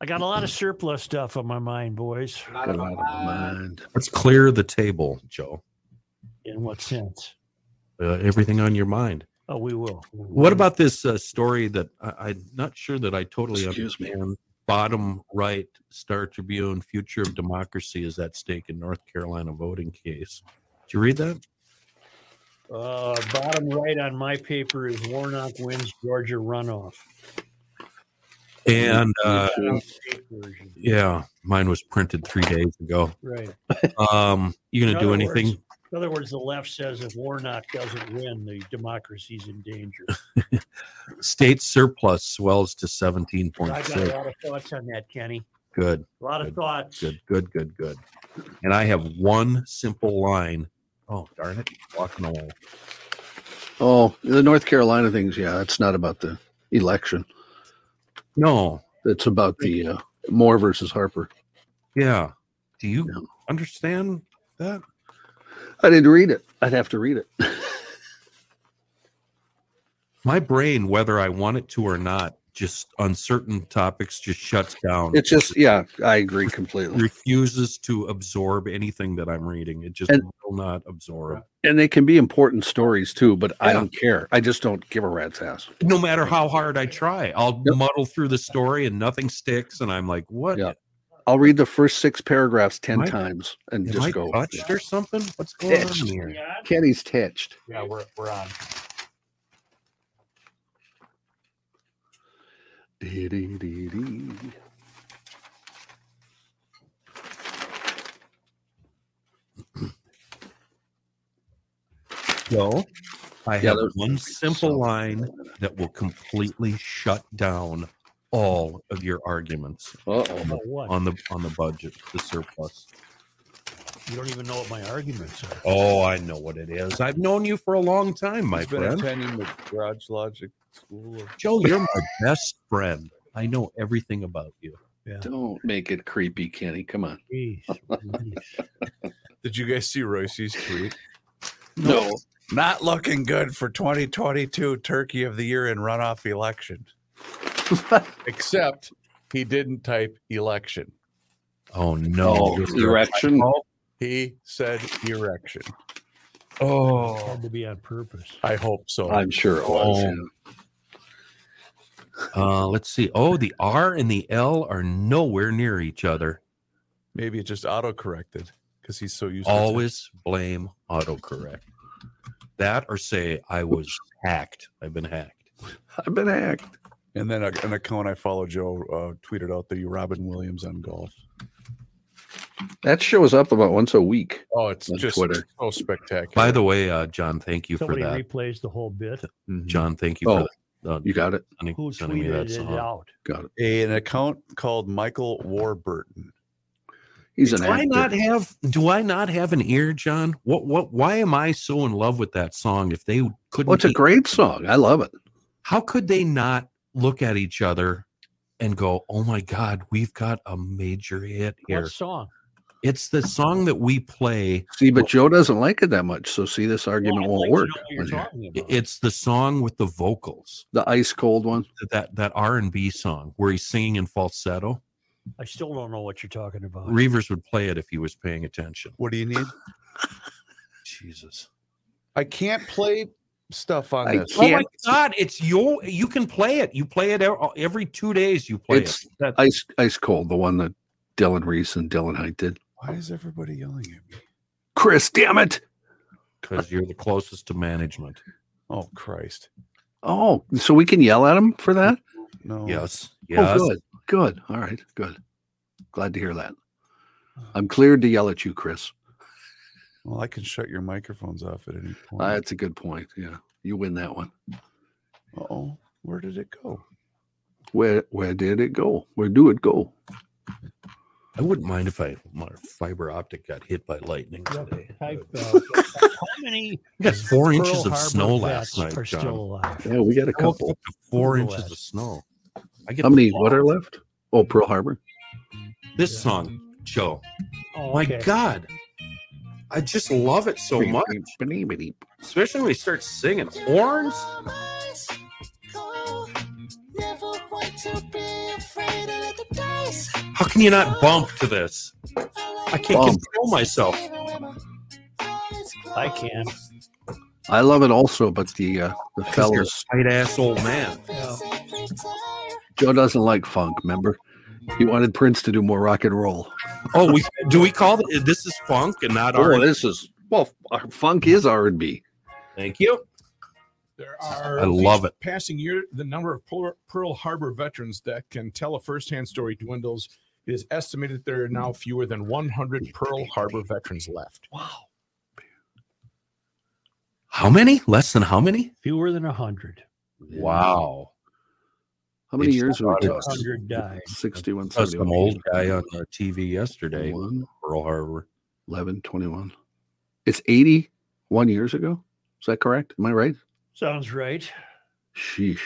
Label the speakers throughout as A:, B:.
A: I got a lot of surplus stuff on my mind, boys.
B: Out of my mind.
C: Let's clear the table, Joe.
A: In what sense?
C: Uh, everything on your mind.
A: Oh, we will.
C: What about this uh, story that I, I'm not sure that I totally
B: Excuse me.
C: understand? Bottom right, Star Tribune, future of democracy is at stake in North Carolina voting case. Did you read that?
A: Uh, bottom right on my paper is Warnock wins Georgia runoff. Mm-hmm.
C: And uh,
A: State version.
C: yeah, mine was printed three days ago.
A: Right.
C: Um, you
A: In
C: gonna do
A: other
C: anything?
A: words- in other words, the left says if Warnock doesn't win, the democracy's in danger.
C: State surplus swells to
A: I got a
C: 17.6.
A: lot of thoughts on that, Kenny.
C: Good.
A: A lot of
C: Good,
A: thoughts.
C: good, good, good, good. And I have one simple line. Oh, darn it. Walking away.
B: Oh, the North Carolina things. Yeah, it's not about the election.
C: No.
B: It's about the uh, Moore versus Harper.
C: Yeah. Do you
B: Yeah.
C: understand that?
B: I didn't read it. I'd have to read it.
C: My brain, whether I want it to or not, just on certain topics just shuts down. It
B: It's just, yeah, I agree completely.
C: refuses to absorb anything that I'm reading. It just
B: And-
C: will not absorb.
B: And they can be important stories too, but I
C: Yeah.
B: don't care. I just don't give a rat's ass.
C: No matter how hard I try, I'll
B: Yep.
C: muddle through the story and nothing sticks. And I'm like, what?
B: Yeah. I'll read the first six paragraphs 10
C: Am I-
B: times and
C: Am
B: just
C: I
B: go. Eh,
C: touched or something? What's going on
B: Touched.
C: here?
B: Kenny's touched.
A: Yeah, we're, we're on.
B: Dee-dee-dee-dee.
C: Joe, I
B: Yeah,
C: have
B: those-
C: one simple
B: so-
C: line that will completely shut down all of your arguments
B: Uh-oh.
A: Oh, what?
C: on the on the budget, the surplus.
A: You don't even know what my arguments are.
C: Oh, I know what it is. I've known you for a long time, my
D: He's been
C: friend.
D: attending the Garage Logic School. Of-
C: Joe, you're my best friend. I know everything about you.
B: Don't make it creepy, Kenny. Come on.
A: Jeez. Louise.
D: Did you guys see Royce's tweet?
B: No.
D: Not looking good for 2022 Turkey of the Year in runoff election. Except he didn't type election.
C: Oh no.
B: Erection.
D: He said erection.
A: It
C: Oh.
A: had to be on purpose.
D: I hope so.
B: I'm sure it was.
C: Oh.
B: yeah.
C: Uh, let's see. Oh, the R and the L are nowhere near each other.
D: Maybe it just auto corrected because he's so used
C: always blame autocorrect. That or say I was hacked. I've been hacked.
B: I've been hacked.
D: to And then a, an account I follow, Joe, uh, tweeted out the Robin Williams on golf.
B: That shows up about once a week.
D: Oh, it's
B: On
D: just
B: Twitter.
D: so spectacular.
C: By the way, uh, John, thank you
A: Somebody
C: for that.
A: replays the whole bit.
C: John, thank you
B: Oh,
C: for that. Uh,
B: You got it.
C: sending,
A: Who
C: sending me
A: tweeted
C: that
A: it
C: song.
A: out?
B: Got it.
D: way, an account called Michael Warburton.
B: He's an
C: Do I
B: actor.
C: not have? Do I not have an ear, John? What? What? Why am I so in love with that song? If they couldn't,
B: Well, it's a
C: e-
B: great song. I love it.
C: how could they not look at each other and go, "Oh my God, we've got a major hit here"?
A: What song?
C: It's the song that we play
B: See, but Joe doesn't like it that much. So see, this argument
A: Well, I'd like
B: won't work.
A: to know
C: Oh,
A: what you're
B: on here.
A: talking
C: I-
A: about.
C: It's the song with the vocals,
B: The ice cold one.
C: that that R and B song where he's singing in falsetto.
A: I still don't know what you're talking about.
C: Reavers would play it if he was paying attention.
D: What do you need?
C: Jesus.
D: I can't play stuff on
B: I
D: this.
C: Oh my
B: Can't-
C: God! It's your. You can play it. You play it ev- every two days. You play
B: It's-
C: it. That-
B: Ice ice cold. The one that Dylan Reese and Dylan Height did.
D: Why is everybody yelling at me?
B: Chris, damn it.
C: because you're the closest to management.
D: Oh Christ!
B: Oh, so we can yell at him for that?
D: No.
C: Yes. Yes.
B: Oh, good. Good. All right. Good. Glad to hear that. I'm cleared to yell at you, Chris.
D: Well, I can shut your microphones off at any point.
B: Uh, that's a good point. Yeah. You win that one.
D: oh, where did it go?
B: Where where did it go? Where do it go?
C: I wouldn't mind if I my fiber optic got hit by lightning today.
A: Type, uh, how many
C: We got four
A: Pearl
C: inches of
A: Harbor
C: snow
A: vets
C: last night,
A: are
C: John.
A: still alive?
B: Yeah, we got a
C: I woke
B: couple.
C: up to four
A: Google
C: inches
A: that.
C: of snow. I get
B: How
C: the
B: many?
C: fall.
B: What are left? Oh, Pearl Harbor.
C: this song, Joe?
A: Oh,
C: My
A: okay.
C: God, I just love it so much. especially when he starts singing horns.
E: Never want to be afraid of the dice.
C: How can you not bump to this? I can't
B: Bump.
C: control myself.
A: I can.
B: I love it also, but the uh, the fellas
C: Tight ass old man.
B: Joe doesn't like funk. Remember, he wanted Prince to do more rock and roll.
C: Oh, we do we call th- this is funk and not
B: Oh,
C: R.
B: this is well, our funk is R and B.
C: Thank you.
E: There are
C: I love
E: each
C: it.
E: Passing year, the number of Pearl- Pearl Harbor veterans that can tell a firsthand story dwindles. It is estimated there are now fewer than 100 Pearl Harbor veterans left.
C: How many? Less than how many?
A: Fewer than 100.
C: Wow.
B: How many
C: It's
B: years are we talking?
A: 100 died.
B: 61,
C: Saw some
B: 71,
C: old guy on uh, TV yesterday,
B: 21,
C: Pearl Harbor.
B: 11, 21. It's 81 years ago. Is that correct? Am I right?
A: Sounds right.
B: Sheesh.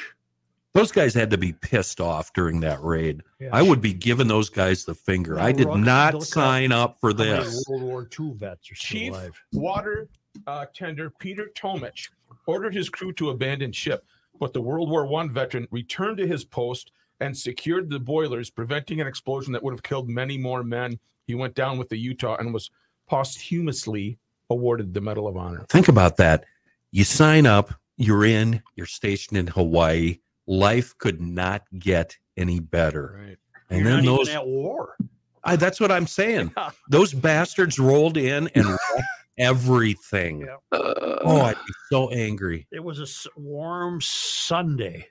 C: Those guys had to be pissed off during that raid.
A: Yeah.
C: I would be giving those guys the finger. I did
A: Rock and
C: not
A: roll
C: sign up for
A: How many
C: this.
A: World War II vets are still
E: Chief
A: alive.
E: water uh, tender Peter Tomich ordered his crew to abandon ship, but the World War I veteran returned to his post and secured the boilers, preventing an explosion that would have killed many more men. He went down with the Utah and was posthumously awarded the Medal of Honor.
C: Think about that. You sign up, you're in, you're stationed in Hawaii. Life could not get any better.
E: Right.
C: And
A: You're
C: then
A: not even
C: those,
A: at war.
C: I, that's what I'm saying.
A: Yeah.
C: Those bastards rolled in and wrecked everything.
A: Yeah.
B: Uh,
C: Oh, I'd be so angry.
A: It was a s- warm Sunday.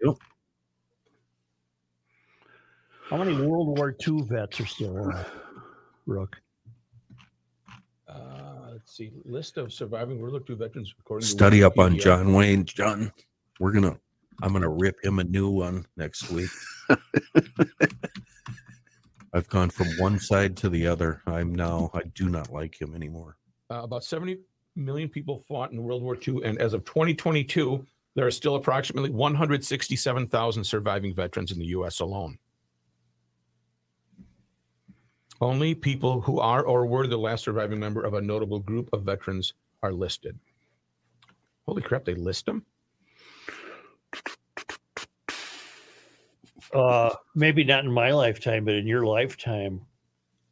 C: you.
A: How many World War II vets are still alive, Brooke?
E: Uh, let's see. List of surviving World War II veterans. According
C: Study up on
E: Wikipedia.
C: John Wayne. John, we're gonna, I'm gonna rip him a new one next week. I've gone from one side to the other. I'm now, I do not like him anymore.
E: Uh, about 70 million people fought in World War II, and as of 2022, there are still approximately 167,000 surviving veterans in the U.S. alone. Only people who are or were the last surviving member of a notable group of veterans are listed. Holy crap, they list them?
A: Uh, maybe not in my lifetime, but in your lifetime,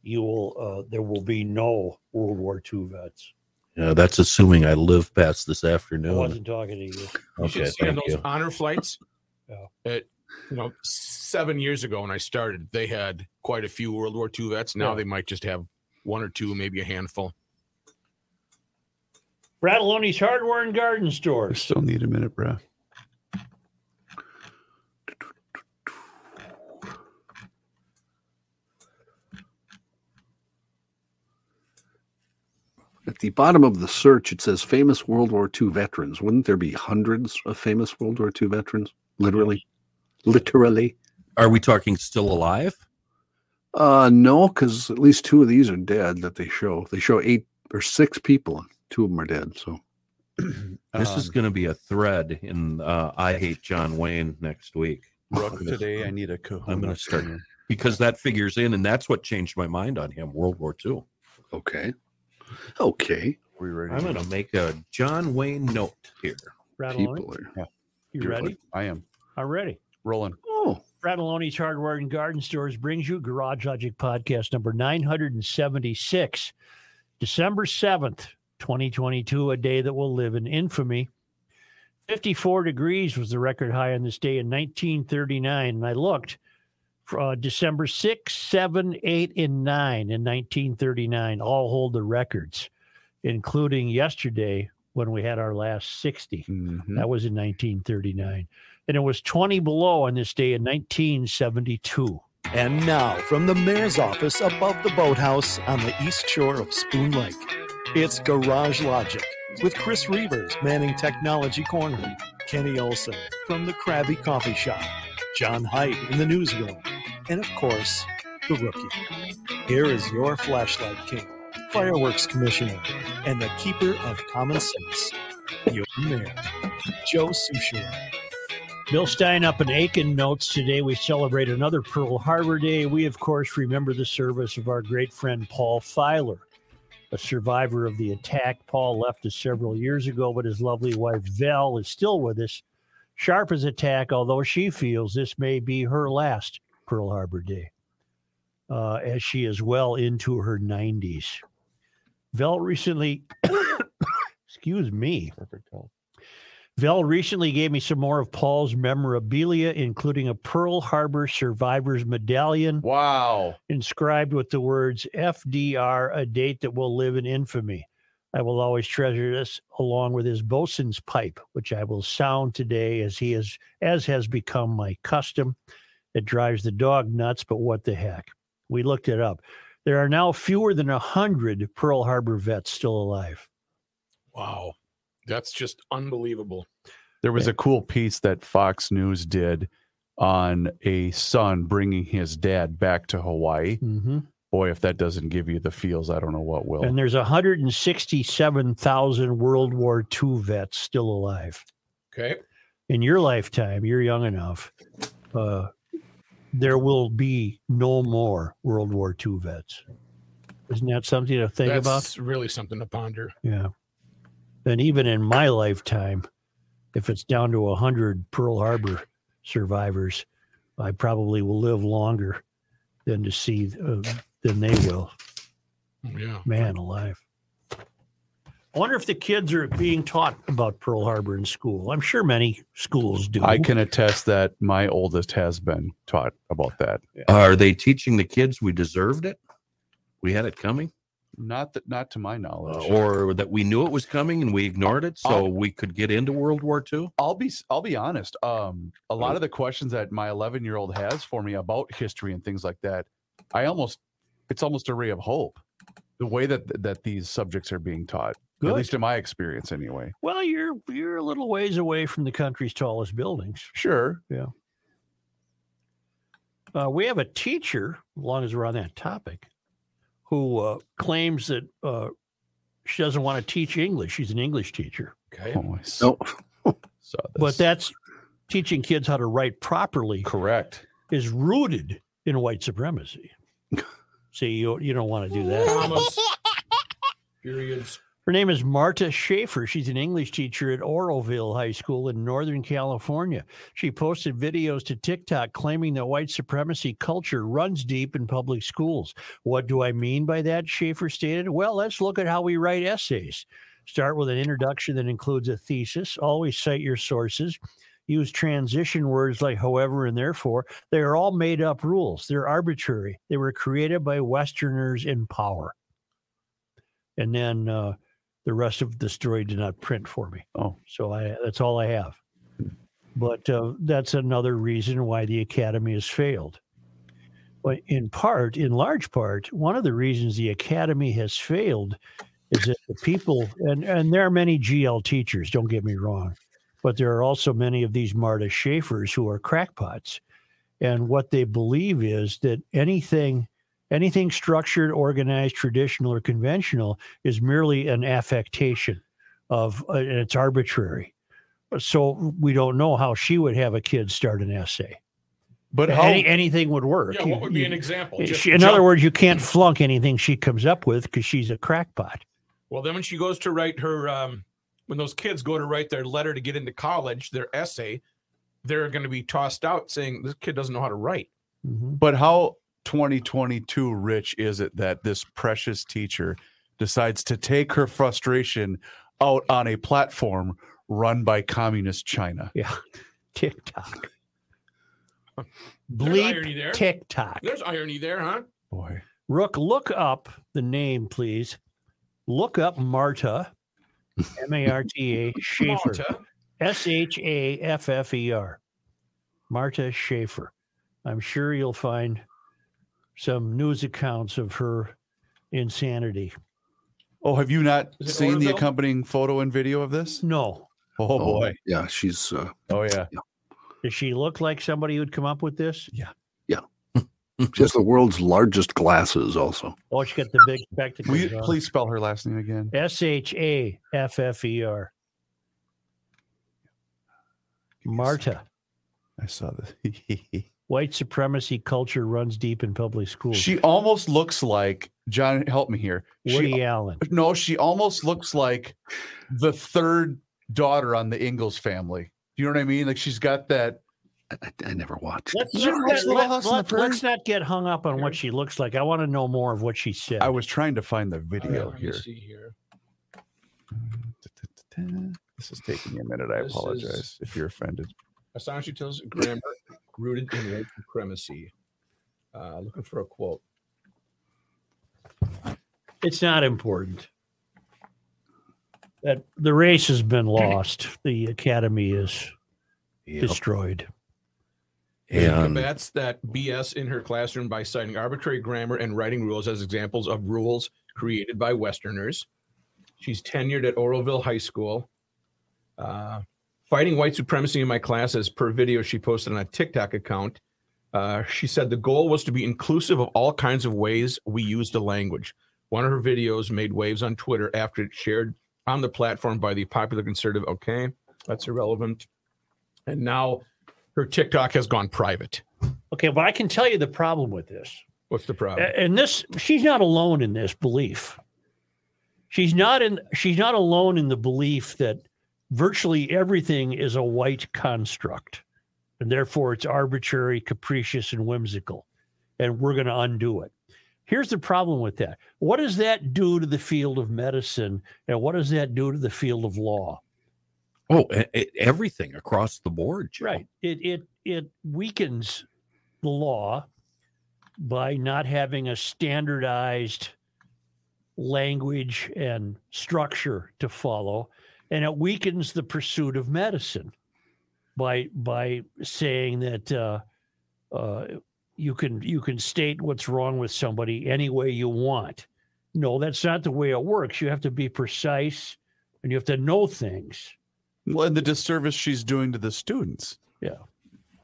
A: you will. Uh, there will be no World War II vets.
C: Yeah, that's assuming I live past this
A: I
C: afternoon.
A: wasn't talking to you.
E: You Oh, should
C: Okay,
E: see on
C: thank
E: those
C: you.
E: honor flights.
A: Yeah.
E: At, you know, seven years ago when I started, they had quite a few World War II vets. Now
A: Yeah.
E: they might just have one or two, maybe a handful.
A: Bratelloni's Hardware and Garden
D: I
A: Store.
D: still need a minute, bro.
B: At the bottom of the search, it says famous World War II veterans. Wouldn't there be hundreds of famous World War II veterans? Literally, literally.
C: Are we talking still alive?
B: Uh, no, because at least two of these are dead that they show. They show eight or six people, and two of them are dead. So
C: This
D: Um,
C: is going to be a thread in uh, I Hate John Wayne next week
D: Brooke today. I need a kahuna.
C: I'm gonna start-
D: from you.
C: because that figures in, and that's what changed my mind on him World War II.
B: okay, okay,
D: Are we ready?
C: I'm going to make a John Wayne note here.
B: people
A: Bratelloni,
B: are
A: you ready?
D: I am
A: I'm ready.
D: rolling.
B: oh
A: Fratelloni's Hardware and Garden Stores brings you Garage Logic Podcast number 976, December 7th, 2022, a day that will live in infamy. 54 degrees was the record high on this day in 1939. And I looked for uh, December 6, 7, 8, and 9 in 1939 all hold the records, including yesterday when we had our last 60.
D: Mhm.
A: That was in 1939. And it was 20 below on this day in 1972.
F: And now, from the mayor's office above the boathouse on the east shore of Spoon Lake, it's Garage Logic with Chris Reavers manning Technology Corner, Kenny Olson from the Krabby Coffee Shop, John Haidt in the newsroom, and of course, the rookie. Here is your flashlight king, fireworks commissioner, and the keeper of common sense, your mayor, Joe Sushiro.
A: Bill Stein up in Aiken notes today we celebrate another Pearl Harbor Day. We, of course, remember the service of our great friend Paul Filer, a survivor of the attack. Paul left us several years ago, but his lovely wife Val is still with us, sharp as a tack, although she feels this may be her last Pearl Harbor Day, uh, as she is well into her 90s. Vel recently, excuse me,
C: Perfect health.
A: Vel recently gave me some more of Paul's memorabilia, including a Pearl Harbor Survivors Medallion
D: Wow.
A: inscribed with the words FDR, a date that will live in infamy. I will always treasure this along with his bosun's pipe, which I will sound today as he is as has become my custom. It drives the dog nuts, but what the heck? We looked it up. There are now fewer than a hundred Pearl Harbor vets still alive.
E: Wow. That's just unbelievable.
D: There was a cool piece that Fox News did on a son bringing his dad back to Hawaii.
A: hmm
D: Boy, if that doesn't give you the feels, I don't know what will.
A: And there's 167,000 World War II vets still alive.
E: Okay.
A: in your lifetime, you're young enough, uh, there will be no more World War II vets. Isn't that something to think about?
E: That's really something to ponder.
A: Yeah. And even in my lifetime, if it's down to 100 Pearl Harbor survivors, I probably will live longer than to see uh, than they will.
E: Yeah.
A: Man alive. I wonder if the kids are being taught about Pearl Harbor in school. I'm sure many schools do.
D: I can attest that my oldest has been taught about that.
C: Are they teaching the kids we deserved it? We had it coming,
D: Not that, not to my
C: Uh,
D: knowledge.
C: or that we knew it was coming and we ignored it, so we could get into World War II.
D: I'll be s- I'll be honest. Um, a lot of the questions that my 11 year old has for me about history and things like that, I almost it's almost a ray of hope. The way that that these subjects are being taught,
A: Good.
D: at least in my experience, anyway.
A: Well, you're you're a little ways away from the country's tallest buildings.
D: Sure.
A: Uh, we have a teacher, as long as we're on that topic, who uh, claims that uh, she doesn't want to teach English. She's an English teacher,
E: Okay.
D: Oh, I s-
B: No,
D: saw
A: but
D: this.
A: that's teaching kids how to write properly
D: correct.
A: is rooted in white supremacy. See, you you don't want to do that.
E: Commas, periods.
A: Her name is Marta Schaefer. She's an English teacher at Oroville High School in Northern California. She posted videos to TikTok claiming that white supremacy culture runs deep in public schools. What do I mean by that? Schaefer stated. Well, let's look at how we write essays. Start with an introduction that includes a thesis, always cite your sources. Use transition words like however and therefore. They are all made up rules. They're arbitrary. They were created by Westerners in power. And then uh, the rest of the story did not print for me.
D: Oh.
A: so I that's all I have. But uh, that's another reason why the academy has failed. But in part, in large part, one of the reasons the academy has failed is that the people and and there are many GL teachers. Don't get me wrong, but there are also many of these Marta Schaefers who are crackpots, and what they believe is that anything. Anything structured, organized, traditional, or conventional is merely an affectation of uh, and it's arbitrary so we don't know how she would have a kid start an essay
D: But how?
A: Any, anything would work
E: Yeah.
A: You-
E: What would be
A: you-
E: an example? Just
A: she, in other
E: jump.
A: words you can't flunk anything she comes up with because she's a crackpot
E: Well, then when she goes to write her, um, when those kids go to write their letter to get into college, their essay, they're going to be tossed out saying this kid doesn't know how to write.
A: Mhm.
D: But how 2022 rich is it that this precious teacher decides to take her frustration out on a platform run by communist China?
A: yeah tiktok
E: There's
A: bleep
E: irony there.
A: tiktok
E: There's irony there, huh?
D: Boy,
A: rook look up the name please look up marta m-a-r-t-a schaefer
E: Malta.
A: S H A F F E R. Marta Schaefer. I'm sure you'll find some news accounts of her insanity.
D: Oh, have you not
E: Is it
D: seen the
E: Oroville?
D: accompanying photo and video of this?
A: No.
D: Oh,
B: oh,
D: boy.
B: yeah, she's uh,
D: Oh yeah.
A: Does she look like somebody who'd come up with this?
B: she has the world's largest glasses. Also,
A: Oh, she got the big
D: Will
A: spectacles.
D: you please spell her last name again?
A: S H A F F E R.
D: Give me a
A: Marta.
D: sec. I saw this.
A: White supremacy culture runs deep in public schools.
D: she almost looks like John. Help me here.
A: Woody
D: She,
A: Allen.
D: no, she almost looks like the third daughter on the Ingalls family. You know what I mean? Like she's got that
B: I, I- I never watched.
A: Let's,
B: it.
A: let,
D: There's a loss in the
A: let, us not get hung up on what she looks like. I want to know more of what she said.
D: I was trying to find the
E: All right,
D: video
E: Uh, let me
D: here.
E: see here.
D: This is taking me a minute. I
E: This is-
D: apologize if you're offended.
E: Assange tells grammar rooted in white supremacy. Uh, looking for a quote.
A: it's not important. That the race has been lost. The academy is
C: Yep.
A: destroyed.
E: She
C: And
E: combats that BS in her classroom by citing arbitrary grammar and writing rules as examples of rules created by Westerners. She's tenured at Oroville High School. Uh, fighting white supremacy in my class, as per video she posted on a TikTok account. Uh, she said the goal was to be inclusive of all kinds of ways we use the language. One of her videos made waves on Twitter after it shared on the platform by the popular conservative. Okay, that's irrelevant. And now her TikTok has gone private.
A: Okay, but I can tell you the problem with this.
E: What's the
A: A-
E: problem?
A: and this she's not alone in this belief she's not in she's not alone in the belief that virtually everything is a white construct and therefore it's arbitrary capricious and whimsical and we're going to undo it here's the problem with that what does that do to the field of medicine and what does that do to the field of law
C: oh, e- e- everything across the board. Joe.
A: Right. It it it weakens the law by not having a standardized language and structure to follow, and it weakens the pursuit of medicine by by saying that uh, uh, you can you can state what's wrong with somebody any way you want. No, that's not the way it works. You have to be precise, and you have to know things.
D: Well, and the disservice she's doing to the students.
A: Yeah.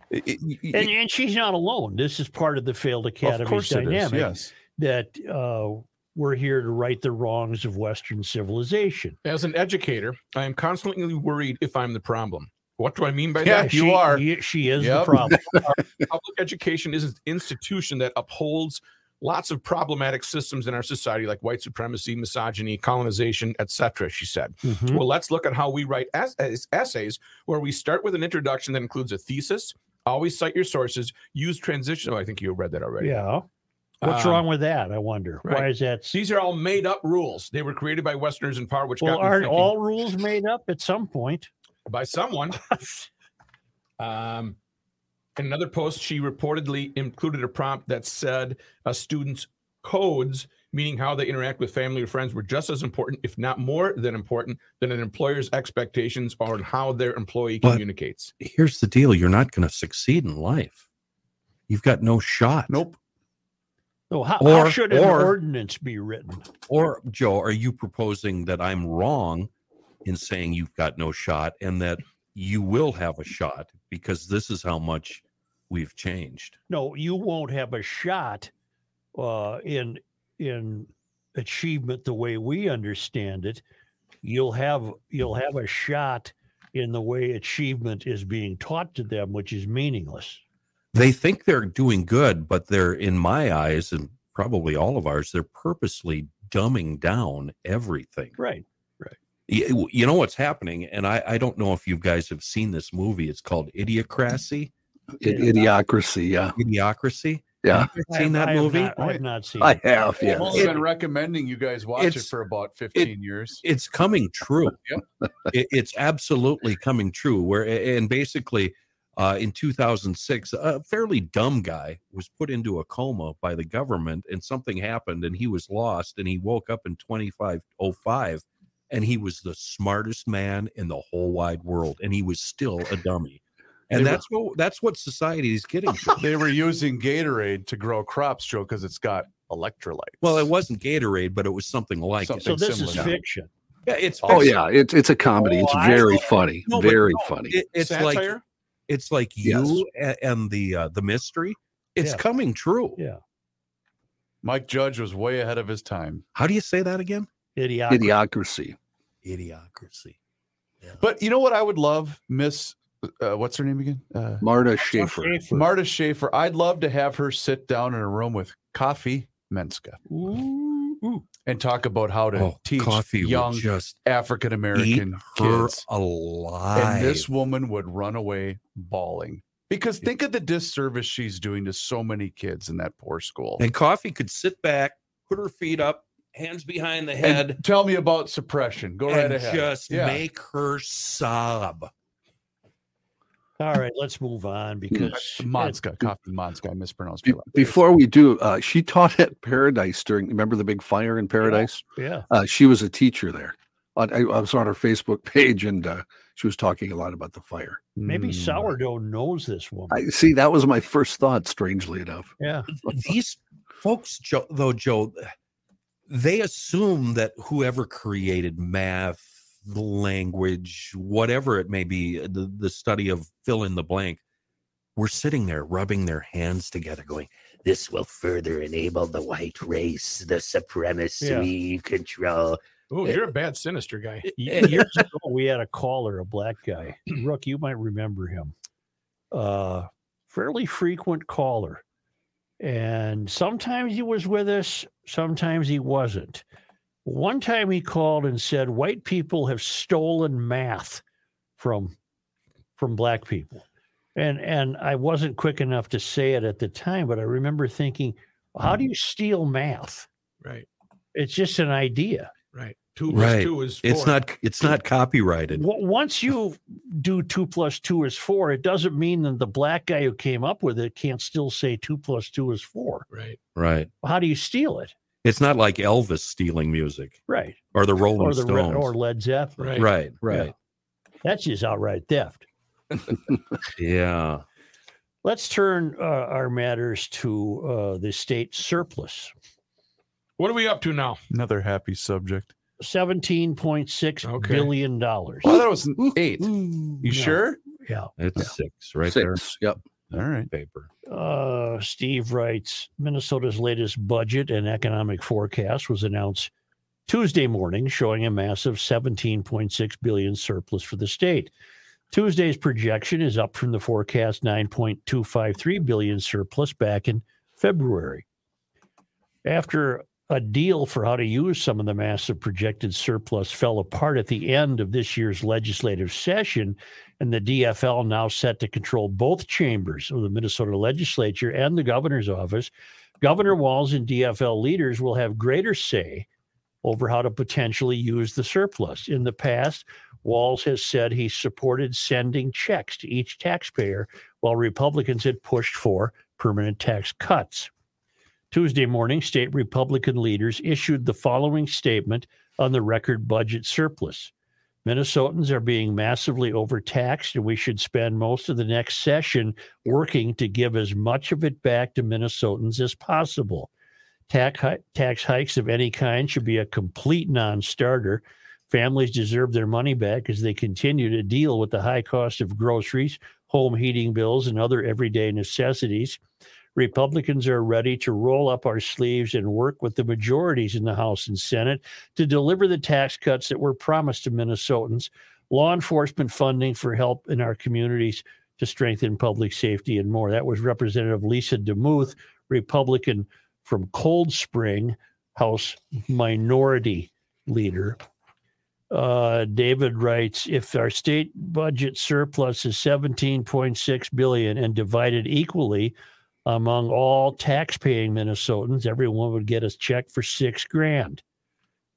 D: It- it- it-
A: and, and she's not alone. This is part of the failed
D: of
A: academy's
D: course it
A: dynamic
D: is. Yes.
A: that uh, we're here to right the wrongs of Western civilization.
E: As an educator, I am constantly worried if I'm the problem. What do I mean by
D: Yeah,
E: that?
D: you are.
A: She, she is the
D: Yep.
A: problem.
E: Public education is an institution that upholds lots of problematic systems in our society, like white supremacy, misogyny, colonization, etc. She said.
A: Mhm.
E: Well, let's look at how we write es- es- essays, where we start with an introduction that includes a thesis. Always cite your sources. Use transition. Oh, I think you read that already.
A: Yeah. What's
E: Um,
A: wrong with that? I wonder. Why
E: right.
A: is that?
E: These are all made up rules. They were created by Westerners in power, which
A: Well,
E: got me
A: aren't
E: thinking
A: all rules made up at some point?
E: by someone. Um, in another post, she reportedly included a prompt that said a student's codes, meaning how they interact with family or friends, were just as important, if not more than important, than an employer's expectations or how their employee
C: But-
E: communicates.
C: Here's the deal: you're not going to succeed in life. You've got no shot.
D: Nope.
A: So how, how
C: Or-
A: should an
C: or-
A: ordinance be written?
C: Or Joe, are you proposing that I'm wrong in saying you've got no shot, and that you will have a shot because this is how much we've changed?
A: No, you won't have a shot uh, in in achievement the way we understand it. You'll have you'll have a shot in the way achievement is being taught to them, which is meaningless.
C: they think they're doing good, but they're in my eyes and probably all of ours, they're purposely dumbing down everything.
A: Right.
C: You, you know what's happening, and I, I don't know if you guys have seen this movie. It's called Idiocracy.
B: Id- Idiocracy. Yeah,
C: Idiocracy.
B: yeah,
C: Have you guys seen that
A: I have
C: movie?
A: not- I have not seen.
B: I
A: it.
B: have.
D: I've
B: Yeah,
D: only
C: It-
D: been recommending you guys watch it
C: it's-
D: for about 15 years.
C: it's coming true. It- it's absolutely coming true. Where and basically, uh, in 2006, a fairly dumb guy was put into a coma by the government, and something happened, and he was lost, and he woke up in 2505, and he was the smartest man in the whole wide world, and he was still a dummy. And
D: They were-
C: that's what that's what society is getting to.
D: They were using Gatorade to grow crops, Joe, because it's got electrolytes.
C: Well, it wasn't Gatorade, but it was something like
D: Something.
C: it.
A: So this is
D: similar.
A: fiction.
C: Yeah, it's
B: Oh yeah, it's it's a comedy. It's
A: Oh, I-
B: very funny.
C: No, but
B: very
C: no,
B: funny.
C: it- it's like
E: Satire?
C: it's like you a- and the uh, the mystery it's
A: Yeah.
C: coming true
A: Yeah.
D: Mike Judge was way ahead of his time.
C: how do you say that again
A: Idiotic.
B: Idiocracy.
C: idiocracy
D: But you know what I would love, Miss, uh, what's her name again? Uh,
B: Marta Schaefer.
D: Marta Schaefer. I'd love to have her sit down in a room with Coffee Menska
A: Ooh, ooh.
D: and talk about how to
C: oh
D: teach
C: coffee
D: young
C: would just
D: African
C: eat
D: American
C: her
D: kids.
C: alive
D: And this woman would run away bawling. Because think of the disservice she's doing to so many kids in that poor school.
C: And Coffee could sit back, put her feet up, hands behind the
D: And
C: head,
D: tell me about suppression. Go right
C: and
D: ahead.
C: just
D: Yeah.
C: make her sob.
A: All right, let's move
C: Hmm.
A: on because
D: Monska, coffee Monska. I mispronounced.
B: Be-
D: her last name.
B: Before we do, uh, she taught at Paradise during. Remember the big fire in Paradise?
A: yeah,
B: Uh, she was a teacher there. On- I, I was on her Facebook page, and uh, she was talking a lot about the fire.
C: Hmm.
A: maybe
D: Mm.
A: sourdough knows this woman.
B: I see. That was my first thought. Strangely enough,
A: yeah,
C: These folks, Joe, though, Joe, they assume that whoever created math, language, whatever it may be, the, the study of fill in the blank, were sitting there rubbing their hands together, going, This will further enable the white race, the supremacy, control.
E: Oh, you're a bad sinister guy.
A: Ye- years ago we had a caller, a black guy. Rook, you might remember him. Uh, fairly frequent caller, and sometimes he was with us, sometimes he wasn't. One time he called and said, "White people have stolen math from from black people," and and I wasn't quick enough to say it at the time, but I remember thinking, "How do you steal math?
E: Right,
A: It's just an idea."
E: right. Two
C: Right.
E: plus two is four.
C: It's not it's not copyrighted.
A: Wo- Once you do two plus two is four, it doesn't mean that the black guy who came up with it can't still say two plus two is four.
E: right.
C: Right.
A: How do you steal it?
C: It's not like Elvis stealing music
A: Right.
C: or the Rolling
A: Or the Re-
C: Stones.
A: or Led Zeppelin.
E: Right.
C: right, right.
A: That's just outright theft.
C: Yeah.
A: Let's turn uh, our matters to uh, the state surplus.
E: What are we up to now?
D: Another happy subject.
A: seventeen point six billion
E: Okay.
A: dollars.
D: Well, that was an eight. You
A: No.
D: sure?
A: Yeah.
C: It's six right there.
B: six. Yep.
D: All right.
C: Paper.
A: Uh, Steve writes Minnesota's latest budget and economic forecast was announced Tuesday morning, showing a massive 17.6 billion surplus for the state. Tuesday's projection is up from the forecast 9.253 billion surplus back in February. After a deal for how to use some of the massive projected surplus fell apart at the end of this year's legislative session, and the DFL now set to control both chambers of the Minnesota legislature and the governor's office, Governor Walls and DFL leaders will have greater say over how to potentially use the surplus. In the past, Walls has said he supported sending checks to each taxpayer, while Republicans had pushed for permanent tax cuts. Tuesday morning, state Republican leaders issued the following statement on the record budget surplus. Minnesotans are being massively overtaxed, and we should spend most of the next session working to give as much of it back to Minnesotans as possible. Tax, hi- tax hikes of any kind should be a complete non starter. Families deserve their money back as they continue to deal with the high cost of groceries, home heating bills, and other everyday necessities. Republicans are ready to roll up our sleeves and work with the majorities in the House and Senate to deliver the tax cuts that were promised to Minnesotans, law enforcement funding for help in our communities to strengthen public safety, and more. That was Representative Lisa DeMuth, Republican from Cold Spring, House Minority Leader. Uh, David writes, if our state budget surplus is 17.6 billion and divided equally among all tax-paying Minnesotans, everyone would get a check for six grand.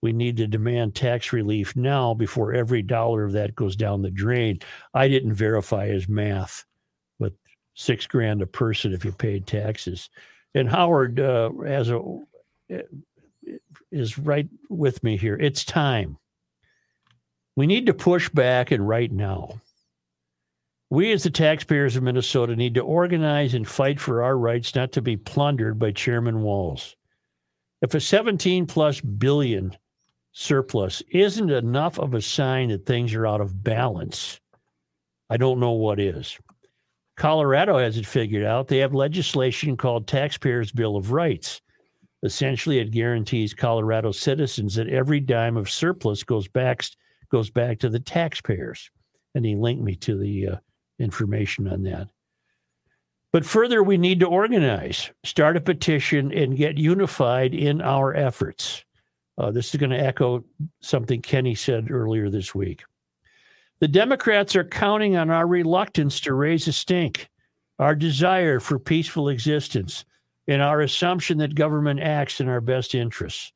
A: We need to demand tax relief now before every dollar of that goes down the drain. I didn't verify his math, but six grand a person if you paid taxes. And Howard uh, has a is right with me here. It's time. We need to push back and right now. We as the taxpayers of Minnesota need to organize and fight for our rights not to be plundered by Chairman Walls. If a 17 plus billion surplus isn't enough of a sign that things are out of balance, I don't know what is. Colorado has it figured out. They have legislation called Taxpayers' Bill of Rights. Essentially, it guarantees Colorado citizens that every dime of surplus goes back goes back to the taxpayers. And he linked me to the uh, information on that. But further, we need to organize, start a petition, and get unified in our efforts. Uh, this is going to echo something Kenny said earlier this week. The Democrats are counting on our reluctance to raise a stink. our desire for peaceful existence, and our assumption that government acts in our best interests.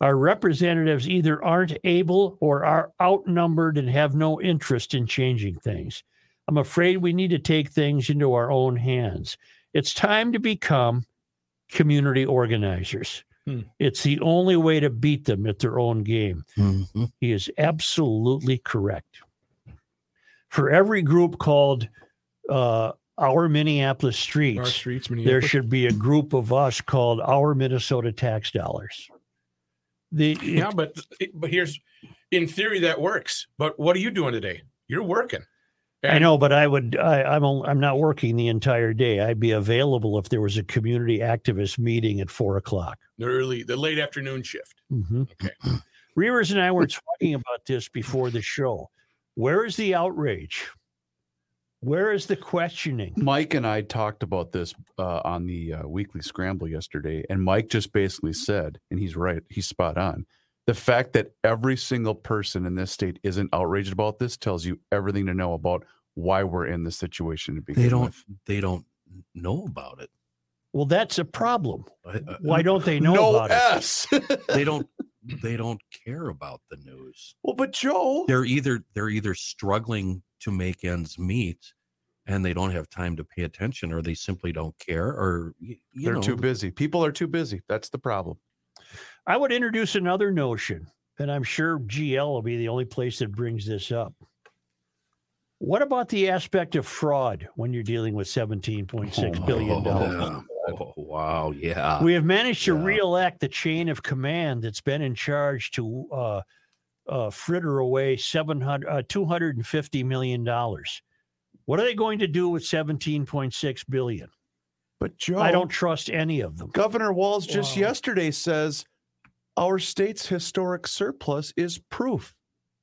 A: Our representatives either aren't able or are outnumbered and have no interest in changing things. I'm afraid we need to take things into our own hands. It's time to become community organizers.
E: Hmm.
A: It's the only way to beat them at their own game.
C: Mhm.
A: He is absolutely correct. For every group called uh, Our Minneapolis
E: Our
A: Streets,
E: streets,
A: there
E: Minneapolis.
A: should be a group of us called Our Minnesota Tax Dollars. The
E: yeah, but but here's, in theory, that works. But what are you doing today? You're working.
A: I know, but I would. I, I'm on- I'm not working the entire day. I'd be available if there was a community activist meeting at four o'clock.
E: The early, the late afternoon shift.
A: Mhm.
E: Okay.
A: Reavers and I were talking about this before the show. Where is the outrage? Where is the questioning?
D: Mike and I talked about this uh, on the uh, weekly scramble yesterday, and Mike just basically said, and he's right, he's spot on. The fact that every single person in this state isn't outraged about this tells you everything to know about why we're in this situation to begin
C: They don't.
D: with.
C: They don't know about it.
A: Well, that's a problem.
C: I- uh, I-
A: Why don't they know
D: no
A: about it?
D: S.
C: they don't? They don't care about the news.
D: well, but Joe,
C: They're either they're either struggling to make ends meet, and they don't have time to pay attention, or they simply don't care, or y- you
D: they're
C: know,
D: too busy. People are too busy. That's the problem.
A: I would introduce another notion, and I'm sure GL will be the only place that brings this up. What about the aspect of fraud when you're dealing with $17.6 billion? dollars?
B: Yeah.
C: Oh, wow! Yeah.
A: we have managed to
C: yeah.
A: reelect the chain of command that's been in charge to uh, uh, fritter away 700, uh, $250 million. What are they going to do with 17.6 billion?
D: But Joe,
A: I don't trust any of them.
D: Governor Walls just
A: Wow.
D: yesterday says our state's historic surplus is proof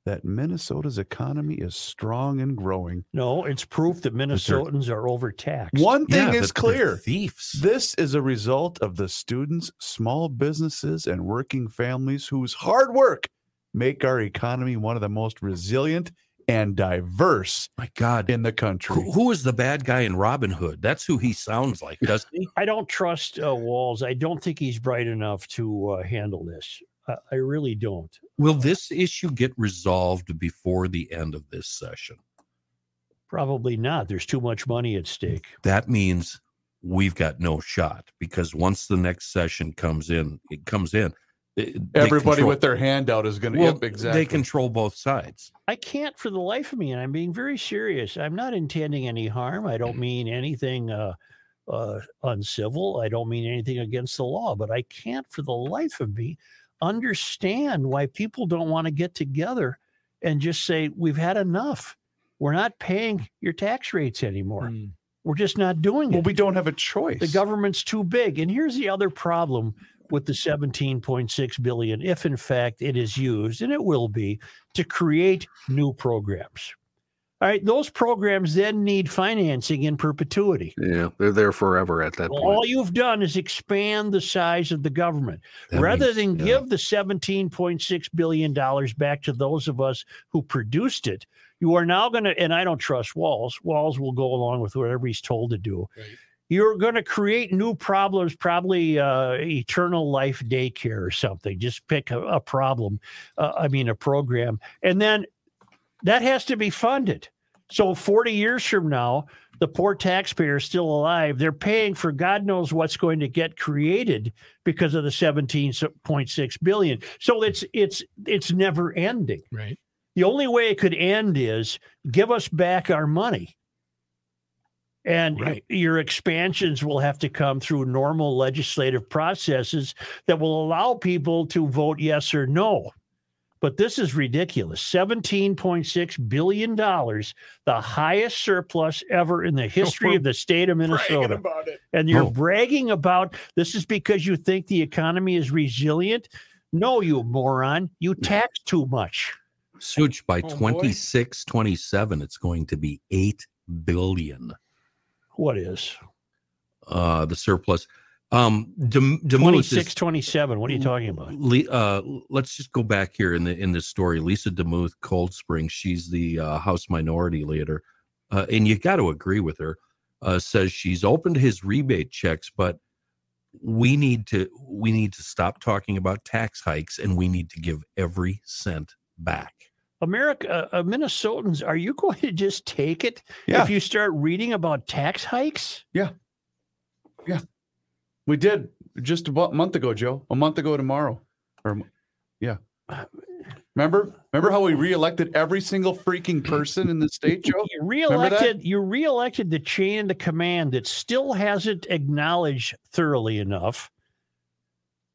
D: that Minnesota's economy is strong and growing.
A: No, it's proof that Minnesotans are overtaxed.
D: One
C: Yeah,
D: thing
C: that
D: is
C: they're
D: clear.
C: Thieves.
D: This is a result of the students, small businesses, and working families whose hard work make our economy one of the most resilient and diverse
C: My God.
D: in the country.
C: Who, who is the bad guy in Robin Hood? That's who he sounds like, doesn't he?
A: I don't trust uh, Walls. I don't think he's bright enough to uh, handle this. I, I really don't.
C: Will this issue get resolved before the end of this session?
A: Probably not. There's too much money at stake.
C: That means we've got no shot because once the next session comes in, it comes in. they- they
D: Everybody
C: control-
D: with their handout is going to
C: well,
D: yep, exactly.
C: They control both sides.
A: I can't for the life of me, and I'm being very serious. I'm not intending any harm. I don't mean anything uh, uh, uncivil. I don't mean anything against the law, but I can't for the life of me understand why people don't want to get together and just say, We've had enough. We're not paying your tax rates anymore.
E: Mm. Hmm.
A: We're just not doing it.
D: well, we don't have a choice.
A: the government's too big and here's the other problem with the 17.6 billion if in fact it is used and it will be to create new programs all right those programs then need financing in perpetuity
B: Yeah, they're there forever at that
A: Well,
B: point.
A: all you've done is expand the size of the government
C: That
A: rather
C: means-
A: than
C: yeah.
A: give the 17.6 billion dollars back to those of us who produced it you are now going to and i don't trust walls walls will go along with whatever he's told to do
E: Right.
A: you're going to create new problems probably uh, eternal life daycare or something just pick a, a problem uh, i mean a program and then that has to be funded so 40 years from now the poor taxpayer is still alive they're paying for god knows what's going to get created because of the 17.6 billion. So it's it's it's never ending.
E: Right.
A: The only way it could end is give us back our money. And
E: Right.
A: your expansions will have to come through normal legislative processes that will allow people to vote yes or no. But this is ridiculous. $17.6 billion, the highest surplus ever in the history of the state of Minnesota
E: about it.
A: and you're
C: Oh.
A: bragging about this is because you think the economy is resilient. No, you moron, you tax too much.
C: Such by
D: Oh,
E: boy.
C: 26, 27, it's going to be 8 billion,
A: What is
C: uh, the surplus. Um, Dem- Demuth is-
A: 26, 27? What are you talking about?
C: Le- uh, let's just go back here in the in this story. Lisa DeMuth, Cold Spring. She's the uh, House Minority Leader, uh, and you got to agree with her. uh, says she's opened his rebate checks, but we need to we need to stop talking about tax hikes and we need to give every cent back.
A: America, uh, uh, Minnesotans, are you going to just take it
D: Yeah.
A: if you start reading about tax hikes?
D: We did just about a month ago, Joe. A month ago tomorrow. Or yeah. Remember? Remember how we reelected every single freaking person in the state, Joe?
A: You
D: Remember that?
A: reelected, you reelected the chain of the command that still hasn't acknowledged thoroughly enough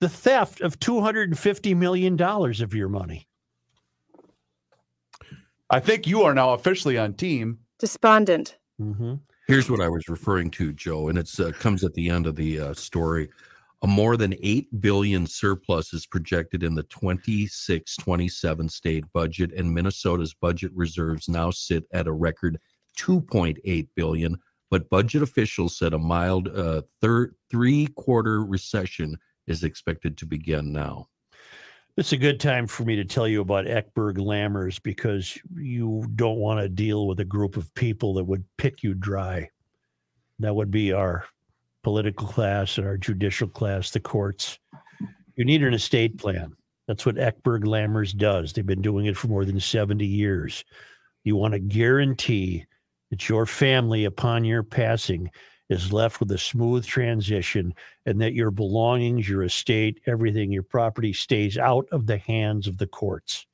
A: the theft of two hundred and fifty million dollars of your money.
D: I think you are now officially on team.
G: Despondent.
A: Mm-hmm.
C: Here's what I was referring to, Joe, and it uh, comes at the end of the uh, story. A more than 8 billion surplus is projected in the 26-27 state budget and Minnesota's budget reserves now sit at a record 2.8 billion, but budget officials said a mild uh, thir- 3 quarter recession is expected to begin now.
A: It's a good time for me to tell you about Eckberg Lammers because you don't want to deal with a group of people that would pick you dry. That would be our political class and our judicial class, the courts. You need an estate plan. That's what Eckberg Lammers does. They've been doing it for more than 70 years. You want to guarantee that your family, upon your passing, is left with a smooth transition and that your belongings, your estate, everything, your property stays out of the hands of the courts.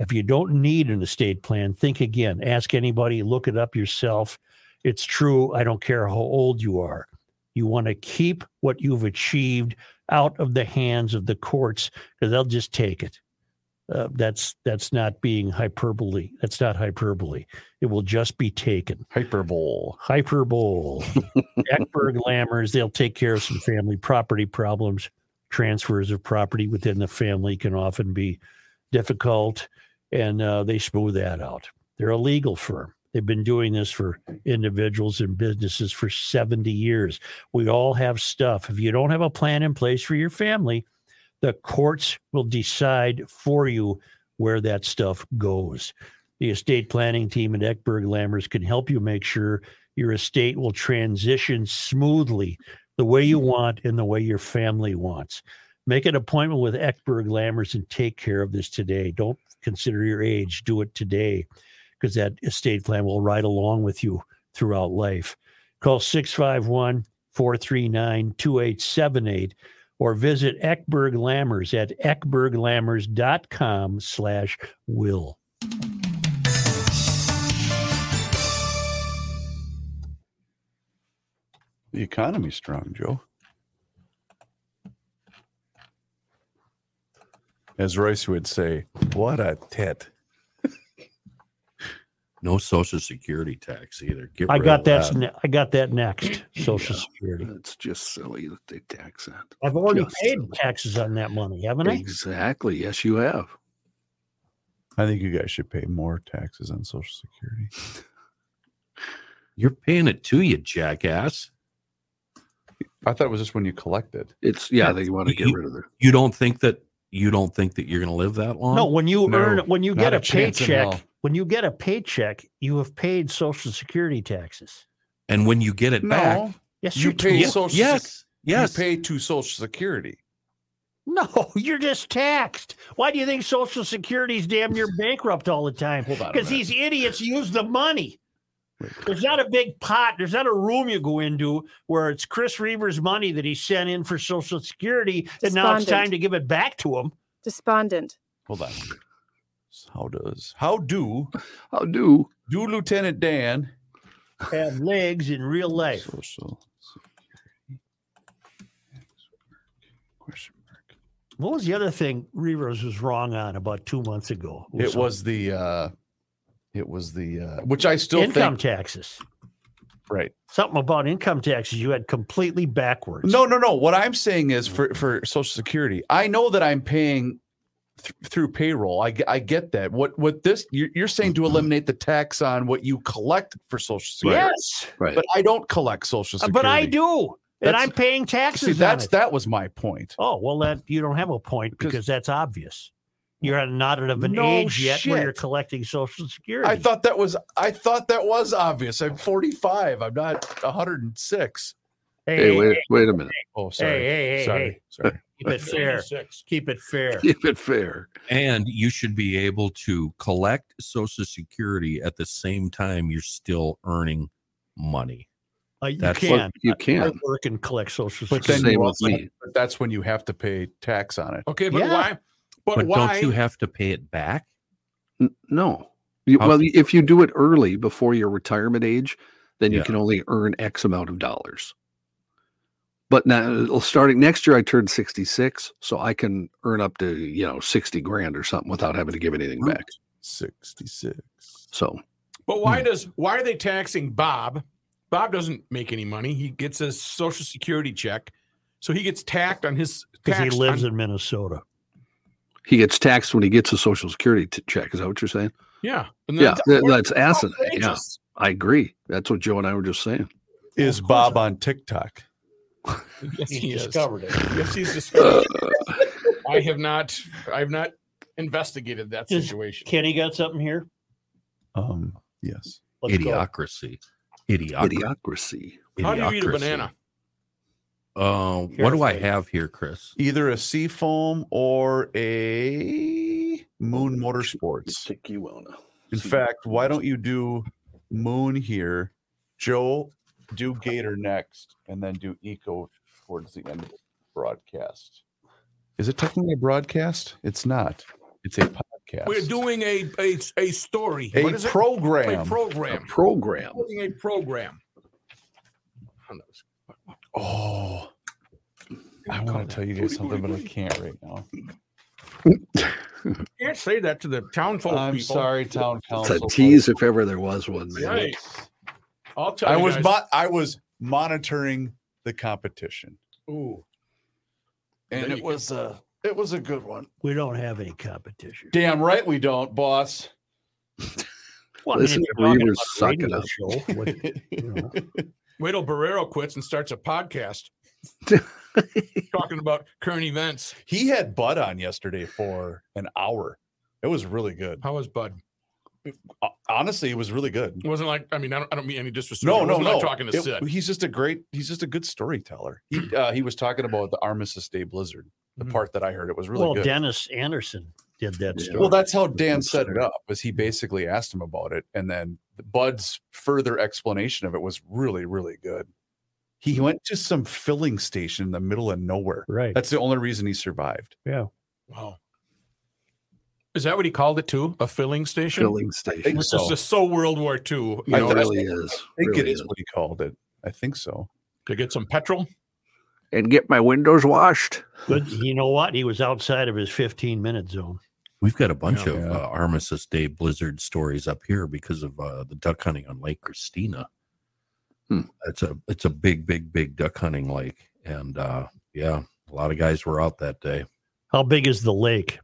A: If you don't need an estate plan, think again. Ask anybody, look it up yourself. It's true. I don't care how old you are. You want to keep what you've achieved out of the hands of the courts because they'll just take it. Uh, that's that's not being hyperbole. That's not hyperbole. It will just be taken.
D: Hyperbole.
A: Hyperbole, Eckberg Lammers, they'll take care of some family property problems. Transfers of property within the family can often be difficult, and uh, they smooth that out. They're a legal firm. They've been doing this for individuals and businesses for 70 years. We all have stuff. If you don't have a plan in place for your family, the courts will decide for you where that stuff goes. The estate planning team at Eckberg Lammers can help you make sure your estate will transition smoothly the way you want and the way your family wants. Make an appointment with Eckberg Lammers and take care of this today. Don't consider your age, do it today because that estate plan will ride along with you throughout life. Call 651 439 2878 or visit Eckberg Lammers at eckberglammers.com slash will.
D: The economy's strong, Joe. As Royce would say, what a tit.
C: No social security tax either. Get
A: I
C: rid
A: got
C: of
A: that. ne- I got that next. Social
B: Yeah.
A: Security.
B: It's just silly that they tax that.
A: I've already
B: Just
A: paid
B: silly.
A: taxes on that money, haven't I?
B: Exactly. Yes, you have.
D: I think you guys should pay more taxes on Social Security.
C: You're paying it to you, jackass.
D: I thought it was just when you collected.
B: It's yeah. They want to
C: You-
B: get rid of it.
C: You don't think that you don't think that you're going to live that long?
A: No, when you
D: No,
A: earn, when you get
D: not
A: a,
D: a chance in hell.
A: paycheck, when you get a paycheck, you have paid Social Security taxes.
C: and when you get it back,
A: Yes,
D: You
A: you,
D: pay-
A: pay.
C: Ye-
D: Social Sec-
C: yes, yes.
D: you pay to Social Security.
A: No, you're just taxed. Why do you think Social Security's damn near bankrupt all the time?
D: Hold on a
A: Because
D: minute.
A: these idiots use the money.
D: Wait.
A: There's not a big pot. There's not a room you go into where it's Chris Reaver's money that he sent in for Social Security, and now it's
G: Despondent.
A: time to give it back to him.
G: Despondent.
D: Hold on. How does how do
B: How do?
D: do Lieutenant Dan
A: Have legs in real life.
D: Social Security. Question mark.
A: What was the other thing Reavers was wrong on about two months ago? or
D: It
A: something?
D: was the uh it was the uh which I still
A: income
D: think
A: taxes.
D: right.
A: Something about income taxes you had completely backwards.
D: No, no, no. What I'm saying is for for Social Security, I know that I'm paying th- through payroll. I, ge- I get that. What what this you're, you're saying to eliminate the tax on what you collect for Social Security,
A: yes,
B: Right.
D: but I don't collect Social
A: uh,
D: Security.
A: but I do, and
D: That's-
A: I'm paying taxes.
D: See,
A: on
D: that's
A: it.
D: that was my point.
A: Oh well, that you don't have a point
D: 'Cause-
A: because that's obvious. You're not at an
D: No
A: age yet where
D: shit.
A: you're collecting Social Security.
D: I thought that was I thought that was obvious. I'm 45. I'm not 106.
A: hey,
B: Hey,
A: hey,
B: wait, wait a minute.
D: Oh,
A: hey,
D: sorry.
A: hey, hey, hey,
D: sorry. Sorry.
A: keep it fair.
E: 76.
A: Keep it fair.
B: Keep it fair.
C: And you should be able to collect Social Security at the same time you're still earning money.
A: Uh, you
C: That's
B: Well,
A: can.
B: you
A: I
B: can.
A: work and collect Social
D: But
A: Security.
D: then
B: Same
D: you
B: with
D: also,
B: me.
D: but that's when you have to pay tax on it.
E: Okay, but
A: Yeah.
E: why? But,
C: But,
E: why?
C: don't you have to pay it back?
B: N- No. You,
C: How-
B: well, if you do it early before your retirement age, then you
C: Yeah.
B: can only earn X amount of dollars. But now, uh, starting next year, I turned 66, so I can earn up to, you know, 60 grand or something without having to give anything
C: Right.
B: back.
D: 66.
B: So,
E: but why
B: Hmm.
E: does why are they taxing Bob? Bob doesn't make any money. He gets a social security check, so he gets tacked on his
A: Because he
E: taxed
A: lives
E: on-
A: in Minnesota.
B: he gets taxed when he gets a social security t- check. Is that what you're saying?
E: yeah. And
B: Yeah,
E: that's-
B: th- that's acid. Yeah,
E: outrageous.
B: I agree. That's what Joe and I were just saying.
D: Is Bob on TikTok?
A: He's
E: Yes, he is.
A: discovered it.
E: Yes, he's discovered.
B: Uh,
E: it. I have not. I have not investigated that
A: Is-
E: situation.
A: Kenny got something here.
D: Um, yes.
A: Let's go.
C: Idiocracy. Idiocracy.
B: idiocracy.
E: How do you eat a banana?
C: Uh, what do I
A: Carefully.
C: have here, Chris?
D: Either a sea foam or a Moon Motorsports.
B: Stick you on a-
D: In fact, why don't you do Moon here, Joe? Do Gator next, and then do Eco towards the end of the broadcast. Is it technically a broadcast? It's not. It's a podcast.
E: We're doing a a, a story.
D: a
E: What is it?
D: program.
E: A program.
B: program?
E: We're doing a program. Oh, no.
D: oh, I want to tell you guys something, but I can't right now.
E: Can't say that to the town folk.
D: I'm
E: people.
D: sorry, town
B: It's
D: council.
B: a tease if ever there was one, man.
E: Right. I'll tell
D: I
E: you
D: was
E: guys.
D: mo- I was monitoring the competition,
E: Ooh.
D: and
E: There you
D: it
E: go.
D: was a it was a good one.
A: We don't have any competition.
D: Damn right we don't, boss.
A: Well,
B: Listen
A: if
B: to
A: you're talking
B: Reavers
A: about
B: suck it
A: radio
B: up.
A: show, what- you know.
E: Wait till Barrero quits and starts a podcast talking about current events.
D: He had Bud on yesterday for an hour. It was really good.
E: How was Bud?
D: Uh, Honestly, it was really good.
E: It wasn't like I mean I don't, I don't mean any disrespect.
D: No,
E: It
D: no,
E: wasn't like
D: no.
E: talking to
D: It-
E: Sid.
D: he's just a great. He's just a good storyteller. He uh, he was talking about the Armistice Day Blizzard. The
E: Mhm.
D: part that I heard it was really
A: well,
D: good.
A: Dennis Anderson did that
B: Yeah.
A: story.
D: Well, that's how Dan
B: That's
D: set it
B: true.
D: up. Was he basically asked him about it, and then Bud's further explanation of it was really, really good. He went to some filling station in the middle of nowhere.
A: right.
D: That's the only reason he survived.
A: yeah.
E: Wow. Is that what he called it too? A filling station?
B: Filling station.
D: think
E: This is
D: so.
E: just so World War II. You
D: I
E: know,
B: it
D: thought-
B: really is.
D: I think
B: Really
D: it is
B: is.
D: what he called it. I think so.
E: to get some petrol.
B: And get my windows washed.
A: But you know what? He was outside of his 15 minute zone.
C: We've got a bunch
E: Yeah.
C: of Uh, Armistice Day blizzard stories up here because of uh, the duck hunting on Lake Christina.
B: Hmm.
C: It's a it's a big, big, big duck hunting lake, and uh, yeah, a lot of guys were out that day.
A: How big is the lake?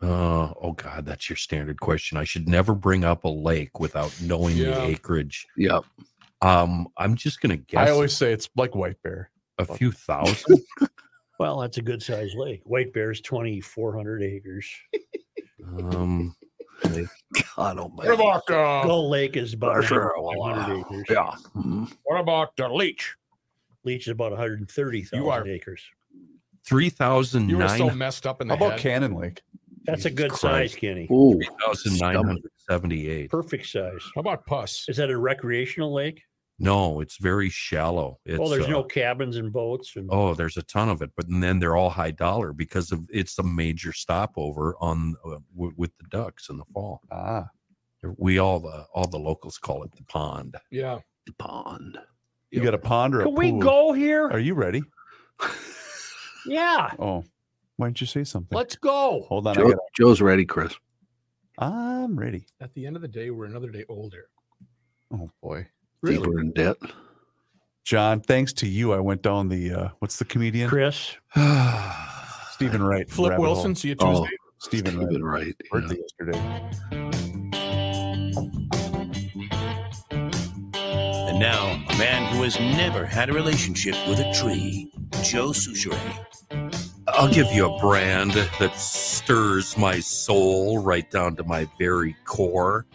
C: Uh, oh God, that's your standard question. I should never bring up a lake without knowing
E: Yeah.
C: the acreage.
B: Yeah.
C: Um, I'm just gonna guess
D: I always say it's like White Bear.
C: a few thousand.
A: Well, that's a good sized lake. White Bear's 2,400 acres.
C: um,
B: God
E: What
B: almighty.
E: about
D: Oh,
E: uh,
A: Gull Lake is about
B: Sure, well,
A: 1,500
B: uh,
A: acres.
B: Yeah. Mhm.
E: what about uh, Leech?
A: Leech is about
E: You are-
A: 130,000 acres.
C: three thousand
E: You were so
C: nine
E: messed up in
D: How
E: the
D: about
E: head.
D: Cannon Lake?
A: That's a
C: Jesus
A: good
C: Christ.
A: size, Kenny.
B: Ooh.
C: thousand nine hundred seventy-eight.
A: Perfect size.
E: How about pus?
A: Is that a recreational lake?
C: No, it's very shallow. It's,
A: oh, there's
C: uh,
A: no cabins and boats. And
C: Oh, there's a ton of it, but then they're all high dollar because of it's a major stopover on uh, w- with the ducks in the fall.
D: Ah,
C: We all the all the locals call it the pond.
E: Yeah.
B: The pond.
D: you got a pond or a
A: Can we
D: pool?
A: go here?
D: Are you ready?
A: yeah,
D: Oh, why didn't you say something?
A: let's go.
D: Hold on, I
B: Joe,
D: gotta,
B: Joe's ready, Chris.
D: I'm ready.
E: At the end of the day, we're another day older.
D: Oh boy,
B: Deeper in debt.
D: John. Thanks to you, I went down the uh, what's the comedian?
A: Chris,
D: Stephen Wright.
E: Flip
D: rabbit hole.
E: Wilson, see you Tuesday.
B: Oh,
D: Stephen Wright.
B: Stephen Wright. yeah.
D: Birthday yesterday.
G: And now, a man who has never had a relationship with a tree, Joe Souchere.
C: I'll give you a brand that stirs my soul right down to my very core.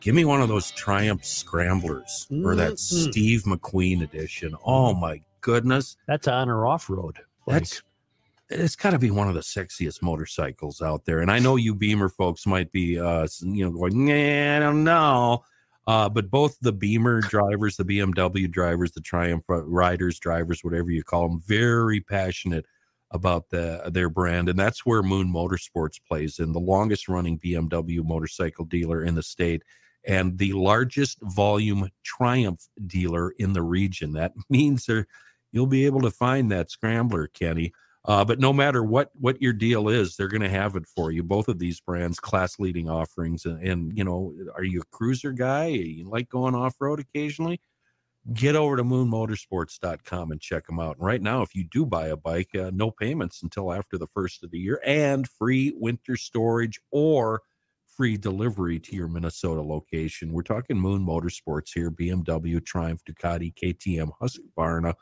C: Give me one of those Triumph Scramblers or that
A: Mm, mm.
C: Steve McQueen edition. Oh my goodness.
A: That's on or off road.
C: That's it's got to be one of the sexiest motorcycles out there. And I know you Beamer folks might be, uh, you know, going, nah, I don't know. Uh, but both the Beamer drivers, the BMW drivers, the Triumph riders, drivers, whatever you call them, very passionate about the, uh, their brand. And that's where Moon Motorsports plays in, the longest running BMW motorcycle dealer in the state and the largest volume Triumph dealer in the region. That means they're you'll be able to find that scrambler kenny uh, but no matter what what your deal is they're going to have it for you both of these brands class leading offerings and, and you know are you a cruiser guy you like going off-road occasionally get over to moonmotorsports.com and check them out and right now if you do buy a bike uh, no payments until after the first of the year and free winter storage or free delivery to your minnesota location we're talking moon motorsports here bmw triumph ducati ktm husqvarna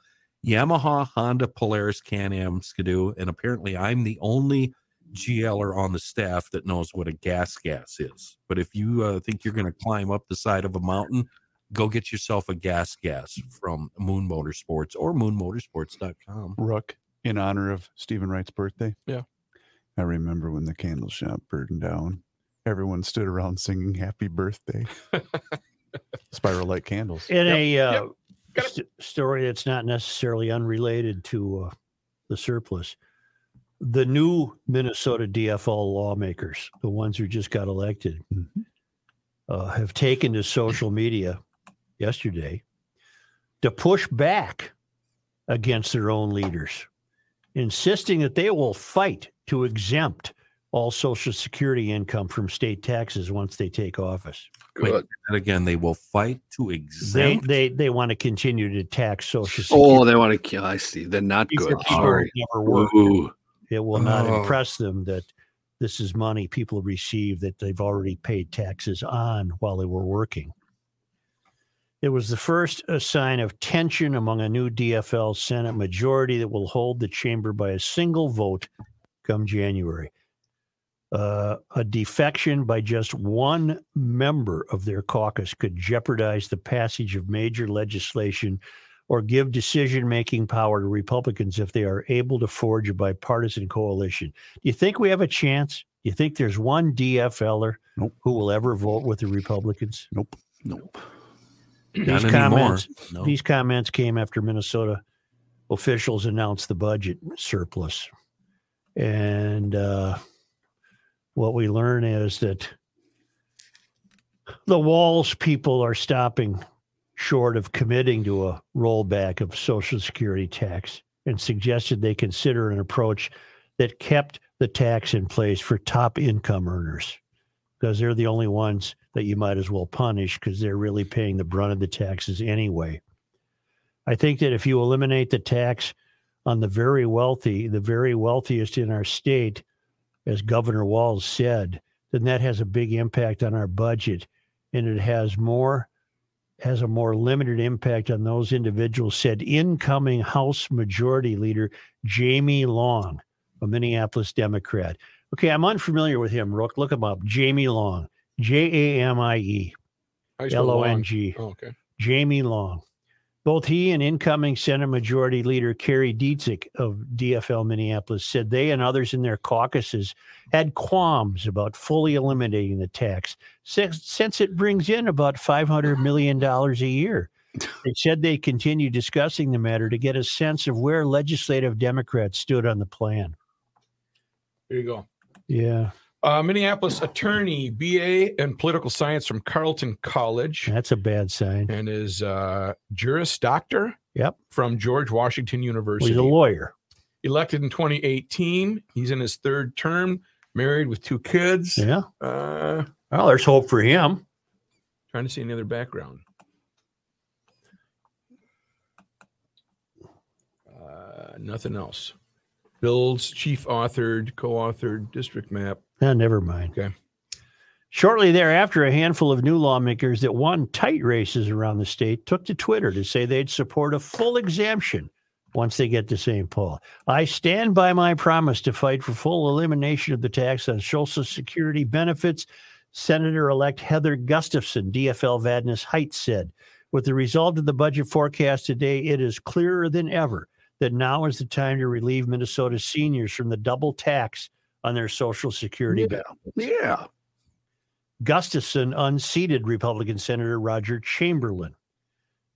C: Yamaha, Honda, Polaris, Can Am, Skidoo, and apparently I'm the only GLer on the staff that knows what a gas gas is. But if you uh, think you're going to climb up the side of a mountain, go get yourself a gas gas from Moon Motorsports or moonmotorsports.com.
D: Rook in honor of Stephen Wright's birthday.
E: Yeah.
D: I remember when the candle shop burned down. Everyone stood around singing happy birthday. Spiral light candles.
A: In a uh,
E: yep. Got it.
A: st- story that's not necessarily unrelated to uh, the surplus, the new Minnesota DFL lawmakers, the ones who just got elected,
E: Mm-hmm.
D: Mhm.
A: uh, have taken to social media yesterday to push back against their own leaders, insisting that they will fight to exempt all Social Security income from state taxes once they take office.
C: Wait.
B: Good.
C: And again, they will fight to
A: They
C: exempt.
A: they, they want to continue to tax Social Security.
B: Oh, they want to kill. I see. Then not
A: These are
B: good.
A: people who
B: Sorry.
A: never worked.
B: Ooh,
A: It will not
C: Oh.
A: impress them that this is money people receive that they've already paid taxes on while they were working. It was the first uh, sign of tension among a new DFL Senate majority that will hold the chamber by a single vote come January. Uh, a defection by just one member of their caucus could jeopardize the passage of major legislation or give decision making power to Republicans if they are able to forge a bipartisan coalition. Do you think we have a chance? Do you think there's one DFLer
D: Nope.
A: er who will ever vote with the Republicans?
B: nope.
C: Not
A: These
C: anymore.
A: comments,
C: No.
A: these comments came after Minnesota officials announced the budget surplus. And uh, what we learn is that the walls people are stopping short of committing to a rollback of Social Security tax and suggested they consider an approach that kept the tax in place for top income earners because they're the only ones that you might as well punish because they're really paying the brunt of the taxes anyway. I think that if you eliminate the tax on the very wealthy, the very wealthiest in our state, as Governor Walls said, then that has a big impact on our budget and it has more has a more limited impact on those individuals said incoming house majority leader Jamie Long, a Minneapolis Democrat. Okay, I'm unfamiliar with him, Rook. Look him up. Jamie Long. J A M I E
E: I spelled
A: L O
E: long.
A: N G.
E: Oh, okay.
A: Jamie Long. Both he and incoming Senate Majority Leader Kerry Dietzick of DFL Minneapolis said they and others in their caucuses had qualms about fully eliminating the tax since, since it brings in about $500 million a year. They said they continue discussing the matter to get a sense of where legislative Democrats stood on the plan.
E: There you go.
A: Yeah,
E: Uh, Minneapolis attorney, BA in political science from Carleton College,
A: that's a bad sign.
E: and is uh, Juris Doctor.
A: Yep.
E: From George Washington
A: Well,
E: University.
A: he's a lawyer.
E: Elected in 2018. He's in his third term, married with two kids.
A: Yeah.
E: Uh,
A: Well, there's hope for him.
E: trying to see any other background. Uh, nothing else. Bill's chief authored, co authored district map.
A: Ah, never mind.
E: Okay.
A: Shortly thereafter, a handful of new lawmakers that won tight races around the state took to Twitter to say they'd support a full exemption once they get to St. Paul. I stand by my promise to fight for full elimination of the tax on Social Security benefits, Senator elect Heather Gustafson, DFL Vadnais Heights, said. With the result of the budget forecast today, it is clearer than ever that now is the time to relieve Minnesota's seniors from the double tax on their Social Security
B: Yeah. Yeah.
A: Gustafson unseated Republican Senator Roger Chamberlain.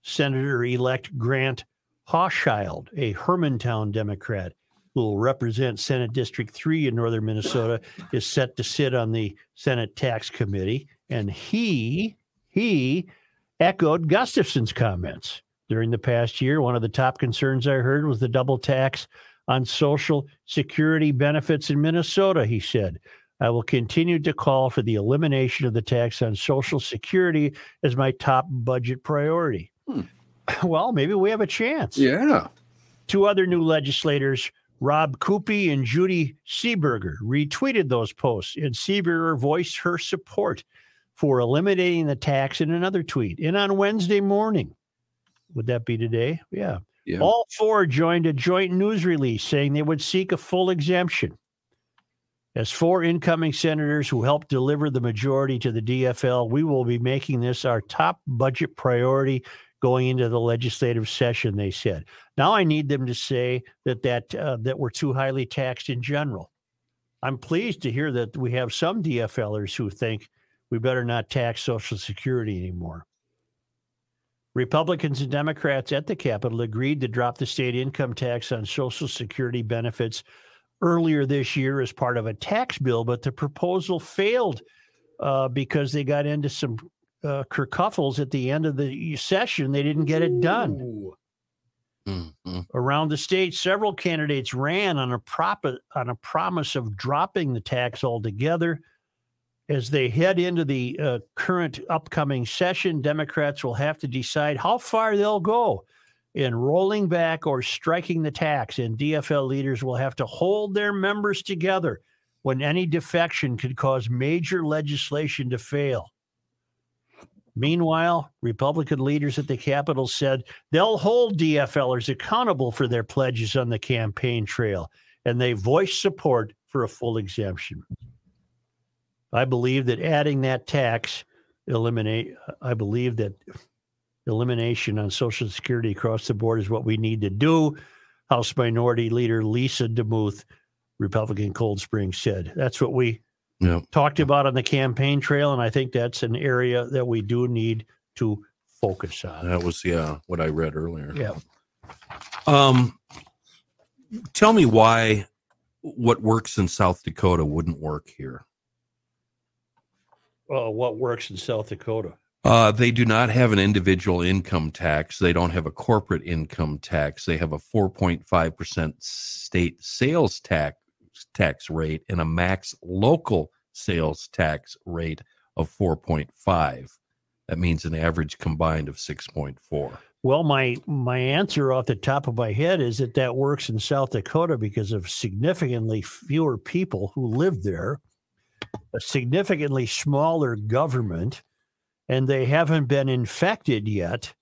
A: Senator elect Grant Hawshild, a Hermantown Democrat who will represent Senate District 3 in northern Minnesota, is set to sit on the Senate Tax Committee. And he, he echoed Gustafson's comments. During the past year, one of the top concerns I heard was the double tax on Social Security benefits in Minnesota, he said. I will continue to call for the elimination of the tax on Social Security as my top budget priority.
B: Hmm.
A: Well, maybe we have a chance.
B: Yeah.
A: Two other new legislators, Rob Coopy and Judy Seeberger, retweeted those posts, and Seeberger voiced her support for eliminating the tax in another tweet. And on Wednesday morning, would that be today? Yeah.
B: Yeah.
A: All four joined a joint news release saying they would seek a full exemption. As four incoming senators who helped deliver the majority to the DFL, we will be making this our top budget priority going into the legislative session, they said. Now I need them to say that that uh, that we're too highly taxed in general. I'm pleased to hear that we have some DFLers who think we better not tax Social Security anymore. Republicans and Democrats at the Capitol agreed to drop the state income tax on Social Security benefits earlier this year as part of a tax bill, but the proposal failed uh, because they got into some uh, kerfuffles at the end of the session. They didn't get it done. Around the state, several candidates ran on a prop- on a promise of dropping the tax altogether. As they head into the uh, current upcoming session, Democrats will have to decide how far they'll go in rolling back or striking the tax, and DFL leaders will have to hold their members together when any defection could cause major legislation to fail. Meanwhile, Republican leaders at the Capitol said They'll hold DFLers accountable for their pledges on the campaign trail, and they voiced support for a full exemption. I believe that adding that tax eliminate I believe that elimination on social security across the board is what we need to do, House Minority Leader Lisa DeMuth, Republican Cold Springs said. That's what we
C: Yep.
A: talked about on the campaign trail, and I think that's an area that we do need to focus on.
C: That was yeah what I read earlier.
A: Yeah.
C: Um, tell me why what works in South Dakota wouldn't work here.
A: uh, what works in South Dakota.
C: Uh, they do not have an individual income tax. They don't have a corporate income tax. They have a 4.5% state sales tax tax rate and a max local sales tax rate of 4.5. That means an average combined of 6.4.
A: Well, my my answer off the top of my head is that that works in South Dakota because of significantly fewer people who live there, a significantly smaller government, and they haven't been infected yet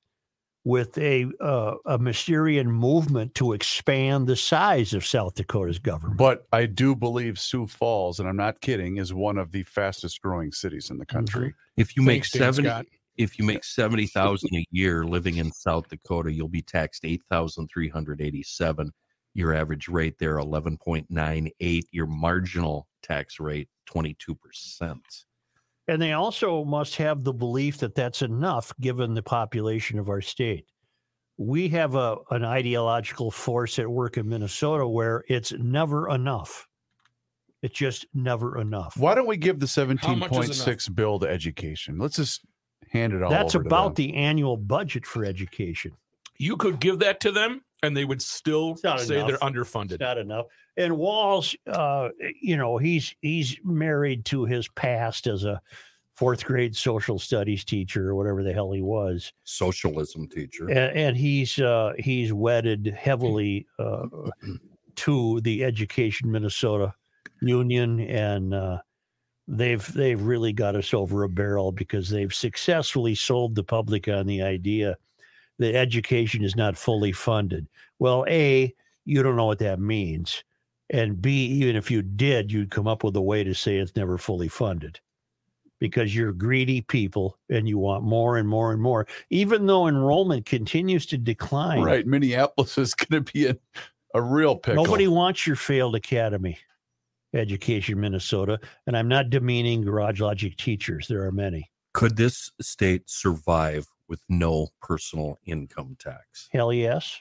A: with a uh, a Mysterian movement to expand the size of South Dakota's government.
D: But I do believe Sioux Falls, and I'm not kidding, is one of the fastest growing cities in the
E: Mm-hmm.
D: country.
C: If you make
E: Thanks, Dan
C: 70
E: Scott.
C: if you make 70,000 a year living in South Dakota, you'll be taxed 8,387. Your average rate there 11.98, your marginal tax rate 22%.
A: And they also must have the belief that that's enough given the population of our state. We have a, an ideological force at work in Minnesota where it's never enough. It's just never enough.
D: Why don't we give the
E: How much is
D: 17.6 bill to education? Let's just hand it all.
A: That's
D: over to
A: about
D: them.
A: the annual budget for education.
E: You could give that to them, and they would still
A: It's not
E: say
A: enough.
E: they're
A: It's
E: underfunded.
A: not enough. And Walls, uh, you know, he's he's married to his past as a fourth grade social studies teacher or whatever the hell he was.
C: Socialism teacher.
A: and, and he's uh, he's wedded heavily uh, to the Education Minnesota Union, and uh, they've they've really got us over a barrel because they've successfully sold the public on the idea that education is not fully funded. Well, A, you don't know what that means. And B, even if you did, you'd come up with a way to say it's never fully funded because you're greedy people and you want more and more and more. Even though enrollment continues to decline,
D: Right. Minneapolis is going to be in a real pickle.
A: Nobody wants your failed academy, Education Minnesota. And I'm not demeaning Garage Logic teachers, there are many.
C: Could this state survive with no personal income tax?
A: Hell yes.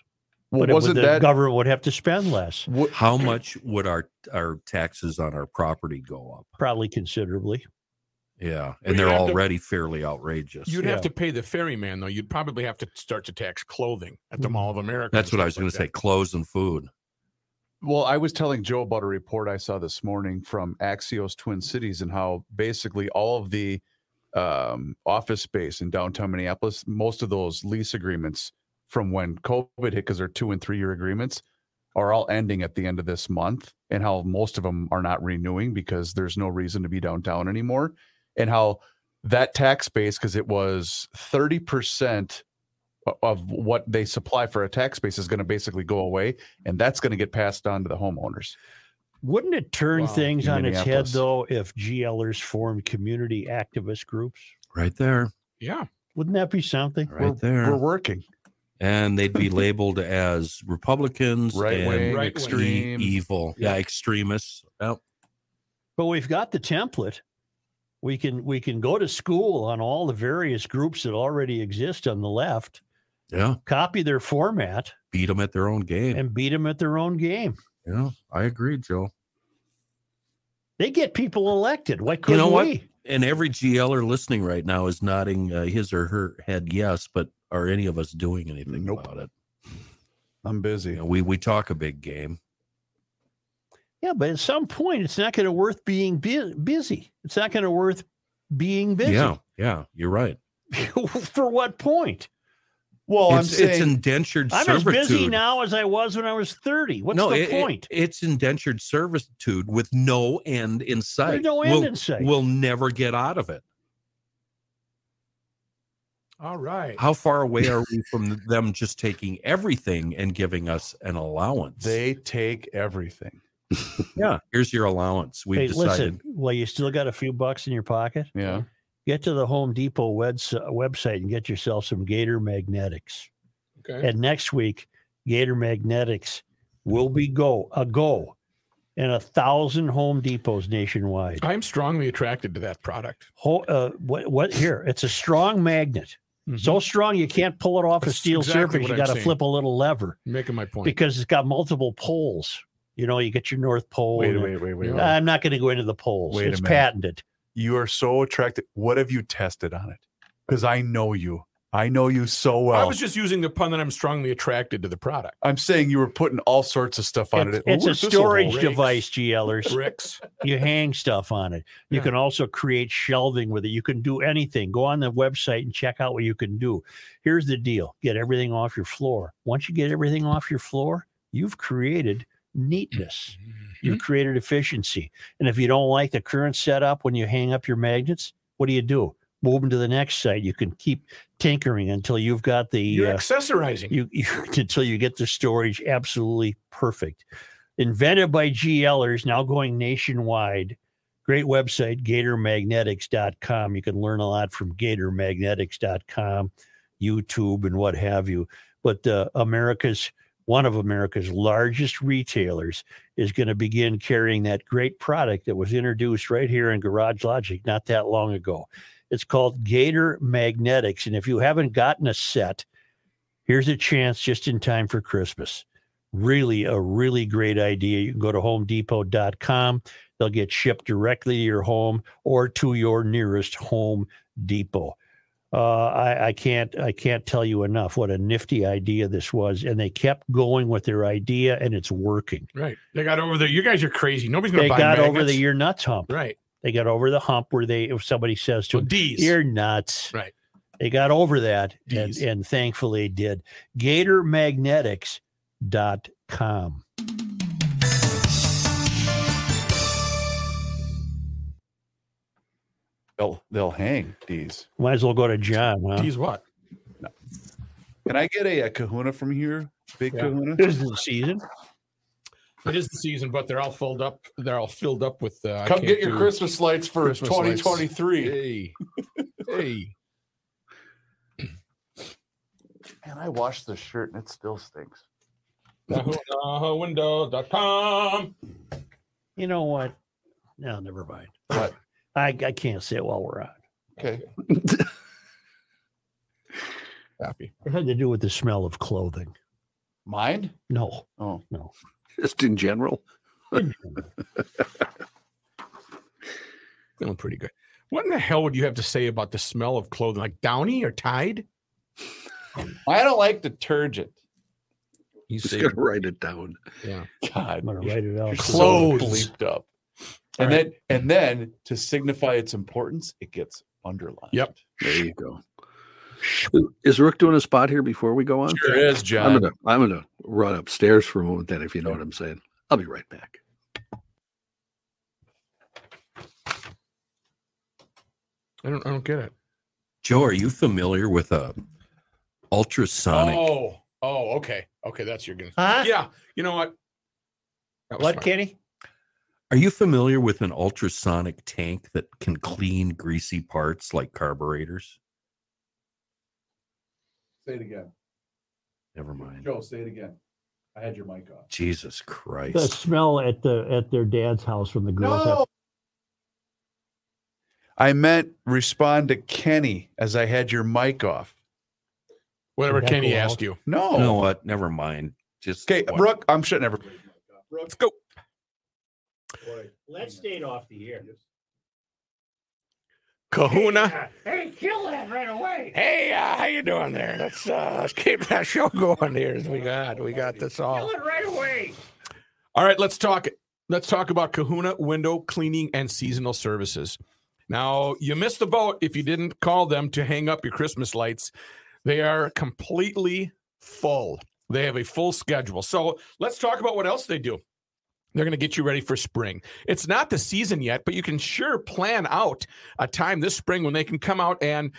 D: Well,
A: but it would-
D: wasn't
A: the
D: that
A: government would have to spend less,
D: wa-
C: How much would our our taxes on our property go up?
A: probably considerably.
C: Yeah,
E: Well,
C: and they're
E: you have to-
C: already fairly outrageous.
E: You'd
A: Yeah.
E: have to pay the ferryman, though. You'd probably have to start to tax clothing at the
A: Mm.
E: Mall of America.
C: Hmm. That's
E: and
C: what I was
E: stuff
C: going to say.
E: like
C: Clothes and food.
D: Well, I was telling Joe about a report I saw this morning from Axios Twin Cities and how basically all of the um, office space in downtown Minneapolis, most of those lease agreements from when COVID hit, because they're two and three year agreements, are all ending at the end of this month, and how most of them are not renewing because there's no reason to be downtown anymore, and how that tax base, because it was 30% o- of what they supply for a tax base, is going to basically go away and that's going to get passed on to the homeowners.
A: Wouldn't it turn
E: Wow.
A: things on its head,
D: Minneapolis.
A: though, if GLers formed community activist groups?
C: Right there.
E: Yeah.
A: Wouldn't that be something?
C: Right there.
D: We're working.
C: and they'd be labeled as Republicans,
D: Right
C: and
D: wing,
E: Right
D: extreme.
C: e- evil, yeah, extremists. Yep.
A: But we've got the template. We can we can go to school on all the various groups that already exist on the left,
C: Yeah,
A: copy their format,
C: beat them at their own game.
A: and beat them at their own game.
C: yeah, I agree, Joe.
A: They get people elected. Why couldn't
C: know what?
A: we?
C: And every GLer listening right now is nodding uh, his or her head yes, but are any of us doing anything
D: Nope.
C: about it?
D: I'm busy.
C: You know, we we talk a big game.
A: Yeah, but at some point, it's not going to worth being bu- busy. It's not going to worth being busy.
C: Yeah, yeah, you're right.
A: For what point?
D: Well,
C: it's, it's indentured
A: Oh, I'm
C: servitude.
A: as busy now as I was when I was 30. What's
C: no,
A: the
C: it- it-
A: point?
C: it's indentured servitude with no end in sight.
A: There's no end
C: we'll,
A: in sight.
C: We'll never get out of it.
E: All right.
C: How far away are we from them just taking everything and giving us an allowance?
D: they take everything.
C: yeah, here's your allowance. We've
A: hey,
C: decided.
A: listen, well, you still got a few bucks in your pocket.
D: Yeah.
A: Get to the Home Depot webs- uh, website and get yourself some Gator Magnetics.
E: Okay.
A: And next week, Gator Magnetics will be go a go in a thousand Home Depots nationwide.
E: I'm strongly attracted to that product.
A: Ho- uh, what, what here? It's a strong magnet,
C: Mm-hmm.
A: so strong you can't pull it off a
E: That's
A: steel
E: exactly
A: surface.
E: what
A: You
E: I'm
A: got to
E: saying.
A: flip a little lever
E: Making my point.
A: because it's got multiple poles. You know, you get your North Pole.
D: Wait,
A: and-
D: wait, wait, wait.
E: Yeah.
D: wait.
A: I'm not going to go into the polls.
D: Wait a
A: it's
D: minute.
A: patented.
D: You are so attracted. What have you tested on it? Because I know you. I know you so
E: I
D: well.
E: was just using the pun that I'm strongly attracted to the product.
D: I'm saying you were putting all sorts of stuff on
A: It's,
D: it.
A: it's
D: Ooh,
A: a
D: this will
A: storage
D: hold.
E: rakes.
A: device, GLers.
E: Bricks.
A: You hang stuff on it. You
E: Yeah.
A: can also create shelving with it. You can do anything. Go on the website and check out what you can do. Here's the deal get everything off your floor. Once you get everything off your floor, you've created neatness, you've created efficiency. And if you don't like the current setup when you hang up your magnets, what do you do? Move them to the next site. You can keep tinkering until you've got the.
E: You're
A: uh,
E: accessorizing.
A: you, you until you get the storage absolutely perfect. Invented by GLers, now going nationwide. Great website, gatormagnetics.com. You can learn a lot from gatormagnetics.com, YouTube, and what have you. But uh, America's one of America's largest retailers is going to begin carrying that great product that was introduced right here in Garage Logic not that long ago. It's called Gator Magnetics. And if you haven't gotten a set, here's a chance just in time for Christmas. Really, a really great idea. You can go to homedepot.com. They'll get shipped directly to your home or to your nearest Home Depot. Uh, I, I can't I can't tell you enough what a nifty idea this was, and they kept going with their idea, and it's working.
E: right. They got over there. You guys are crazy. Nobody's going
A: They
E: to buy
A: got
E: magnets.
A: over the your nuts hump.
E: Right.
A: They got over the hump where they if somebody says to
E: So
A: them,
E: D's.
A: you're nuts.
E: Right.
A: They got over that and,
E: Geez.
A: and thankfully did. GatorMagnetics.com.
D: They'll, they'll hang these.
A: Might as well go to John. Huh?
E: D's what?
G: Can I get a, a kahuna from here? Big
E: Yeah.
G: kahuna?
A: This is the season.
E: It is the season, but they're all filled up. They're all filled up with. Uh, I
G: Come
E: can't
G: get your
E: do-
G: Christmas lights for
E: Christmas lights.
G: 2023.
E: Hey, hey.
G: And I washed the shirt and it still stinks.
E: Window.com.
A: You know what? No, never mind.
G: What?
A: I, I can't say it while we're on.
G: Okay.
E: Happy.
A: It had to do with the smell of clothing.
G: Mine?
A: No.
G: Oh.
B: Just in general.
E: Feeling pretty good. What in the hell would you have to say about the smell of clothing, like Downy or Tide?
G: I don't like detergent.
E: You
B: Just
E: say
B: gonna write it down.
A: I'm
G: God.
A: going to write it out.
G: You're so
E: Clothes.
G: bleeped up. And
E: All
G: then and then to signify its importance, it gets underlined.
E: Yep.
B: There you go. Is Rook doing a spot here before we go on?
G: Sure is,
B: I'm
G: John.
B: gonna I'm gonna run upstairs for a moment then if you know what I'm saying. I'll be right back.
E: I don't. I don't get it.
C: Joe, are you familiar with a ultrasonic?
E: Oh. Oh. Okay. Okay. That's your gonna.
A: Huh?
E: Yeah. You know what? That was
A: What,
E: fun.
A: Kenny?
C: Are you familiar with an ultrasonic tank that can clean greasy parts like carburetors?
G: Say it again.
C: Never mind.
G: Joe, say it again. I had your mic off.
C: Jesus Christ.
A: The smell at the at their dad's house from the girls. have-
G: I meant respond to Kenny as I had your mic off.
E: Whatever
A: Did that
E: Kenny
A: go out?
E: asked you.
G: No.
C: You
D: oh.
C: know what? Never mind. Just
G: Okay,
C: what-
G: Brooke, I'm shutting everybody.
E: Let's go.
A: Let's stay off the air.
E: Kahuna.
A: Hey, kill that right away.
E: Hey, uh, how you doing there? Let's uh, let's keep that show going here. We got we got this all.
A: it right away.
E: All right, let's talk. Let's talk about Kahuna Window Cleaning and Seasonal Services. Now, you missed the boat if you didn't call them to hang up your Christmas lights. They are completely full. They have a full schedule. So let's talk about what else they do. They're going to get you ready for spring. It's not the season yet, but you can sure plan out a time this spring when they can come out and,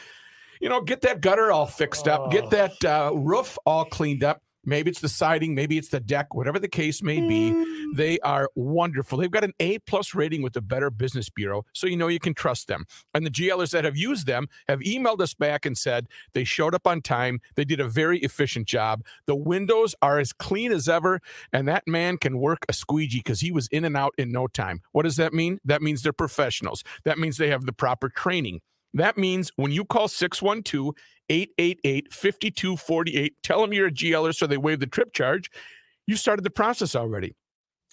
E: you know, get that gutter all fixed up, get
A: Oh.
E: that uh, roof all cleaned up. Maybe it's the siding, maybe it's the deck, whatever the case may be. They are wonderful. They've got an A plus rating with the Better Business Bureau, so you know you can trust them. And the GLers that have used them have emailed us back and said they showed up on time. They did a very efficient job. The windows are as clean as ever, and that man can work a squeegee because he was in and out in no time. What does that mean? That means they're professionals. That means they have the proper training. That means when you call 612 888 5248, tell them you're a GLer so they waive the trip charge. You started the process already.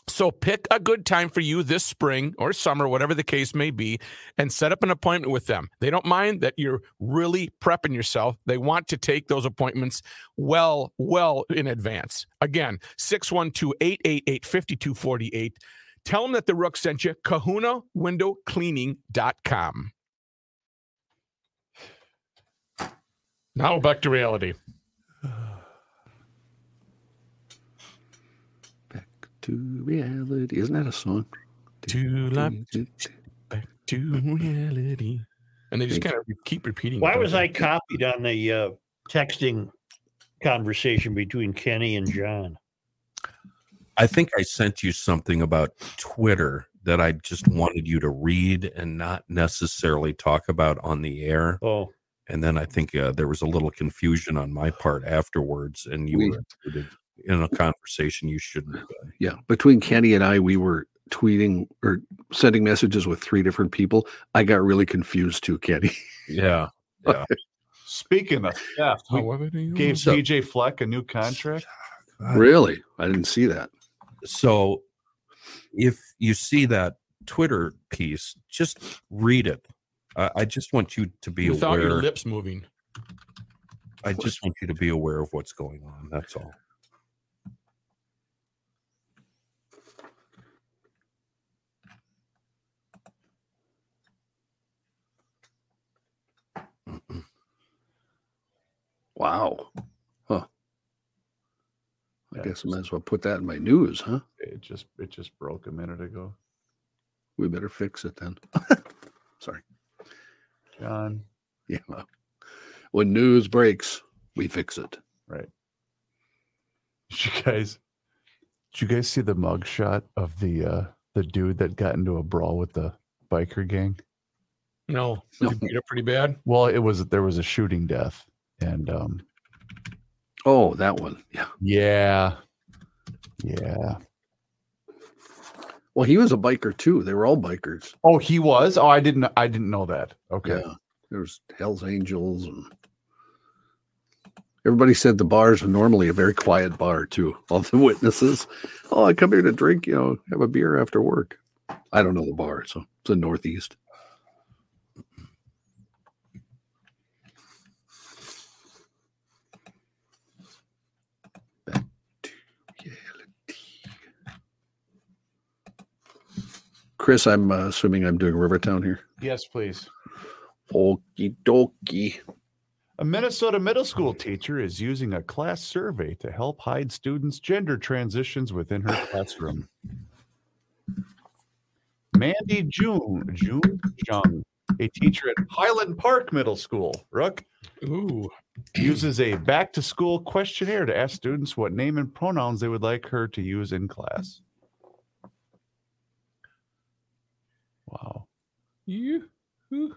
E: So pick a good time for you this spring or summer, whatever the case may be, and set up an appointment with them. They don't mind that you're really prepping yourself. They want to take those appointments well, well in advance. Again, 612-888-5248. Tell them that the Rook sent you, kahunawindowcleaning.com. Now back to reality.
B: Back to reality. Isn't that a song?
E: To life, back to reality. And they just kind of keep repeating. it
A: Why was
E: over.
A: I copied on the uh, texting conversation between Kenny and John?
C: I think I sent you something about Twitter that I just wanted you to read and not necessarily talk about on the air.
A: Oh,
C: And then I think uh, there was a little confusion on my part afterwards, and you
B: We-
C: were included in a conversation you shouldn't. have been.
B: Yeah. Between Kenny and I, we were tweeting or sending messages with three different people. I got really confused too, Kenny.
C: Yeah.
G: Speaking of theft, we
E: However do you
G: gave
E: want.
B: So-
G: DJ Fleck a new contract.
C: Uh,
B: really? I didn't see that.
C: so if you see that Twitter piece, just read it. I, I just want you to be
E: without
C: aware.
E: your lips moving.
C: I just want you to be aware of what's going on. That's all.
B: Wow. Huh. I guess I might as well put that in my news, huh?
G: It just it just broke a minute ago.
B: We better fix it then. Sorry.
G: John.
B: Yeah. well, When news breaks, we fix it.
D: Right. Did you guys, did you guys see the mugshot of the uh the dude that got into a brawl with the biker gang?
E: No,
B: No.
E: you beat it pretty bad.
D: Well, it was there was a shooting death, and um,
B: Oh, that one. Yeah.
D: yeah, yeah.
B: Well, he was a biker too. They were all bikers.
D: Oh, he was. Oh, I didn't. I didn't know that. Okay.
B: Yeah. There was Hell's Angels and everybody said the bars are normally a very quiet bar too. All the witnesses. Oh, I come here to drink, you know, have a beer after work. I don't know the bar, so it's the northeast. Back to reality. Chris, I'm uh, assuming I'm doing Rivertown here.
G: Yes, please.
B: Okie dokie.
D: A Minnesota middle school teacher is using a class survey to help hide students' gender transitions within her classroom. Mandy June, June Jung, a teacher at Highland Park Middle School, Rook,
E: Ooh,
D: uses a back to school questionnaire to ask students what name and pronouns they would like her to use in class. Wow.
E: you. hoo-hoo.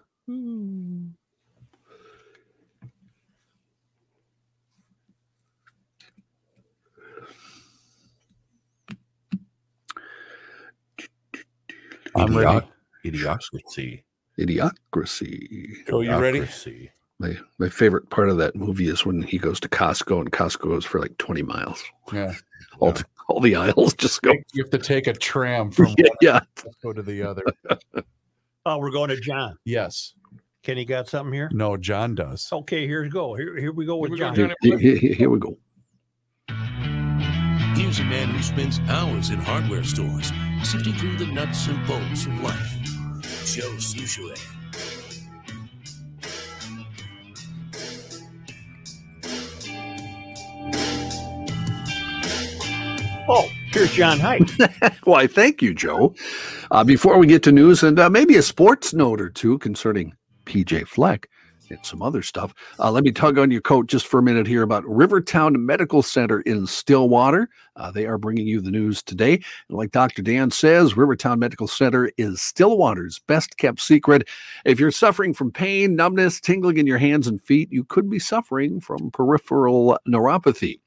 D: I'm ready.
C: Idiot- Idiocracy.
B: Idiocracy.
G: Joe, you ready?
C: Idiocracy.
B: My my favorite part of that movie is when he goes to Costco and Costco goes for like 20 miles.
D: Yeah.
B: All, the, all the aisles just go.
D: You have to take a tram from
B: Yeah,
D: one
B: yeah.
D: go to the other.
A: Oh, we're going to John.
D: Yes.
A: Kenny got something here?
D: No, John does.
A: Okay, here we go. Here, here we go with
E: we go,
A: John.
E: John.
B: Here, here- here- here we go.
H: Here's a man who spends hours in hardware stores sifting through the nuts and bolts of life. Joe Souchere.
A: Oh, here's John Height.
B: Why, thank you, Joe. Uh, before we get to news and uh, maybe a sports note or two concerning PJ Fleck and some other stuff, uh, let me tug on your coat just for a minute here about Rivertown Medical Center in Stillwater. Uh, they are bringing you the news today. And like Dr. Dan says, Rivertown Medical Center is Stillwater's best kept secret. If you're suffering from pain, numbness, tingling in your hands and feet, you could be suffering from peripheral neuropathy.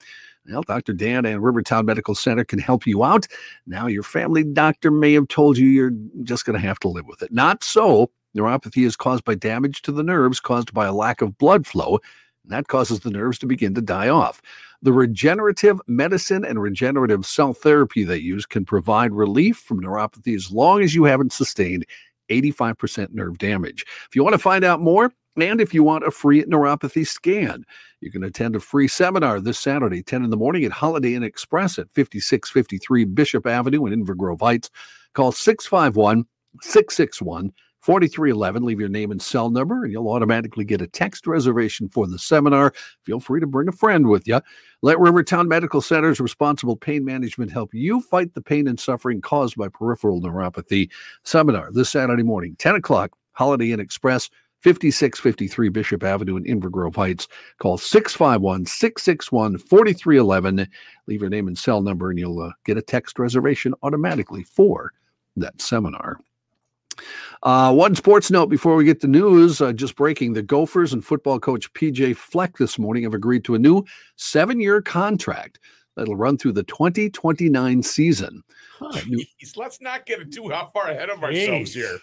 B: Well, Dr. Dan and Rivertown Medical Center can help you out. Now, your family doctor may have told you you're just going to have to live with it. Not so. Neuropathy is caused by damage to the nerves caused by a lack of blood flow, and that causes the nerves to begin to die off. The regenerative medicine and regenerative cell therapy they use can provide relief from neuropathy as long as you haven't sustained 85% nerve damage. If you want to find out more, and if you want a free neuropathy scan, you can attend a free seminar this Saturday, 10 in the morning at Holiday Inn Express at 5653 Bishop Avenue in Invergrove Heights. Call 651 661 4311. Leave your name and cell number, and you'll automatically get a text reservation for the seminar. Feel free to bring a friend with you. Let Rivertown Medical Center's responsible pain management help you fight the pain and suffering caused by peripheral neuropathy. Seminar this Saturday morning, 10 o'clock, Holiday Inn Express, 5653 Bishop Avenue in Invergrove Heights. Call 651 661 4311. Leave your name and cell number, and you'll uh, get a text reservation automatically for that seminar. Uh, one sports note before we get the news uh, just breaking the Gophers and football coach PJ Fleck this morning have agreed to a new seven year contract that'll run through the 2029 season.
A: Huh.
E: Jeez, let's not get too how far ahead of ourselves
A: Jeez.
E: here.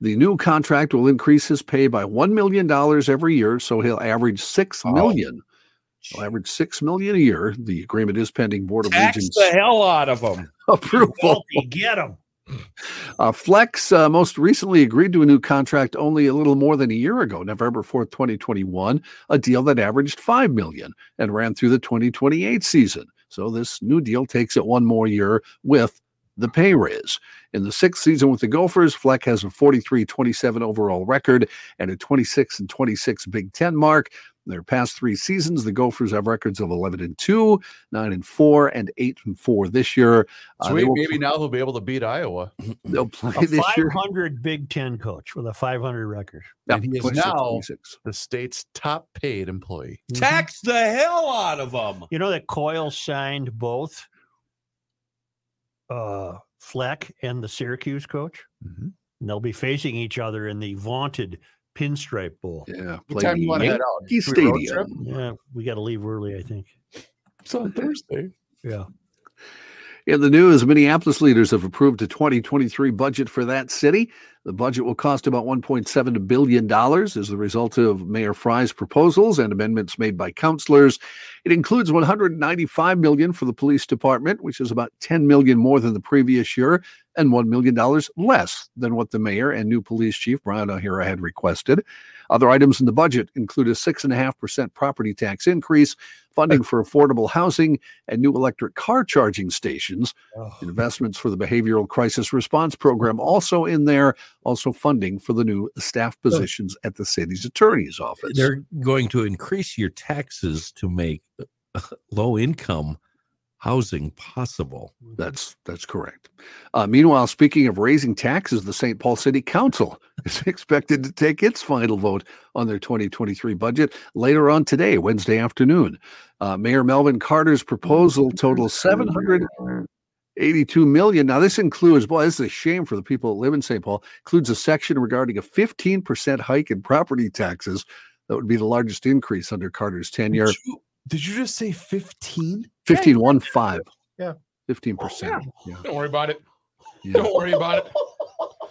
B: The new contract will increase his pay by $1 million every year, so he'll average $6 million. He'll average $6 million a year. The agreement is pending Board of
C: Tax
B: Regents
C: the hell out of them.
B: approval.
A: Wealthy, get him.
B: Uh, Flex uh, most recently agreed to a new contract only a little more than a year ago, November 4th, 2021, a deal that averaged 5 million and ran through the 2028 season. So this new deal takes it one more year with the pay raise. In the sixth season with the Gophers, Fleck has a 43 27 overall record and a 26 and 26 Big Ten mark. Their past three seasons, the Gophers have records of 11 and 2, 9 and 4, and 8 and 4 this year. Uh, they
D: Sweet,
B: will-
D: maybe now he'll be able to beat Iowa.
B: They'll play
A: A
B: this year.
A: 500 Big Ten coach with a 500 record.
B: Yeah,
D: and he is
B: 26,
D: now-
B: 26.
D: The state's top paid employee.
C: Tax the hell out of them.
A: You know that Coyle signed both uh, Fleck and the Syracuse coach?
B: Mm-hmm.
D: Mhm.
A: And they'll be facing each other in the vaunted Pinstripe Bowl.
B: Yeah,
D: What
B: play
D: time do you want to
B: Yankee
D: head out? Should we road trip?
B: Stadium.
A: Yeah, we got to leave early, I think.
D: It's on Thursday.
A: Yeah.
B: In the news, Minneapolis leaders have approved a 2023 budget for that city. The budget will cost about $1.7 billion as the result of Mayor Fry's proposals and amendments made by councilors. It includes $195 million for the police department, which is about $10 million more than the previous year and $1 million less than what the mayor and new police chief Brian O'Hara had requested. Other items in the budget include a 6.5% property tax increase, funding for affordable housing, and new electric car charging stations. Investments for the Behavioral Crisis Response Program also in there, also funding for the new staff positions at the city's attorney's office.
C: They're going to increase your taxes to make low income housing possible.
B: That's that's correct. Uh, meanwhile, speaking of raising taxes, the St. Paul City Council is expected to take its final vote on their 2023 budget later on today, Wednesday afternoon. Uh, Mayor Melvin Carter's proposal totals 782 million. Now, this includes, boy, this is a shame for the people that live in St. Paul. Includes a section regarding a 15% hike in property taxes. That would be the largest increase under Carter's tenure.
D: Did you, did you just say 15?
B: 15 one five.
D: Yeah.
B: 15%. Yeah.
E: Don't worry about it.
B: yeah.
E: Don't worry about it.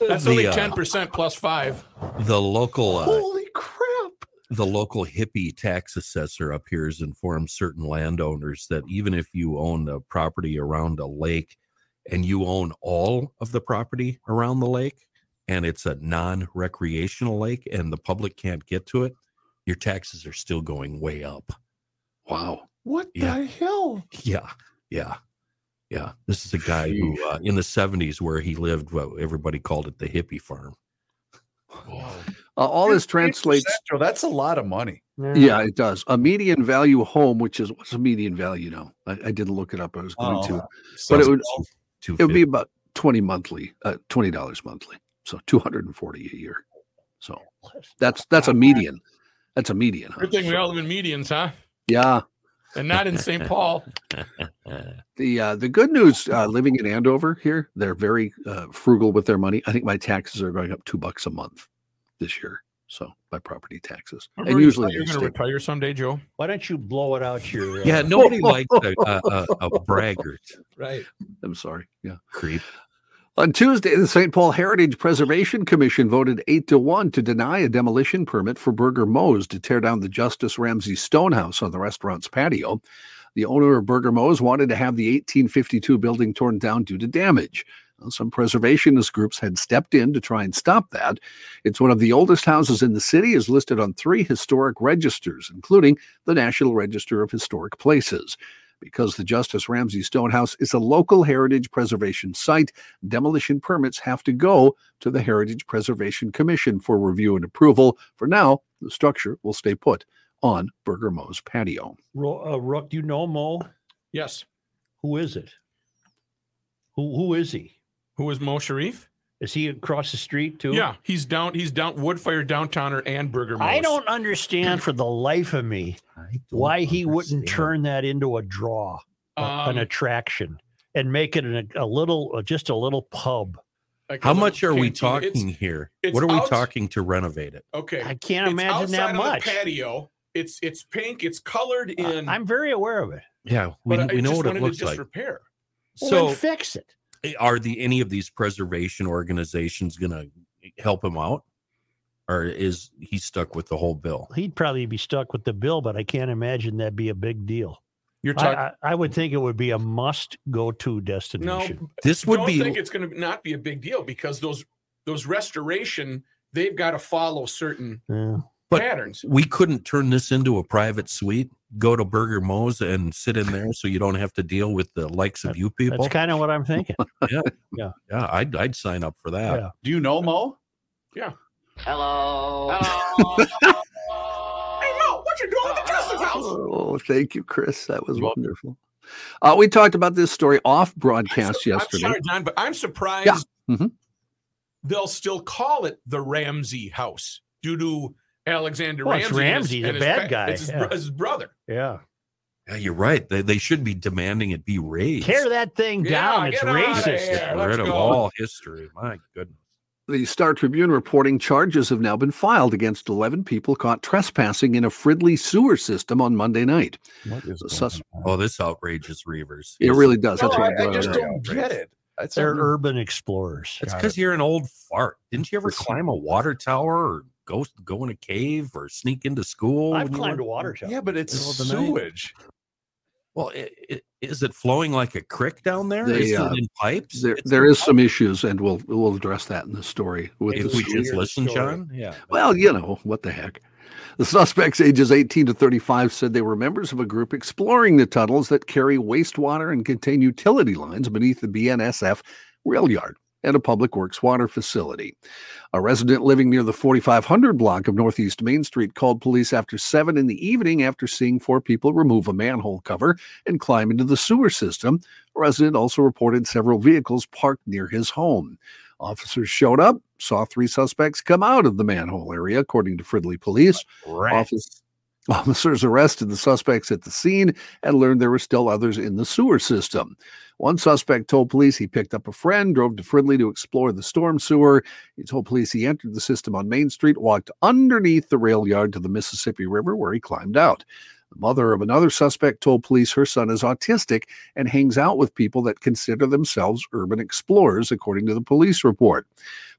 E: That's
C: the,
E: only
C: uh,
E: ten percent plus five.
C: The local uh,
D: Holy crap.
C: the local hippie tax assessor up here has informed certain landowners that even if you own a property around a lake and you own all of the property around the lake and it's a non-recreational lake and the public can't get to it your taxes are still going way up
B: Wow.
D: What
C: Yeah.
D: the hell?
C: yeah yeah yeah this is a guy who uh, in the 70s where he lived well everybody called it the hippie farm
B: Uh, all this translates.
D: Central, that's a lot of money.
B: Yeah, it does. A median value home, which is what's a median value now? I, I didn't look it up. I was going
D: Oh,
B: to. But it would
C: Two
B: it would be about twenty monthly, uh, twenty dollars monthly. So two hundred and forty a year. So that's that's a median. That's a median. Huh?
E: Good thing we all live in medians, huh?
B: Yeah.
E: And not in St. Paul.
B: The uh, the good news uh, living in Andover here, they're very uh, frugal with their money. I think my taxes are going up two bucks a month this year. So my property taxes, and
E: Remember,
B: usually
E: you're
B: they
E: going to
B: stay.
E: retire someday, Joe.
A: Why don't you blow it out your. Uh,
C: yeah nobody likes a, a, a, a braggart
E: Right.
B: I'm sorry. Yeah.
C: creep
B: On Tuesday, the St. Paul Heritage Preservation Commission voted 8 to 1 to deny a demolition permit for Burger Moe's to tear down the Justice Ramsey Stonehouse on the restaurant's patio. The owner of Burger Moe's wanted to have the 1852 building torn down due to damage. Now, Some preservationist groups had stepped in to try and stop that. It's one of the oldest houses in the city, is listed on three historic registers, including the National Register of Historic Places. Because the Justice Ramsey Stonehouse is a local heritage preservation site, demolition permits have to go to the Heritage Preservation Commission for review and approval. For now, the structure will stay put on Burger Mo's patio.
A: Ro- uh, Rook, do you know Mo?
E: Yes.
A: Who is it? Who Who is he?
E: Who is Mo Sharif?
A: Is he across the street too?
E: Yeah, he's down. He's down. Woodfire downtowner and Burger.
A: I
E: Moe's.
A: don't understand for the life of me why he wouldn't turn that into a draw, a- an
E: Um,
A: attraction, and make it an, a little, uh, just a little pub.
E: like a
C: How
E: little
C: much are we
E: canteen. It's-
C: talking here?
E: it's
C: What are we
E: out-
C: talking to renovate it?
E: okay,
A: I can't
E: It's
A: imagine that
E: outside on the
A: much.
E: patio. It's it's pink. It's colored
A: I-
E: in.
A: I'm very aware of it.
C: Yeah, we,
E: but I
C: we know
E: just
C: what
E: wanted
C: it
E: to
C: looks
E: just
C: like.
E: Repair.
A: So
C: so, eh,
A: fix it.
C: are the any of these preservation organizations going to help him out, or is he stuck with the whole bill?
A: He'd probably be stuck with the bill, but I can't imagine that'd be a big deal.
E: You're
A: I,
E: talking.
A: I, I would think it would be a must go to
E: no,
A: destination.
C: This would
E: don't think
C: be
E: it's going to not be a big deal because those those restoration they've got to follow certain
A: Yeah.
C: But-
E: patterns.
C: we couldn't turn this into a private suite. Go to Burger Mo's and sit in there, so you don't have to deal with the likes of you people.
A: That's kind of what I'm thinking.
C: yeah, I'd I'd sign up for that.
A: Yeah.
D: Do you know Mo?
I: Hello.
E: Hey, Mo, what you doing at the Justice House?
B: Oh, thank you, Chris. That was wonderful. Uh, we talked about this story off broadcast
E: I'm
B: yesterday.
E: sorry, John, but I'm surprised
C: mm-hmm.
B: Mhm.
E: they'll still call it the Ramsey House due to Alexander
A: Well, it's
E: Ramsey.
A: Ramsey, the bad guy,
E: It's his,
A: yeah.
E: bro- his brother.
A: Yeah.
C: Yeah, you're right. They, they should be demanding it be raised.
A: Tear that thing
E: Yeah,
A: down. It's
E: get outta
A: racist.
E: here.
C: Get
E: Let's
C: rid of
E: go.
C: all history. My goodness.
B: The Star Tribune reporting charges have now been filed against 11 people caught trespassing in a Fridley sewer system on Monday night.
D: What is
B: The
D: going
B: sus-
D: on?
C: Oh, this outrageous Reavers.
B: It really does. That's uh,
D: No,
B: why I
D: I, I
B: brought
D: just
B: it up.
D: don't get it. That's
A: They're urban explorers.
C: It's because you're an old fart. Didn't you ever
B: It's-
C: climb a water tower or go go in a cave or sneak into school?
A: I've
C: when you
A: climbed
C: were-
A: a water tower.
D: yeah, but it's
C: Middle of the night.
D: sewage.
C: Well, i i- is it flowing like a creek down there?
B: They,
C: Is
B: uh,
C: it in pipes?
B: There,
C: It's
B: there
C: in
B: is
C: pipes.
B: some issues, and we'll we'll address that in the story. With
C: If
B: the
C: we
B: sewer.
C: just listen,
A: story.
C: John. Yeah.
B: Well, you know, what the heck. The suspects, ages 18 to 35, said they were members of a group exploring the tunnels that carry wastewater and contain utility lines beneath the BNSF rail yard and a public works water facility. A resident living near the 4500 block of Northeast Main Street called police after 7 in the evening after seeing four people remove a manhole cover and climb into the sewer system. A resident also reported several vehicles parked near his home. Officers showed up, saw three suspects come out of the manhole area, according to Fridley police. Office- officers arrested the suspects at the scene and learned there were still others in the sewer system. One suspect told police he picked up a friend, drove to Fridley to explore the storm sewer. He told police he entered the system on Main Street, walked underneath the rail yard to the Mississippi River, where he climbed out. The mother of another suspect told police her son is autistic and hangs out with people that consider themselves urban explorers, according to the police report.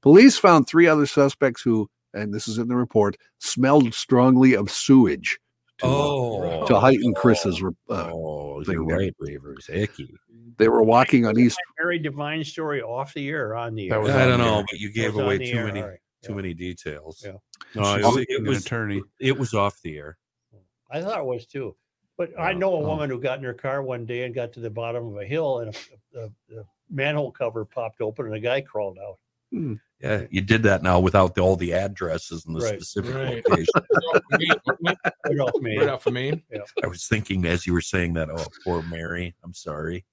B: Police found three other suspects who, and this is in the report, smelled strongly of sewage to, uh,
C: oh,
B: to heighten Chris's. re- Uh,
C: oh,
B: thing
C: you're
B: there.
C: right, Reavers. Icky.
B: they were walking on East.
A: Very divine story off the air on the air.
D: That was
C: I
D: on
C: don't
D: the
C: know,
D: air.
C: but you gave
A: Was on
C: away
A: the
C: too
A: air,
C: many
A: all right.
C: too
A: Yeah.
C: many details.
A: Yeah.
C: No, Oh, it, was-
D: She's
C: it
D: an
C: was
D: attorney.
C: it was off the air.
A: I thought it was too. But I
C: Oh,
A: know a
C: oh.
A: woman who got in her car one day and got to the bottom of a hill and a, a, a manhole cover popped open and a guy crawled out.
C: Yeah, you did that now without the, all the addresses and the
A: Right.
C: specific
E: Right.
C: location.
E: Right
A: Right off me.
E: off of me.
C: I was thinking as you were saying that. Oh, poor Mary. I'm sorry.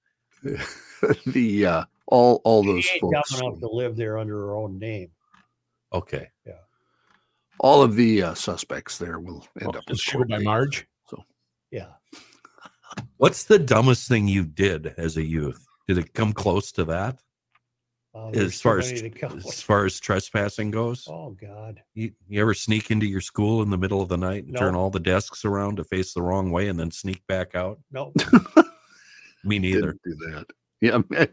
B: the uh, all all
A: She
B: those
A: ain't dumb
B: folks,
A: enough to live there under her own name.
C: Okay.
B: all of the uh, suspects there will end up with
E: Sugar
B: court
E: by
B: dates.
E: Marge.
A: Yeah.
C: What's the dumbest thing you did as a youth? Did it come close to that
A: Uh, there's
C: as
A: too
C: far as
A: many to count.
C: as far as trespassing goes?
A: Oh God.
C: You, you ever sneak into your school in the middle of the night and
A: No.
C: turn all the desks around to face the wrong way and then sneak back out?
A: No.
C: Me neither.
B: Didn't do that. Yeah. man.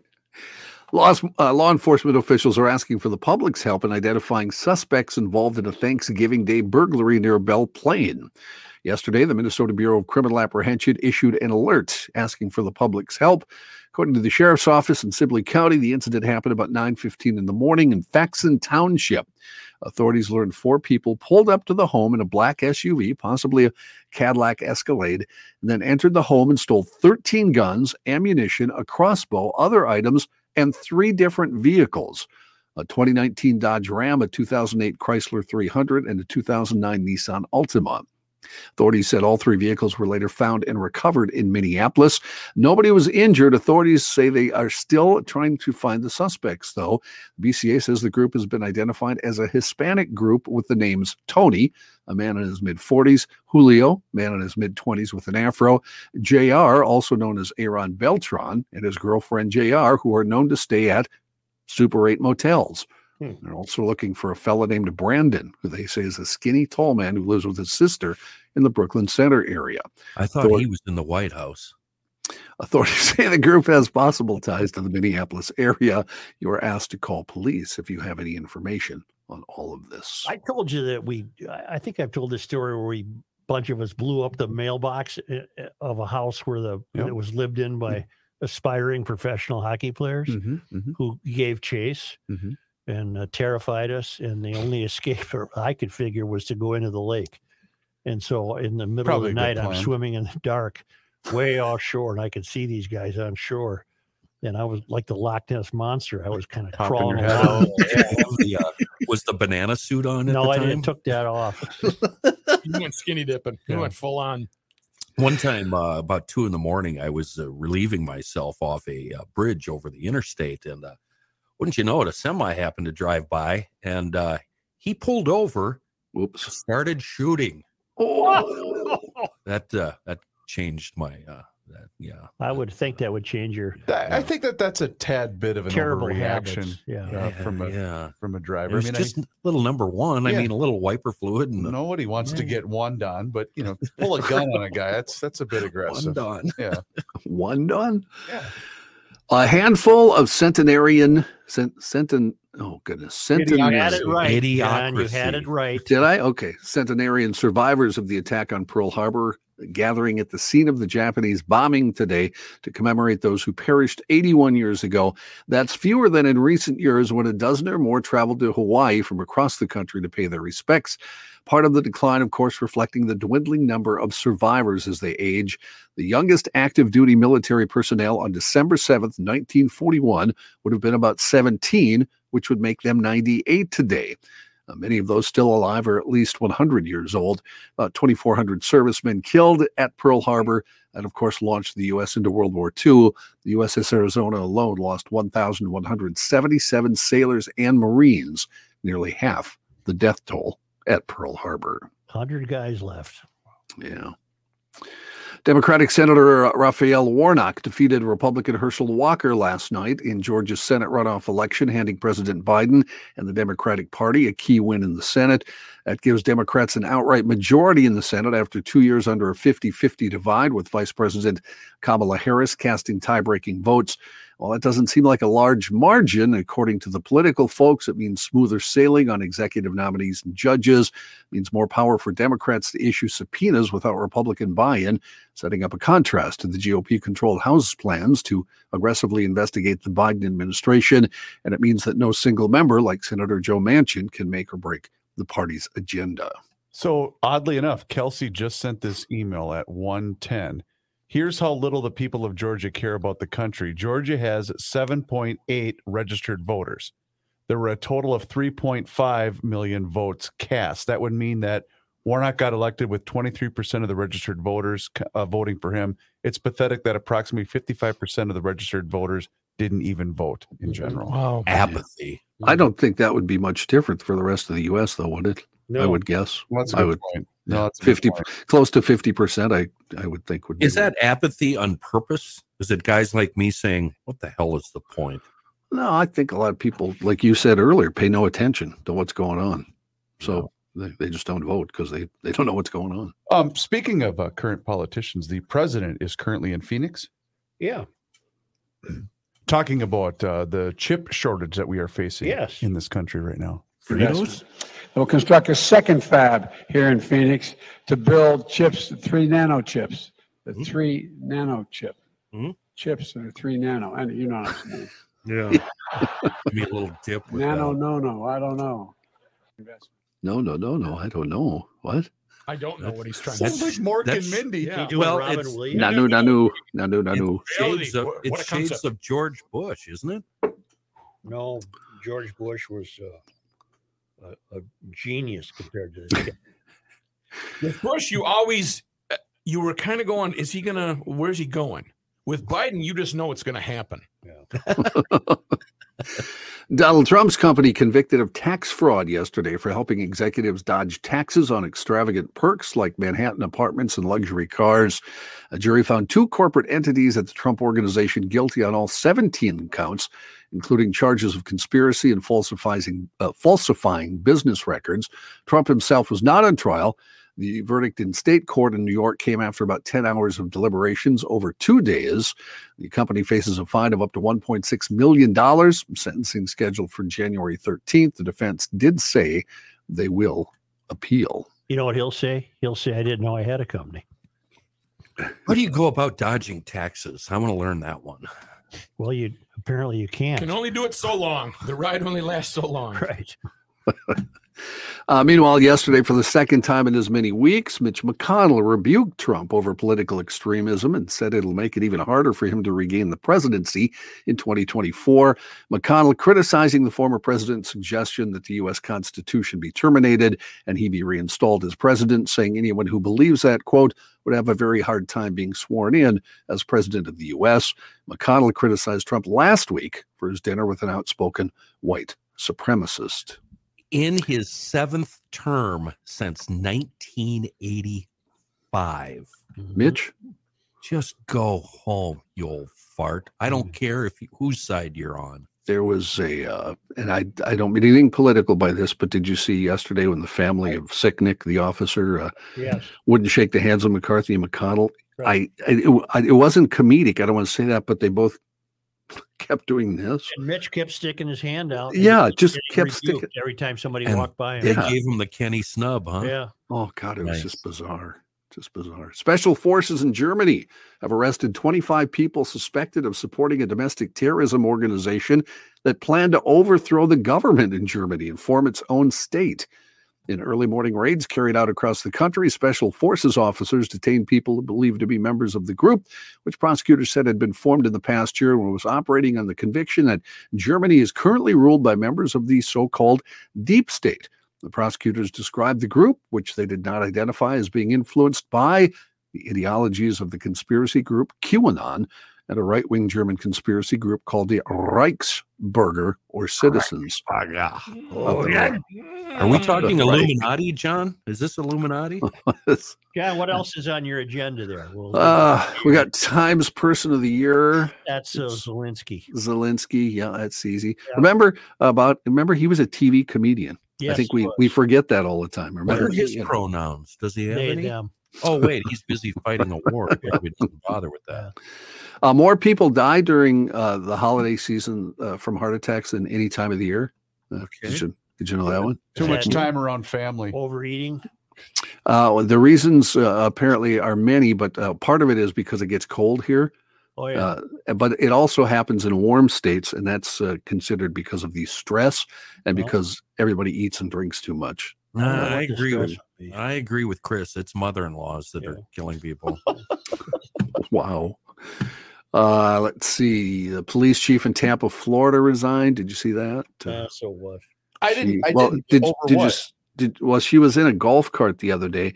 B: Law, uh, law enforcement officials are asking for the public's help in identifying suspects involved in a Thanksgiving Day burglary near Belle Plaine. Yesterday, the Minnesota Bureau of Criminal Apprehension issued an alert asking for the public's help. According to the sheriff's office in Sibley County, the incident happened about 9:15 in the morning in Faxon Township. Authorities learned four people pulled up to the home in a black SUV, possibly a Cadillac Escalade, and then entered the home and stole 13 guns, ammunition, a crossbow, other items, and three different vehicles a 2019 Dodge Ram, a 2008 Chrysler 300, and a 2009 Nissan Altima. Authorities said all three vehicles were later found and recovered in Minneapolis. Nobody was injured. Authorities say they are still trying to find the suspects, though. BCA says the group has been identified as a Hispanic group with the names Tony, a man in his mid 40s, Julio, man in his mid 20s with an afro, JR, also known as Aaron Beltran, and his girlfriend JR, who are known to stay at Super 8 motels.
A: Hmm.
B: They're also looking for a fellow named Brandon, who they say is a skinny, tall man who lives with his sister in the Brooklyn Center area.
C: I thought
B: Thor-
C: he was in the White House.
B: Authorities say the group has possible ties to the Minneapolis area. You are asked to call police if you have any information on all of this.
A: I told you that we. I- I think I've told this story where we bunch of us blew up the mailbox uh, uh, of a house where the
D: Yep.
A: that was lived in by
D: Mm-hmm.
A: aspiring professional hockey players
D: Mm.
A: who gave chase
D: Mhm.
A: and uh, terrified us. And the only escape or I could figure was to go into the lake. And so in the middle
D: Probably a
A: of
D: good
A: the night, I'm
D: plan.
A: swimming in the dark, way offshore, and I could see these guys on shore. and I was like the Loch Ness monster. I was kind of
D: Popping
A: crawling
D: your head
A: around.
C: the, uh, was the banana suit on at
A: No,
C: the
A: I
C: time?
A: didn't took that off.
E: You went skinny dipping. You
A: Yeah.
E: went full on.
C: One time, uh, about two in the morning, I was uh, relieving myself off a uh, bridge over the interstate, and uh, wouldn't you know it, a semi happened to drive by, and uh, he pulled over,
B: Whoops.
C: started shooting.
B: Oh,
C: That uh, that changed my uh, that yeah.
A: I would think that would change your
D: That- I think that that's a tad bit of an
A: terrible
D: overreaction
A: habits. Yeah.
D: uh, from a
C: yeah.
D: from a
C: It
D: driver. I
C: was
D: mean, I-
C: just little number one. I
D: Yeah.
C: mean, a little wiper fluid and the
D: nobody wants to
C: Yeah.
D: get one done, but you know, pull a gun on a guy. That's that's a bit
C: one
D: aggressive.
C: done.
D: Yeah,
B: one done.
D: Yeah.
B: A handful of centenarian, cent, centen, oh goodness,
A: You had it
B: centenarian.
A: right. John, you had
C: Idiocracy.
A: it right.
B: Did I? Okay. Centenarian survivors of the attack on Pearl Harbor gathering at the scene of the Japanese bombing today to commemorate those who perished 81 years ago. That's fewer than in recent years when a dozen or more traveled to Hawaii from across the country to pay their respects. Part of the decline, of course, reflecting the dwindling number of survivors as they age. The youngest active duty military personnel on December 7th, 1941, would have been about 17, which would make them 98 today. Uh, many of those still alive are at least 100 years old. About 2,400 servicemen killed at Pearl Harbor, and of course, launched the U.S. into World War II. The USS Arizona alone lost 1,177 sailors and Marines, nearly half the death toll at Pearl Harbor.
A: Hundred guys left.
B: Yeah. Democratic Senator Raphael Warnock defeated Republican Herschel Walker last night in Georgia's Senate runoff election, handing President Biden and the Democratic Party a key win in the Senate. That gives Democrats an outright majority in the Senate after two years under a 50 50 divide, with Vice President Kamala Harris casting tie breaking votes. Well, that doesn't seem like a large margin. According to the political folks, it means smoother sailing on executive nominees and judges means more power for Democrats to issue subpoenas without Republican buy in, setting up a contrast to the GOP controlled House plans to aggressively investigate the Biden administration. And it means that no single member, like Senator Joe Manchin, can make or break the party's agenda.
D: So oddly enough, Kelsey just sent this email at 110. Here's how little the people of Georgia care about the country. Georgia has 7.8 registered voters. There were a total of 3.5 million votes cast. That would mean that Warnock got elected with 23% of the registered voters uh, voting for him. It's pathetic that approximately 55% of the registered voters didn't even vote in general.
A: Oh,
E: Wow.
C: Apathy.
B: I don't think that would be much different for the rest of the U.S., though, would it? I would guess.
D: Well, that's a
B: I
D: good
B: would-
D: point. No, that's a good
B: 50
D: point.
B: close to 50% i i would think would be
C: Is that apathy on purpose? Is it guys like me saying, "What the hell is the point?"
B: no i think a lot of people like you said earlier pay no attention to what's going on so they, they just don't vote because they they don't know what's going on
D: Um, speaking of uh, current politicians, the president is currently in Phoenix
A: Yeah.
D: talking about uh, the chip shortage that we are facing
A: Yes.
D: in this country right now.
C: Fritos?
I: We'll construct a second fab here in Phoenix to build chips, three nano chips, the
H: Hmm.
C: Mhm.
I: three nano chip.
C: Mhm.
I: Chips that are three nano. And you know, what I'm saying.
C: Yeah. Give me a little dip with
I: nano,
C: that.
I: no, no, I don't know.
B: no no no no i don't know what
E: I don't know what he's trying
C: That's-
E: to
D: Sounds like Mork
C: that's-
D: and Mindy.
E: Yeah.
C: do Well, Robin it's-
A: Williams.
B: nanu nanu nanu nanu
E: Reality.
C: Shades of,
E: What- what a
C: it's shades
E: concept.
C: of George Bush, isn't it?
A: No, George Bush was uh, a, a genius compared to this guy.
E: With Bush, you always uh, you were kind of going, is he gonna where's he going? With Biden, you just know it's gonna happen.
B: Donald Trump's company convicted of tax fraud yesterday for helping executives dodge taxes on extravagant perks like Manhattan apartments and luxury cars. A jury found two corporate entities at the Trump organization guilty on all 17 counts, including charges of conspiracy and falsifying, uh, falsifying business records. Trump himself was not on trial. The verdict in state court in New York came after about 10 hours of deliberations over two days. The company faces a fine of up to $1.6 million, sentencing scheduled for January 13th. The defense did say they will appeal.
A: You know what he'll say? He'll say, I didn't know I had a company.
C: How do you go about dodging taxes? I want to learn that one.
A: Well, you apparently you can't.
E: Can only do it so long. The ride only lasts so long.
A: right.
B: Uh, meanwhile, yesterday, for the second time in as many weeks, Mitch McConnell rebuked Trump over political extremism and said it'll make it even harder for him to regain the presidency in 2024. McConnell criticizing the former president's suggestion that the U.S. Constitution be terminated and he be reinstalled as president, saying anyone who believes that, quote, would have a very hard time being sworn in as president of the U.S. McConnell criticized Trump last week for his dinner with an outspoken white supremacist.
C: In his seventh term since 1985,
B: Mitch?
C: just go home, you old fart. I don't care if you, whose side you're on.
B: there was a uh, and I I don't mean anything political by this, but did you see yesterday when the family of Sicknick, the officer, uh,
A: Yes.
B: wouldn't shake the hands of McCarthy and McConnell?
A: Right.
B: I, I, it, w- I it wasn't comedic. I don't want to say that, but they both kept doing this.
A: And Mitch kept sticking his hand out. and
B: Yeah, just
A: getting
B: kept
A: rebuked
B: sticking-
A: every time somebody
C: And
A: walked by
C: They
A: him.
B: Yeah.
C: gave him the Kenny snub, huh?
A: Yeah.
B: Oh God, it was
C: Nice.
B: just bizarre. Just bizarre. Special forces in Germany have arrested 25 people suspected of supporting a domestic terrorism organization that planned to overthrow the government in Germany and form its own state. In early morning raids carried out across the country, special forces officers detained people believed to be members of the group, which prosecutors said had been formed in the past year and was operating on the conviction that Germany is currently ruled by members of the so called deep state. The prosecutors described the group, which they did not identify as being influenced by the ideologies of the conspiracy group QAnon and a right wing German conspiracy group called the Reichsbürger or Citizens. of the Reich.
C: Are we talking
B: Mm. Right.
C: Illuminati, John? Is this Illuminati?
A: John, what else is on your agenda there? Well,
B: Uh, we got Times Person of the Year,
A: that's uh,
B: it's-
A: Zelensky.
B: Zelensky. Yeah, that's easy.
A: Yeah.
B: Remember about, remember he was a TV comedian.
A: Yes,
B: I think
A: he
B: we,
A: was.
B: we forget that all the time.
C: What
B: Remember
C: are his
B: you know,
C: pronouns? Does he have
A: They,
C: any?
A: um,
C: Oh, wait, he's busy fighting a war. We didn't bother with that.
B: Uh, more people die during uh, the holiday season uh, from heart attacks than any time of the year. Uh,
C: Okay.
B: did, you, did you know that one?
D: Too much
A: Sad.
D: time around family.
A: overeating.
B: Uh, the reasons uh, apparently are many, but uh, part of it is because it gets cold here.
A: Oh yeah.
B: Uh, but it also happens in warm states, and that's uh, considered because of the stress and
A: Well.
B: because everybody eats and drinks too much.
A: don't know
C: I
A: what the
C: agree with
A: stress would be.
C: I agree with Chris. It's mother-in-laws that are killing people.
B: Wow. Uh, let's see. The police chief in Tampa, Florida, resigned. Did you see that?
A: Uh, so what?
D: I didn't.
B: She-
D: I
B: well,
D: didn't
B: did
D: over
B: did you
D: what?
B: s- did well? She was in a golf cart the other day,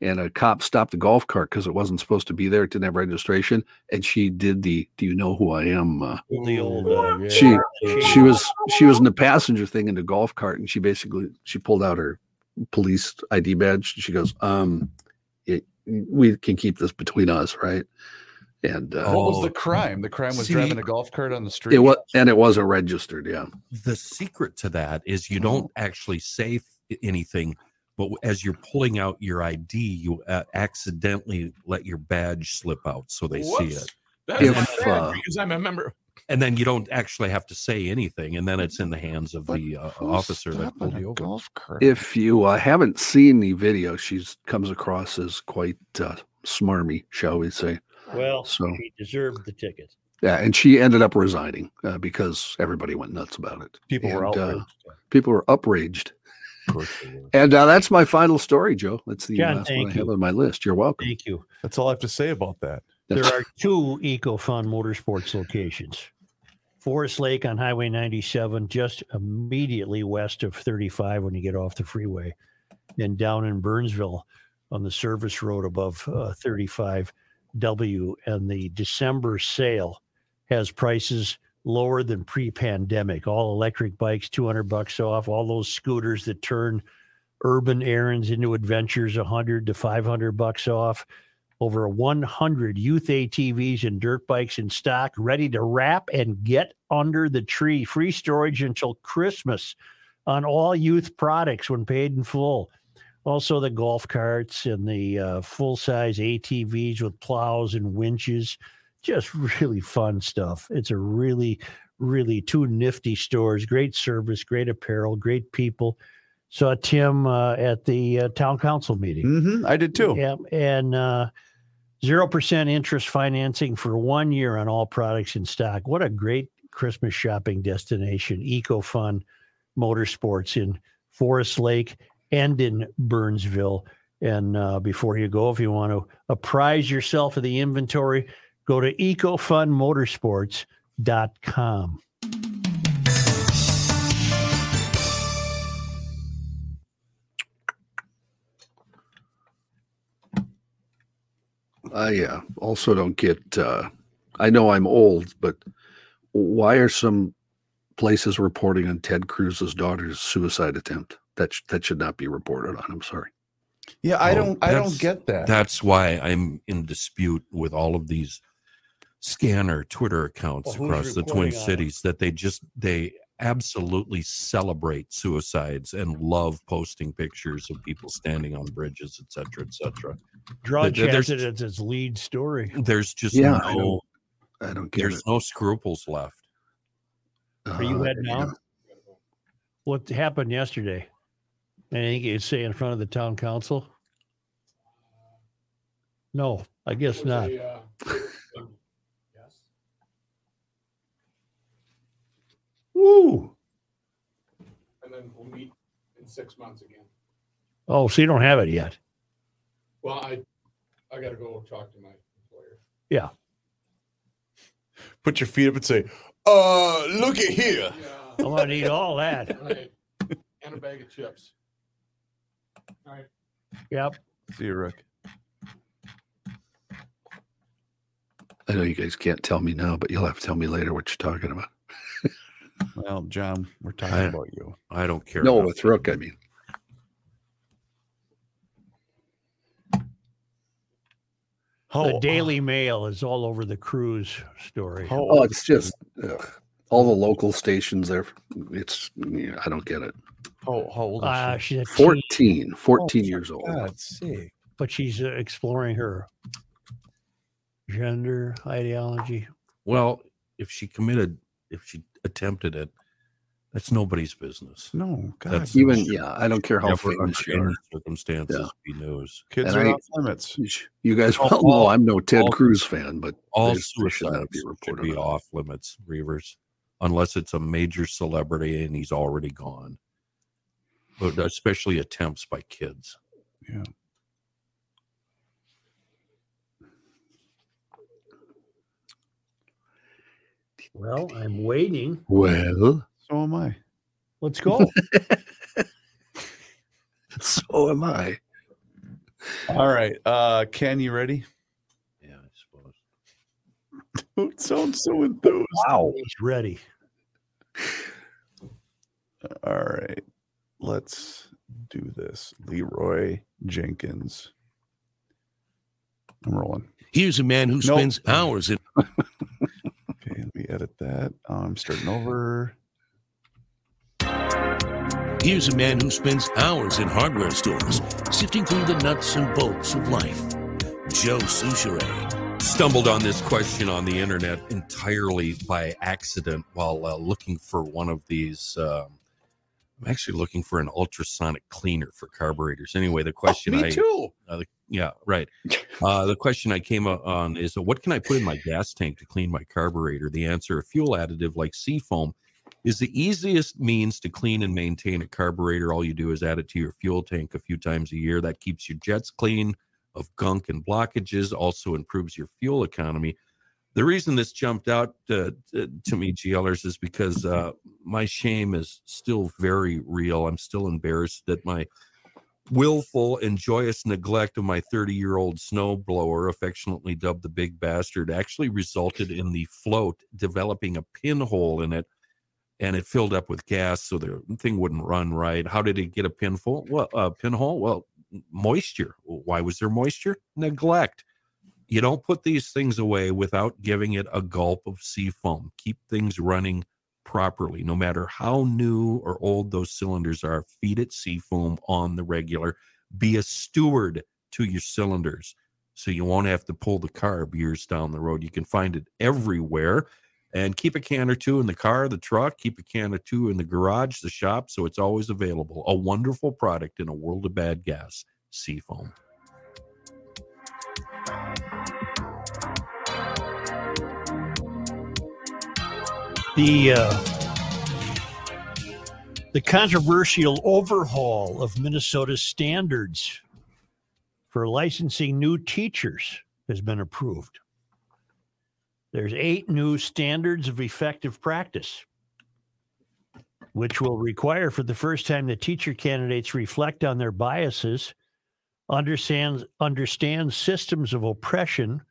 B: and a cop stopped the golf cart because it wasn't supposed to be there. It didn't have registration, and she did the "Do you know who I am?" Uh,
A: The old.
D: Ooh,
A: Uh,
D: yeah.
B: she
A: shame.
B: she was she was in the passenger thing in the golf cart, and she basically she pulled out her police ID badge. And she goes, "Um, it, we can keep this between us, right?" And uh,
D: What was
C: Oh.
D: the crime? The crime was
C: See?
D: driving a golf cart on the street.
B: it was and it wasn't registered. Yeah.
C: The secret to that is
D: Mm-hmm.
C: you don't actually say th- anything, but w- as you're pulling out your ID, you uh, accidentally let your badge slip out, so they see it,
E: That's
B: If,
E: not bad,
B: uh,
E: because I'm a member.
C: and then you don't actually have to say anything, and then it's in the hands of
D: But
C: the uh,
D: Who's
C: officer that
D: stopping
C: pulled
D: a
C: you over.
D: Golf cart.
B: If you uh, haven't seen the video, she comes across as quite uh, smarmy, shall we say.
A: Well,
B: So-
A: she deserved the ticket.
B: Yeah, and she ended up resigning uh, because everybody went nuts about it.
D: People were
B: And, uh,
D: outraged.
B: people were upraged. And uh, that's my final story, Joe. That's the
A: John,
B: last one I
A: thank
B: have
A: you.
B: on my list. You're welcome.
A: Thank you.
D: That's all I have to say about that.
A: There are two EcoFun Motorsports locations. Forest Lake on Highway 97, just immediately west of 35 when you get off the freeway, and down in Burnsville on the service road above uh, 35W. And the December sale has prices lower than pre-pandemic. All electric bikes, 200 bucks off. All those scooters that turn urban errands into adventures, 100 to 500 bucks off over 100 youth ATVs and dirt bikes in stock, ready to wrap and get under the tree. Free storage until Christmas on all youth products when paid in full. Also, the golf carts and the uh, full size ATVs with plows and winches. Just really fun stuff. It's a really, really two nifty stores. Great service, great apparel, great people. Saw Tim uh, at the uh, town council meeting.
D: hmm I did too.
A: Yep. And uh, 0% interest financing for one year on all products in stock. What a great Christmas shopping destination. EcoFun Motorsports in Forest Lake, and in Burnsville. And uh, before you go, if you want to apprise yourself of the inventory, go to ecofundmotorsports.com.
B: I uh, also don't get. Uh, I know I'm old, but why are some places reporting on Ted Cruz's daughter's suicide attempt? That sh- that should not be reported on. I'm sorry.
G: Yeah, I
C: Oh,
G: don't. I
C: that's-
G: don't get that.
C: That's why I'm in dispute with all of these scanner Twitter accounts
A: Well, who's
C: across the
A: reporting
C: Twin
A: on it?
C: Cities that they just they absolutely celebrate suicides and love posting pictures of people standing on bridges, et cetera, et cetera.
A: Draw
C: There- there's-
A: chance it as its lead story.
C: There's just
B: Yeah, I
C: no
B: I don't get
C: there's
B: it.
C: no scruples left.
A: Are you
B: Uh,
A: heading out? What happened yesterday? Anything you'd say in front of the town council? No, I guess not.
E: uh, um,
A: Woo!
E: And then we'll meet in six months again.
A: Oh, so you don't have it yet.
E: Well, I, I gotta go talk to my employer.
G: Put your feet up and say, "Uh, look at here."
E: Yeah.
A: I'm gonna Oh, need all that.
E: Right. And a bag of chips. All right.
A: Yep.
G: See you, Rick.
B: I know you guys can't tell me now, but you'll have to tell me later what you're talking about.
G: Well, John, we're talking
C: I-
G: about you.
C: I don't care.
B: No,
C: about
B: with Rook, I mean.
G: How
A: the Daily Mail is all over the cruise story.
G: How
B: Oh,
G: old
B: it's just ugh. all the local stations there. It's yeah, I don't get it.
G: How, how old is
A: Uh,
G: she?
A: she's a teen,
B: 14, 14
G: for
B: years old.
G: God's sake.
A: but she's uh, exploring her gender ideology.
C: Well, if she committed if she attempted it, that's nobody's business.
G: No, God.
C: That's-
B: Even yeah, I don't care how
C: Never
B: famous
C: under
B: you
C: any
B: are.
C: circumstances
B: Yeah.
C: be news.
G: kids
B: and
G: are
B: I-
G: off limits.
B: You guys
C: Oh,
B: well know
C: all-
B: I'm no Ted
C: all-
B: Cruz fan, but
C: all
B: They- they should
C: suicides
B: not be
C: should
B: reported
C: be
B: on.
C: off limits, Reavers, unless it's a major celebrity and he's already gone. But especially attempts by kids.
A: Well, I'm waiting.
B: well,
G: So am I.
A: Let's go.
B: so am I.
G: All right. Uh, Ken, you ready?
C: Yeah, I suppose.
G: Don't sound Oh, so enthused.
B: Wow.
A: He's ready.
G: All right. Let's do this. Leroy Jenkins. I'm rolling.
H: Here's a man who
G: Nope.
H: spends hours in.
G: Okay, let me edit that. I'm starting over.
H: Here's a man who spends hours in hardware stores sifting through the nuts and bolts of life. Joe Souchere.
C: Stumbled on this question on the internet entirely by accident while uh, looking for one of these. Um, I'm actually looking for an ultrasonic cleaner for carburetors. Anyway, the question I
G: too.
C: Yeah, right. Uh, the question I came up on is uh, what can I put in my gas tank to clean my carburetor? The answer a fuel additive like seafoam is the easiest means to clean and maintain a carburetor. All you do is add it to your fuel tank a few times a year. That keeps your jets clean of gunk and blockages, also improves your fuel economy. The reason this jumped out uh, t- to me, GLers, is because uh, my shame is still very real. I'm still embarrassed that my willful and joyous neglect of my 30 year old snowblower, affectionately dubbed the Big Bastard, actually resulted in the float developing a pinhole in it and it filled up with gas so the thing wouldn't run right. How did it get a pinfall? Well, a pinhole? Well, moisture. Why was there moisture? Neglect. You don't put these things away without giving it a gulp of seafoam. Keep things running properly, no matter how new or old those cylinders are. Feed it seafoam on the regular. Be a steward to your cylinders so you won't have to pull the carb years down the road. You can find it everywhere. And keep a can or two in the car, the truck, keep a can or two in the garage, the shop, so it's always available. A wonderful product in a world of bad gas, seafoam.
A: The uh, the controversial overhaul of Minnesota's standards for licensing new teachers has been approved. There's eight new standards of effective practice, which will require for the first time that teacher candidates reflect on their biases, understand, understand systems of oppression,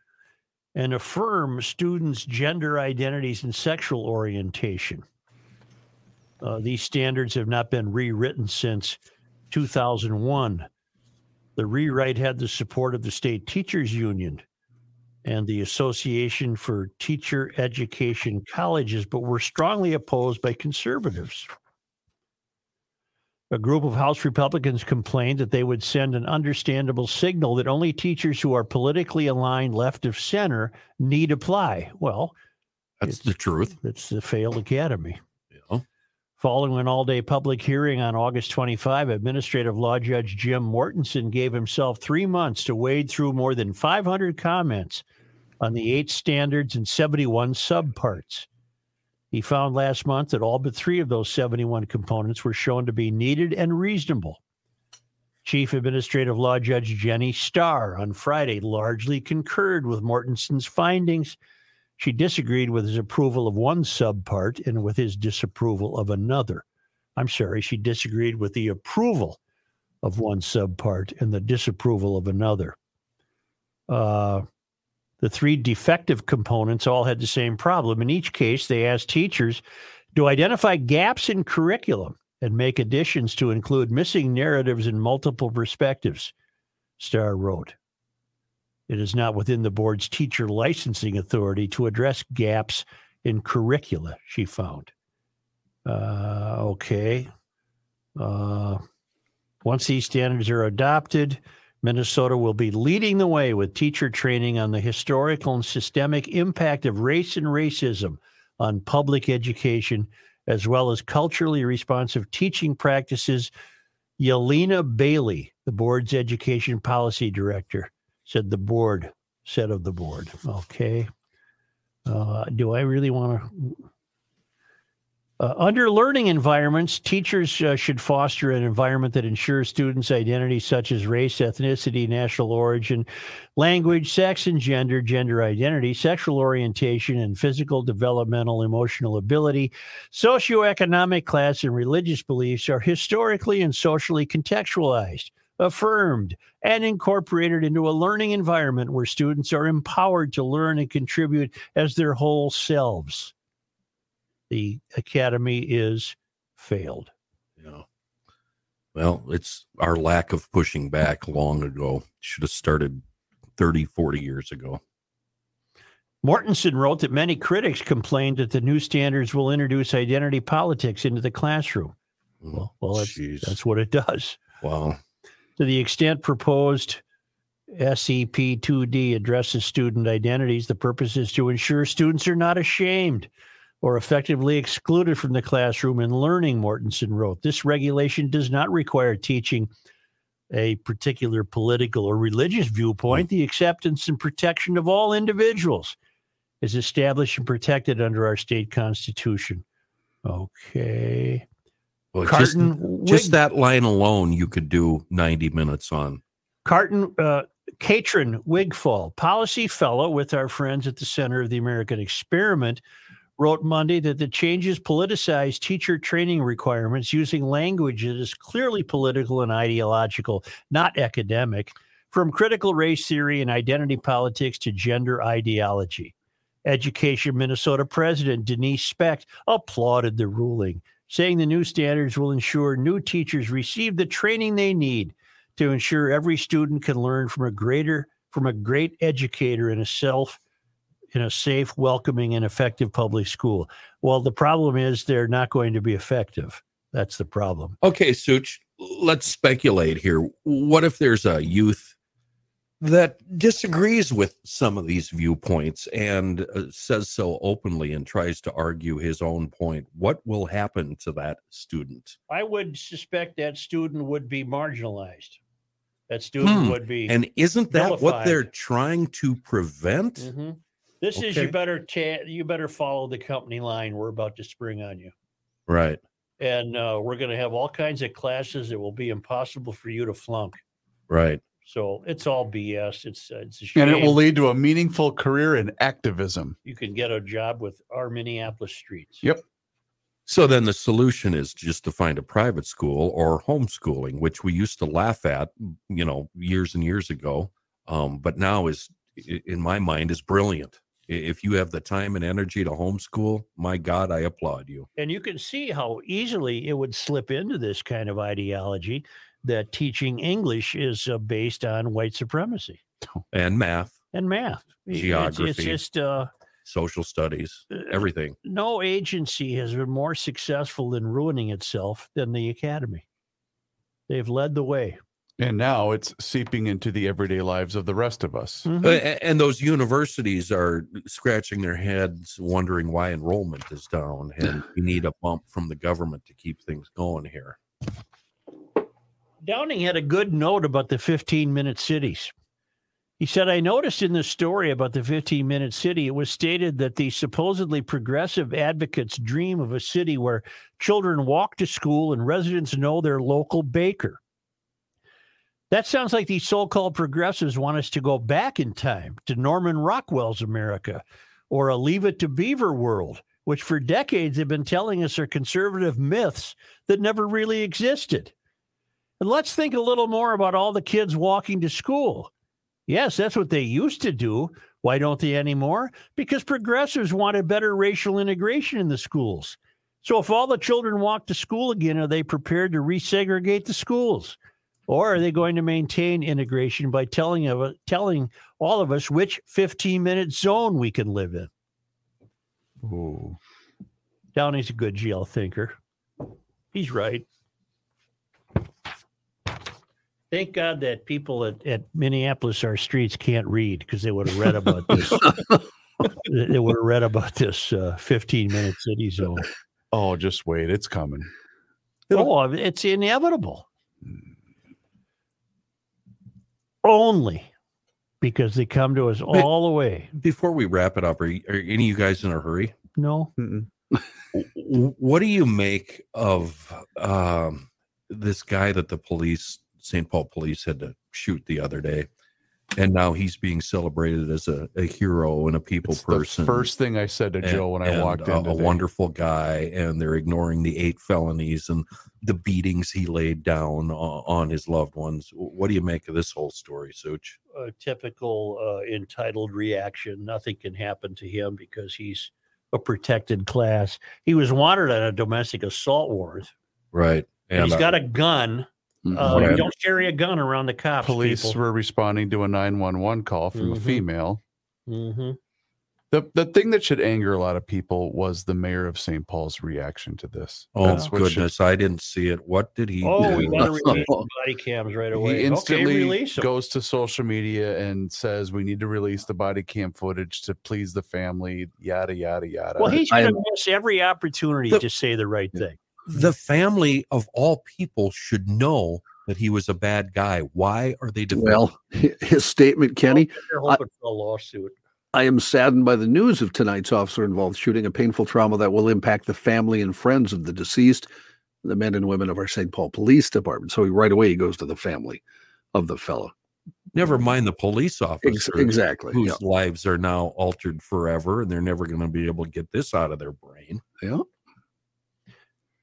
A: and affirm students' gender identities and sexual orientation. Uh, these standards have not been rewritten since 2001. The rewrite had the support of the state teachers union and the Association for Teacher Education Colleges, but were strongly opposed by conservatives. A group of House Republicans complained that they would send an understandable signal that only teachers who are politically aligned left of center need apply. Well,
C: That's the truth.
A: it's the failed academy.
C: You know?
A: Following an all day public hearing on August 25, Administrative Law Judge Jim Mortensen gave himself three months to wade through more than 500 comments on the eight standards and 71 subparts. He found last month that all but three of those 71 components were shown to be needed and reasonable. Chief Administrative Law Judge Jenny Starr on Friday largely concurred with Mortensen's findings she disagreed with his approval of one subpart and with his disapproval of another. I'm sorry, she disagreed with the approval of one subpart and the disapproval of another. Uh, the three defective components all had the same problem. In each case, they asked teachers to identify gaps in curriculum and make additions to include missing narratives and multiple perspectives, Starr wrote. It is not within the board's teacher licensing authority to address gaps in curricula, she found. Uh, okay. Uh, once these standards are adopted, Minnesota will be leading the way with teacher training on the historical and systemic impact of race and racism on public education, as well as culturally responsive teaching practices. Yelena Bailey, the board's education policy director, said the board said of the board okay uh, do i really want to uh, under learning environments teachers uh, should foster an environment that ensures students identities such as race ethnicity national origin language sex and gender gender identity sexual orientation and physical developmental emotional ability socioeconomic class and religious beliefs are historically and socially contextualized affirmed, and incorporated into a learning environment where students are empowered to learn and contribute as their whole selves. The academy is failed.
C: You know. Well, it's our lack of pushing back long ago. Should have started 30, 40 years ago.
A: Mortensen wrote that many critics complained that the new standards will introduce identity politics into the classroom. Well, well that's,
C: Jeez.
A: that's what it does.
C: wow.
A: To the extent proposed E SEP 2D addresses student identities, the purpose is to ensure students are not ashamed or effectively excluded from the classroom in learning, Mortensen wrote. This regulation does not require teaching a particular political or religious viewpoint. The acceptance and protection of all individuals is established and protected under our state constitution. Okay.
C: Well, just,
A: Carton
C: just
A: Wig-
C: that line alone, you could do 90 minutes on.
A: Carton uh, Catron Wigfall, policy fellow with our friends at the Center of the American Experiment, wrote Monday that the changes politicize teacher training requirements using language that is clearly political and ideological, not academic, from critical race theory and identity politics to gender ideology. Education Minnesota President Denise Specht applauded the ruling, saying the new standards will ensure new teachers receive the training they need to ensure every student can learn from a greater from a great educator in a self in a safe welcoming and effective public school well the problem is they're not going to be effective that's the problem
C: Okay, Such, let's speculate here. What if there's a youth that disagrees with some of these viewpoints and uh, says so openly and tries to argue his own point? What will happen to that student?
A: i would suspect that student would be marginalized that student
C: Hmm.
A: would be
C: And isn't that what
A: Nullified.
C: they're trying to prevent?
A: Mhm. this is
C: Okay.
A: you better ta- you better follow the company line we're about to spring on you
C: Right.
A: and uh, we're going to have all kinds of classes that will be impossible for you to flunk.
C: Right.
A: So it's all BS. It's uh, it's a shame
D: And it will lead to a meaningful career in activism.
A: you can get a job with our Minneapolis streets.
D: Yep.
C: So then the solution is just to find a private school or homeschooling, which we used to laugh at, you know, years and years ago. Um, but now is, i- in my mind, is brilliant. I- If you have the time and energy to homeschool, my God, I applaud you.
A: And you can see how easily it would slip into this kind of ideology that teaching English is uh, based on white supremacy
C: And math,
A: and math. It's- It's,
C: Geography.
A: just uh,
C: social studies, everything.
A: no agency has been more successful in ruining itself than the academy. They've led the way.
D: And now it's seeping into the everyday lives of the rest of us.
A: Mhm.
C: A- Uh, a- And those universities are scratching their heads, wondering why enrollment is down, and we need a bump from the government to keep things going here.
A: Downing had a good note about the 15 minute cities. He said, I noticed in the story about the 15 minute city, it was stated that the supposedly progressive advocates dream of a city where children walk to school and residents know their local baker. That sounds like these so called progressives want us to go back in time to Norman Rockwell's America or a Leave It to Beaver world, which for decades have been telling us are conservative myths that never really existed. And let's think a little more about all the kids walking to school. Yes, that's what they used to do. Why don't they anymore? Because progressives wanted better racial integration in the schools. So if all the children walk to school again, are they prepared to resegregate the schools? Or are they going to maintain integration by telling of telling all of us which 15-minute zone we can live in?
D: Ooh.
A: Downey's a good GL thinker. He's right. Thank God that people at, at Minneapolis, our streets, can't read because they would have read about this. they they would have read about this uh, 15 minute city zone.
D: Oh, just wait. It's coming.
A: Oh, it's inevitable. Hmm. Only because they come to us all the way.
C: Before we wrap it up, are, y- are any of you guys in a hurry?
A: No,
C: w- what do you make of um, this guy that the police, St. Paul police, had to shoot the other day? And now he's being celebrated as a, a hero and a people
D: It's
C: person.
D: the first thing I said to
C: and-
D: Joe when I
C: and
D: walked
C: a,
D: in.
C: a
D: today.
C: wonderful guy, and they're ignoring the eight felonies and the beatings he laid down on, on his loved ones. W- What do you make of this whole story, Such?
A: a typical uh, entitled reaction. Nothing can happen to him because he's a protected class. He was wanted on a domestic assault warrant.
C: Right.
A: And
C: And
A: he's
C: uh,
A: got a gun. Uh,
B: Mm-hmm.
C: Right.
A: You don't carry a gun around the cops.
D: Police were responding to a 911 call from a
A: Mhm.
D: female.
A: hmm
D: The, the thing that should anger a lot of people was the mayor of St. Paul's reaction to this.
C: oh
D: That's what should-
C: goodness, I didn't see it. What did he?
A: Oh,
C: do?
A: we got to release the body cams right away.
D: he
A: okay,
D: instantly
A: release 'em.
D: goes to social media and says we need to release the body cam footage to please the family. Yada yada yada.
A: Well, he's going
B: I'm-
A: to miss every opportunity
C: The-
A: to say the right thing.
C: the family of all people should know that he was a bad guy. Why are they defending?
B: Well, his statement, Kenny,
A: They're hoping for a lawsuit.
B: I am saddened by the news of tonight's officer involved shooting, a painful trauma that will impact the family and friends of the deceased, the men and women of our St. Paul Police Department. So he, right away he goes to the family of the fellow.
C: never mind the police
B: Ex-
C: officer
B: exactly.
C: whose
B: Yeah.
C: lives are now altered forever, and they're never going to be able to get this out of their brain.
B: yeah.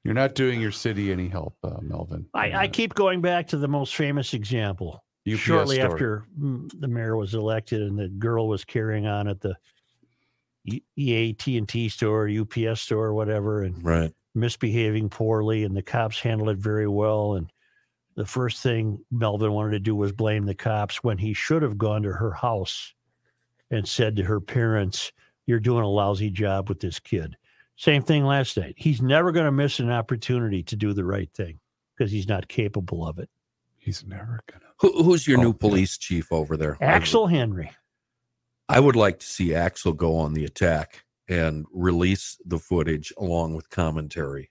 D: You're not doing your city any help, uh, Melvin. on
A: I, I
D: that.
A: keep going back to the most famous example.
D: UPS
A: shortly
D: store.
A: after mm, the mayor was elected and the girl was carrying on at the E- EAT&T store, UPS store, or whatever, and
C: Right.
A: misbehaving poorly, and the cops handled it very well. And the first thing Melvin wanted to do was blame the cops when he should have gone to her house and said to her parents, "You're doing a lousy job with this kid." Same thing last night. He's never going to miss an opportunity to do the right thing because he's not capable of it.
D: He's never gonna.
C: Who, who's your
D: Oh,
C: new
D: yeah.
C: police chief over there? I would-
A: Axel Henry.
C: I would like to see Axel go on the attack and release the footage along with commentary.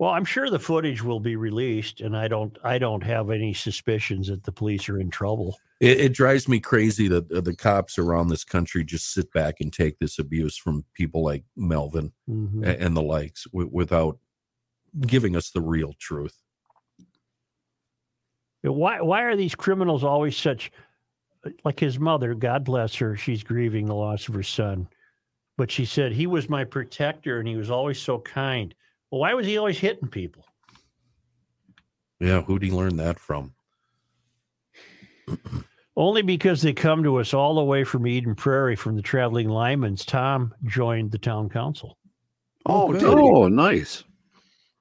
A: Well, I'm sure the footage will be released, and I don't I don't have any suspicions that the police are in trouble.
C: It, it drives me crazy that uh, the cops around this country just sit back and take this abuse from people like Melvin.
A: Mhm.
C: a- and the likes w- without giving us the real truth.
A: Why why are these criminals always such like his mother, God bless her, she's grieving the loss of her son. But she said he was my protector and he was always so kind. Well, why was he always hitting people?
C: Yeah, who'd he learn that from?
A: Only because they come to us all the way from Eden Prairie from the traveling Lyman's. Tom joined the town council.
B: Oh,
C: good.
B: oh, nice.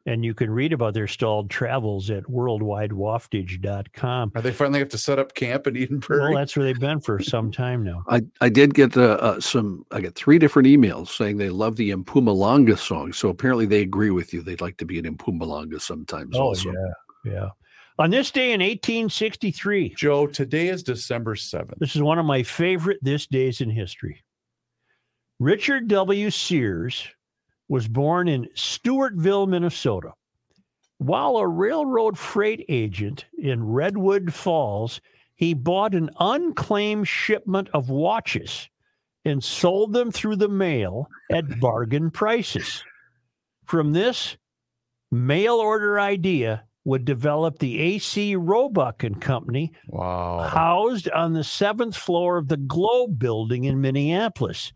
A: And you can read about their stalled travels at worldwidewaftage.com.
G: Are they finally have to set up camp in Eden Prairie?
A: Well, that's where they've been for some time now.
B: I, I did get uh, uh, some. I got three different emails saying they love the Mpumalanga song. So apparently they agree with you. They'd like to be in Mpumalanga sometimes. also.
A: Oh, yeah. Yeah. On this day in 1863,
G: Joe, today is December 7th.
A: This is one of my favorite this days in history. Richard W. Sears was born in Stewartville, Minnesota. While a railroad freight agent in Redwood Falls, he bought an unclaimed shipment of watches and sold them through the mail at bargain prices. From this mail order idea would develop the AC Roebuck and Company,
G: Wow.
A: housed on the seventh floor of the Globe Building in Minneapolis.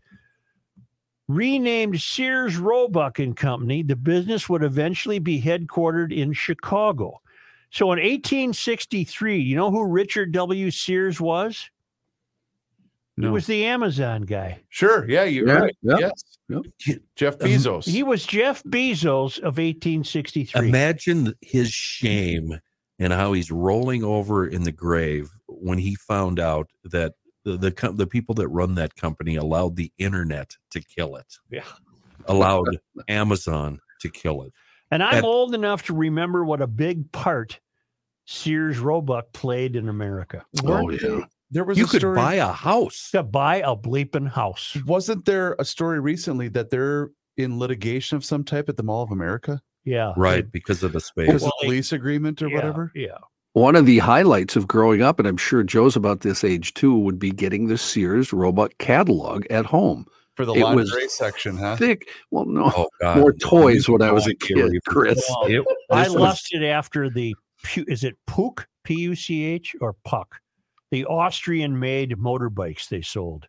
A: Renamed Sears Roebuck and Company, the business would eventually be headquartered in Chicago. So in 1863, you know who Richard W. Sears was? He
G: No.
A: was the Amazon guy.
G: Sure. Yeah, Um, you're
B: Yeah,
G: right.
B: yeah,
G: Yes.
B: yeah.
G: Jeff Bezos.
A: He was Jeff Bezos of 1863.
C: Imagine his shame and how he's rolling over in the grave when he found out that the the, com- the people that run that company allowed the internet to kill it.
A: Yeah.
C: Allowed Amazon to kill it.
A: And I'm
C: At-
A: old enough to remember what a big part Sears Roebuck played in America.
B: Oh,
G: Weren't
B: yeah.
G: there was
C: You
G: a
C: could
G: story-
C: buy a house.
A: To buy a bleeping house.
G: Wasn't there a story recently that they're in litigation of some type at the Mall of America
A: Yeah.
C: Right, because of the space.
G: because of
A: they-
G: lease agreement or
A: yeah,
G: whatever?
A: Yeah.
B: One of the highlights of growing up, and I'm sure Joe's about this age too, would be getting the Sears Roebuck catalog at home.
G: For the
B: It
G: lingerie
B: was
G: section, huh?
B: Thick. Well, no,
C: Oh God.
B: more toys when I
C: No
B: was a
C: idea where
B: kid,
C: you-
B: Chris.
A: Well,
C: It-
A: I
C: this was-
A: lusted after the, Pu- is it Puch, P U C H or Puck? The Austrian made motorbikes they sold.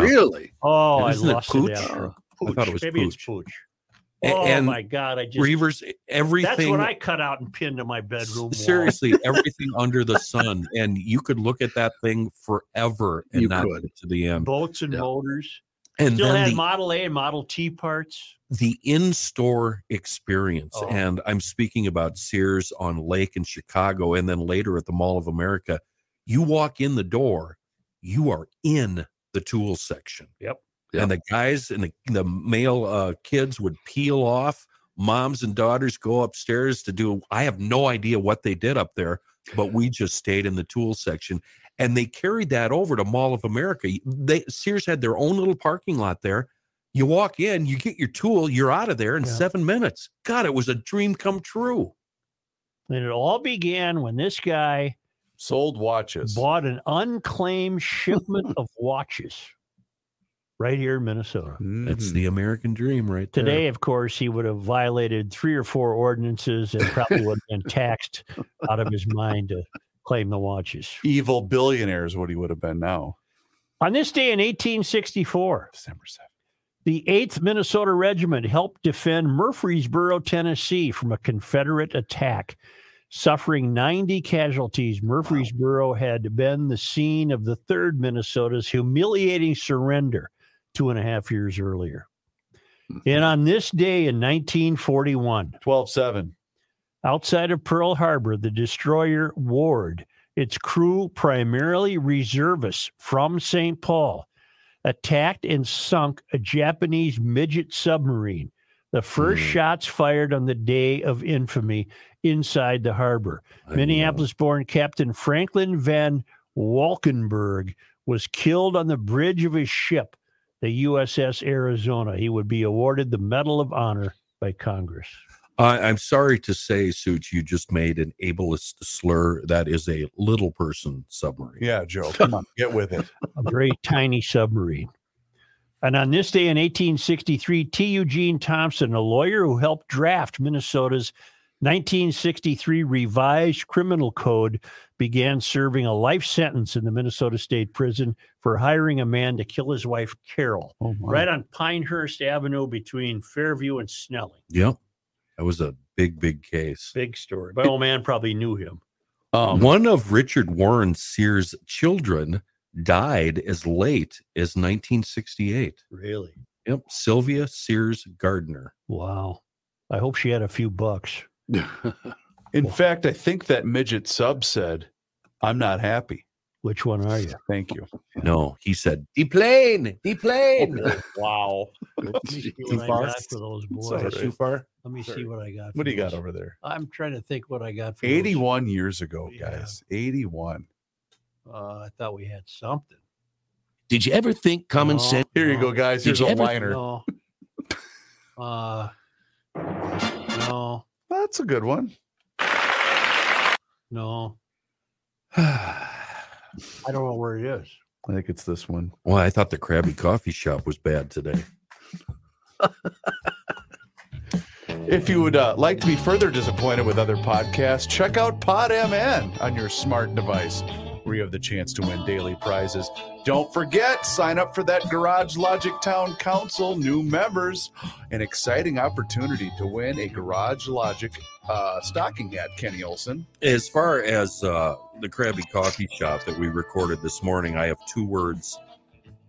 B: Really?
A: Oh, I
C: Isn't it
A: lost
C: Pooch?
A: it after.
C: I thought it was
A: Maybe it's
C: Pooch.
A: Pooch.
C: A-
A: oh
C: and
A: my God. I just,
C: Reavers, everything.
A: that's what I cut out and pinned to my bedroom. Wall.
C: S- Seriously, everything under the sun, and you could look at that thing forever and
B: You
C: not
B: could.
C: get to the end.
A: Boats and
B: Yeah.
A: motors.
C: And
A: Still
C: then
A: had
C: the,
A: Model A and Model T parts.
C: the in-store experience,
A: Oh.
C: and I'm speaking about Sears on Lake in Chicago, and then later at the Mall of America. You walk in the door, you are in the tool section.
A: Yep.
C: And the guys and the, the male uh, kids would peel off. Moms and daughters go upstairs to do. I have no idea what they did up there, but we just stayed in the tool section, and they carried that over to Mall of America. They Sears had their own little parking lot there. You walk in, you get your tool, you're out of there in
A: Yeah.
C: seven minutes. God, it was a dream come true.
A: And it all began when this guy
G: Sold watches.
A: bought an unclaimed shipment of watches right here in Minnesota.
C: That's
G: Mhm.
C: the American dream, right there.
A: Mm-hmm. Today, of course, he would have violated three or four ordinances and probably would have been taxed out of his mind to claim the watches.
G: evil billionaires what he would have been now.
A: On this day in 1864,
G: December 7th.
A: the 8th Minnesota Regiment helped defend Murfreesboro, Tennessee from a Confederate attack. Suffering 90 casualties, Murfreesboro had been the scene of the 3rd Minnesota's humiliating surrender two and a half years earlier. And on this day in 1941,
G: 12 7.
A: Outside of Pearl Harbor, the destroyer Ward, its crew primarily reservists from St. Paul, attacked and sunk a Japanese midget submarine, the first
C: Hmm.
A: shots fired on the day of infamy inside the harbor.
C: I know.
A: Minneapolis born Captain Franklin Van Walkenberg was killed on the bridge of his ship, the USS Arizona. He would be awarded the Medal of Honor by Congress.
C: I, I'm sorry to say, Suits, you just made an ableist slur. That is a little person submarine.
G: Yeah, Joe, come on, get with it.
A: a very tiny submarine. And on this day in 1863, T. Eugene Thompson, a lawyer who helped draft Minnesota's 1963 revised criminal code, began serving a life sentence in the Minnesota State Prison for hiring a man to kill his wife, Carol,
D: Oh, my.
A: right on Pinehurst Avenue between Fairview and Snelling.
C: Yep. That was a big, big case.
A: Big story. But old man probably knew him.
D: Um,
C: One of Richard Warren Sears' children died as late as 1968.
A: Really?
C: Yep. Sylvia Sears Gardner.
A: Wow. I hope she had a few bucks.
D: In fact, I think that midget sub said, I'm not happy.
A: Which one are you?
D: Thank you.
C: No, he said, deplane, deplane.
J: Wow.
A: Let me see what I
D: far?
A: got for those boys.
D: too far.
A: Let me see
D: Sorry.
A: what I got.
D: What
A: for
D: do you got
A: those.
D: over there?
A: I'm trying to think what I got for those.
D: 81 years ago,
A: Yeah.
D: guys. 81.
A: Uh, I thought we had something.
F: Did you ever think common
A: No,
F: sense?
D: Here you
A: no,
D: go, guys.
F: Did
D: Here's
F: you
D: a
F: ever-
D: liner.
A: No. Uh, no,
D: That's a good one.
A: no.
D: I
A: I don't know where it is.
D: think it's this one.
C: Well, I thought the Krabby Coffee Shop was bad today.
D: If you would uh, like to be further disappointed with other podcasts, check out PodMN on your smart device, where you have the chance to win daily prizes. Don't forget, sign up for that Garage Logic Town Council new members. An exciting opportunity to win a Garage Logic uh, stocking hat, Kenny Olson.
C: As far as uh, the Krabby Coffee Shop that we recorded this morning, I have two words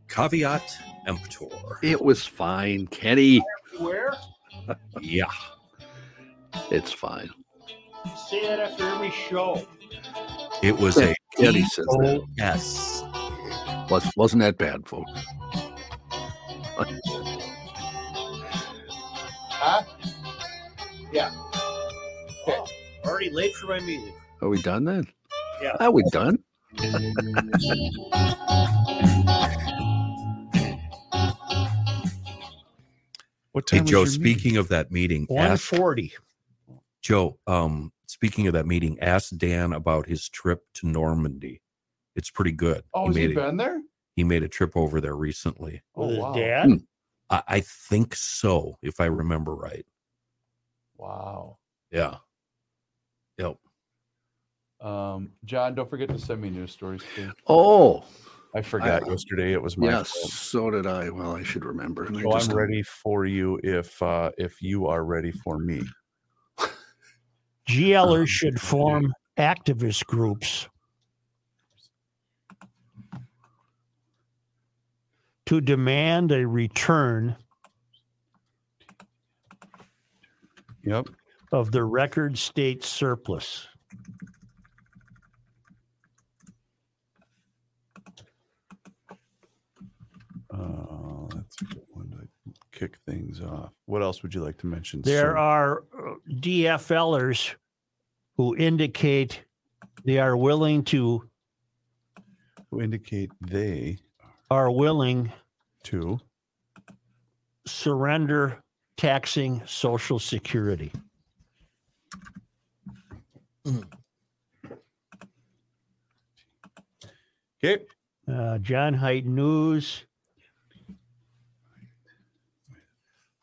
C: caveat emptor.
B: It was fine, Kenny.
J: Where?
C: Yeah.
B: It's fine.
A: Say that after every show.
C: It was a
B: Kenny says that.
C: yes.
B: Was, wasn't that bad, folks?
A: Already late for my meeting.
B: Are we done then?
A: Yeah.
B: Are we done?
D: What
C: Hey,
D: was
C: Joe,
D: your meeting?
C: speaking of that meeting, ask
A: 140.
C: Joe, um, speaking of that meeting, ask Dan about his trip to Normandy. It's pretty good.
D: Oh, has he
C: made a,
D: been there?
C: he made a trip over there recently.
D: Oh,
F: Uh,
A: with his
D: wow.
A: dad.
B: Hmm.
C: I, I think so, if I remember right.
D: Wow.
C: Yeah. Yep.
D: Um, John, don't forget to send me news stories. Please.
B: Oh,
D: I forgot yesterday. It was my
B: yes.
D: fault.
B: So did I. Well, I should remember. and I
D: So
B: just-
D: I'm ready for you if uh, if you are ready for me.
A: GLers should form activist groups. To demand a return
D: Yep.
A: of the record state surplus.
D: Uh, that's a good one to kick things off. What else would you like to mention?
A: There
D: sir?
A: are uh, DFLers who indicate they are willing to
D: who indicate they
A: are willing
D: too.
A: surrender taxing social security.
D: Okay.
A: Uh, John Height News.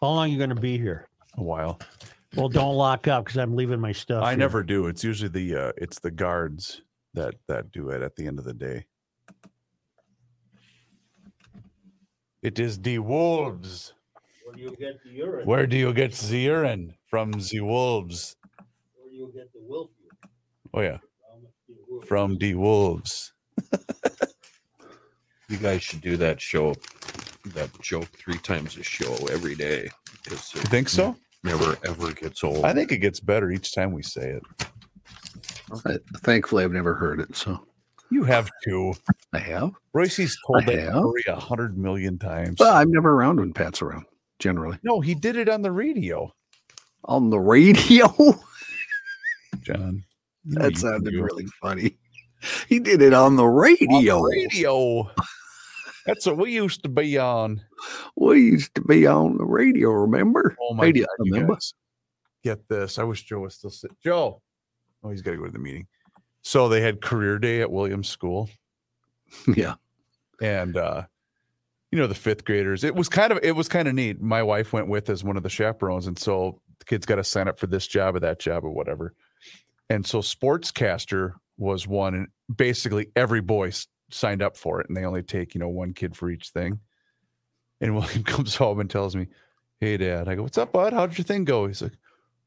A: How long you going to be here?
D: A while.
A: Well, don't lock up because I'm leaving my stuff.
D: I
A: here.
D: never do. It's usually the uh, it's the guards that that do it at the end of the day. It is the wolves.
A: Where do you get the urine? Where,
D: Where do you get the urine from the wolves?
A: do you get the wolf?
D: Oh yeah, from the wolves.
C: You guys should do that show, that joke three times a show every day because
D: You
C: it
D: think so?
C: never ever gets old.
D: I think it gets better each time we say it.
B: I- thankfully, I've never heard it. So
D: You have to.
B: I have.
D: Royce's told
B: I
D: that
B: have.
D: story a hundred million times.
B: Well, I'm never around when Pat's around, generally.
D: no, he did it on the radio,
B: On the radio?
D: John. You know
B: that
D: you
B: sounded
D: do.
B: really funny. He did it on the radio.
D: On the radio. That's what we used to be on.
B: We used to be on the radio, remember?
D: Oh my
B: Radio,
D: god! you
B: remember?
D: guys. Get this. I wish Joe was still sitting. Joe. Oh, he's got to go to the meeting. So they had career day at Williams School.
B: Yeah.
D: and uh you know the fifth graders it was kind of it was kind of neat my wife went with as one of the chaperones and so the kids got to sign up for this job or that job or whatever and so sportscaster was one and basically every boy s- signed up for it and they only take you know one kid for each thing and william comes home and tells me hey dad i go what's up bud how did your thing go he's like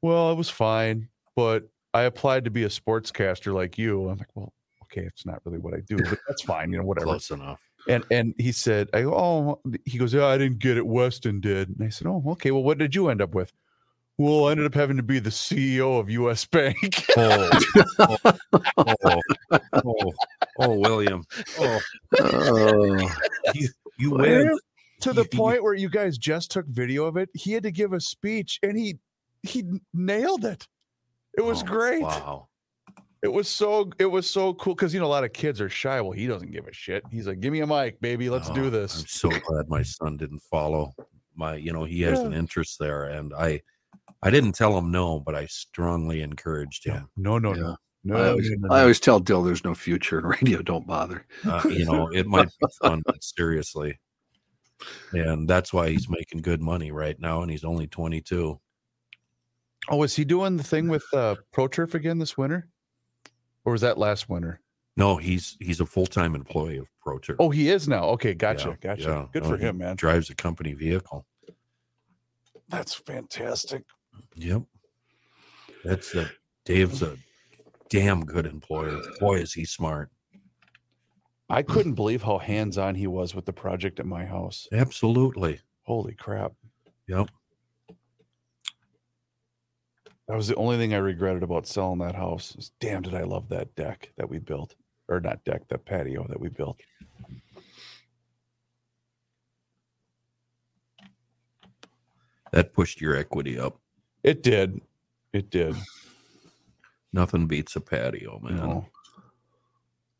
D: well it was fine but i applied to be a sportscaster like you i'm like well okay it's not really what i do but that's fine you know whatever
C: Close enough.
D: and and he said, I go, oh, he goes, yeah, I didn't get it. Weston did. And I said, oh, okay. Well, what did you end up with? Well, I ended up having to be the CEO of U.S. Bank.
C: Oh, oh, oh, oh, oh, William. Oh,
B: Oh,
C: you, you win.
D: to the point where you guys just took video of it. He had to give a speech, and he he nailed it. It was
C: Oh,
D: great.
C: Wow.
D: It was so it was so cool because you know a lot of kids are shy. Well, he doesn't give a shit. He's like, give me a mic, baby. Let's
C: Oh,
D: do
C: I'm
D: this.
C: so glad my son didn't follow my, you know, he has an interest there. And I, I didn't tell him no, but I strongly encouraged him.
D: No, no,
B: Yeah.
D: no, no.
B: I always,
D: no, no,
B: I
D: no.
B: always tell Dill there's no future in radio. Don't bother.
C: Uh, you know, it might be fun, but seriously. And that's why he's making good money right now. And he's only 22.
D: Oh, is he doing the thing with uh, ProTurf again this winter, or was that last winter?
C: No, he's, he's a full-time employee of ProTurf.
D: Oh, he is now. Okay, gotcha,
C: Yeah,
D: gotcha.
C: yeah.
D: Good
C: No,
D: for
C: he
D: him, man.
C: Drives a company vehicle.
D: That's fantastic.
C: Yep. That's the Dave's a damn good employer. Boy, is he smart.
D: I couldn't believe how hands-on he was with the project at my house.
C: Absolutely.
D: Holy crap!
C: Yep.
D: That was the only thing I regretted about selling that house. Is, damn, did I love that deck that we built, or not deck, that patio that we built.
C: That pushed your equity up.
D: It did, it did.
C: Nothing beats a patio, Oh, man.
D: No.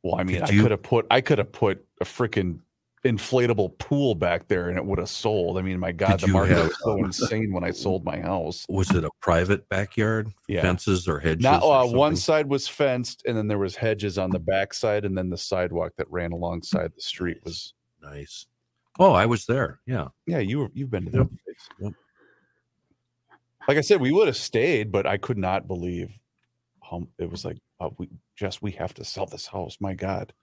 D: Well, I mean,
C: Did
D: I
C: you-
D: could have put I could have put a freaking inflatable pool back there, and it would have sold. I mean, my God,
C: Did
D: the
C: you
D: market
C: have,
D: was so insane when I sold my house.
C: Was it a private backyard?
D: Yeah.
C: Fences or hedges?
D: Not
C: or
D: uh,
C: something?
D: one side was fenced, and then there was hedges on the backside, and then the sidewalk that ran alongside the street was.
C: Nice. Oh, I was there. Yeah.
D: Yeah, you were, you've been to that
C: Yep.
D: place.
C: Yep.
D: Like I said, we would have stayed, but I could not believe how it was like. Uh, we just we have to sell this house. My God,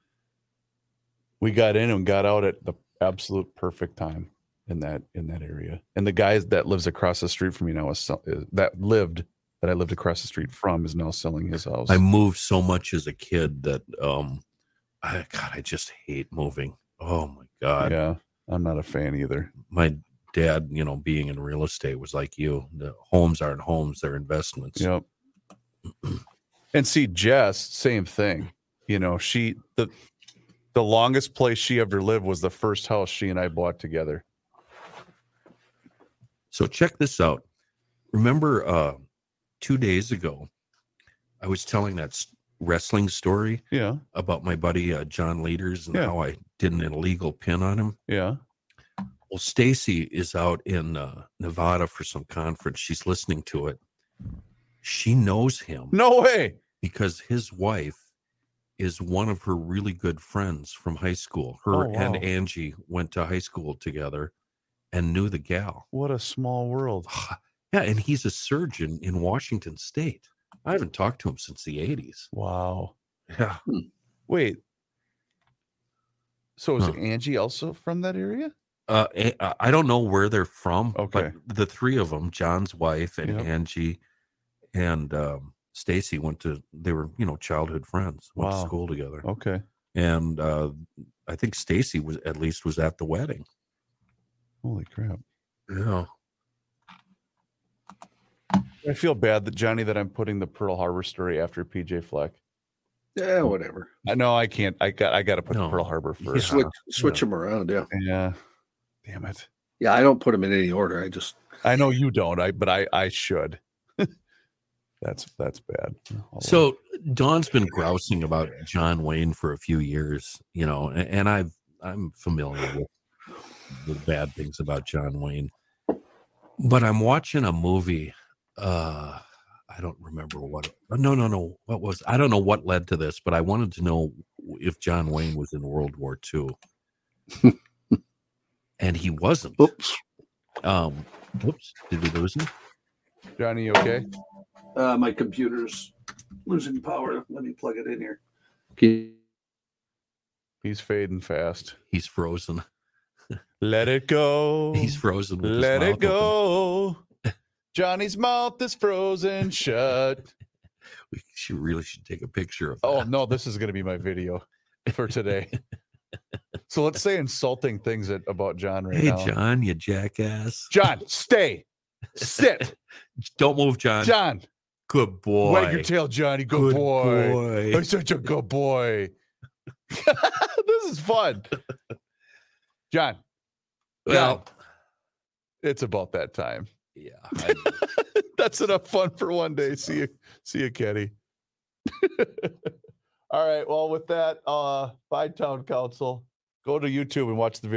D: we got in and got out at the absolute perfect time in that in that area. And the guy that lives across the street from me now is sell- is- that lived that I lived across the street from is now selling his house.
C: I moved so much as a kid that um I God, I just hate moving. Oh my God.
D: yeah, I'm not a fan either.
C: My dad, you know, being in real estate was like you. The homes aren't homes, they're investments.
D: Yep. And see, Jess, same thing. You know, she the the longest place she ever lived was the first house she and I bought together.
C: So check this out. Remember uh two days ago, I was telling that s- wrestling story
D: Yeah,
C: about my buddy uh, John Leaders and
D: Yeah.
C: how I did an illegal pin on him.
D: yeah.
C: Well, Stacy is out in uh, Nevada for some conference. She's listening to it. She knows him
D: No way.
C: because his wife is one of her really good friends from high school. Her
D: Oh,
C: and
D: wow.
C: Angie went to high school together and knew the gal.
D: What a small world.
C: Yeah, and he's a surgeon in Washington State. I haven't talked to him since the 80s.
D: Wow.
C: Yeah.
D: Wait. So is
C: Huh.
D: Angie also from that area?
C: uh, eh, uh, I don't know where they're from,
D: Okay.
C: but the three of them, John's wife and
D: Yep.
C: Angie and um, Stacy went to, they were, you know, childhood friends, went
D: Wow. Oh.
C: to school together.
D: Okay.
C: And uh, I think Stacy was, at least was at the wedding.
D: Holy crap.
C: Yeah.
D: I feel bad that Johnny that I'm putting the Pearl Harbor story after PJ Fleck.
B: Yeah, whatever.
D: I know I can't. I got I got to put
C: No.
D: Pearl Harbor
C: Yeah.
D: first.
B: Switch, switch them around. Yeah,
D: yeah. Damn it.
B: yeah. I don't put them in any order. I just
D: I know you don't. I but I I should. that's that's bad. Hold on.
C: So Don's been grousing about John Wayne for a few years, you know, and, and I've I'm familiar with the bad things about John Wayne. But I'm watching a movie. Uh I don't remember what no no no what was I don't know what led to this, but I wanted to know if John Wayne was in World War II. and he wasn't.
B: Oops.
C: Um, whoops, did we lose him?
D: Johnny, you okay?
B: Uh, my computer's losing power. Let me plug it in here. Can
D: He's fading fast.
C: He's frozen.
D: Let it go.
C: He's frozen. With his
D: Let
C: mouth
D: it
C: open.
D: go. Johnny's mouth is frozen shut.
C: We she really should take a picture of.
D: Oh
C: that.
D: no, this is going to be my video for today. so let's say insulting things at, about John right
C: hey
D: now. John.
C: John, you jackass!
D: stay, sit,
C: Don't move, John.
D: John.
C: Good boy.
D: Wag your tail, Johnny. Good,
C: Good
D: boy.
C: boy.
D: You're such a good boy. this is fun, John.
C: Well,
D: It's about that time.
C: yeah. I-
D: That's enough fun for one day. See you, see you, Kenny. All right. Well, with that, uh, by town council, go to YouTube and watch the video.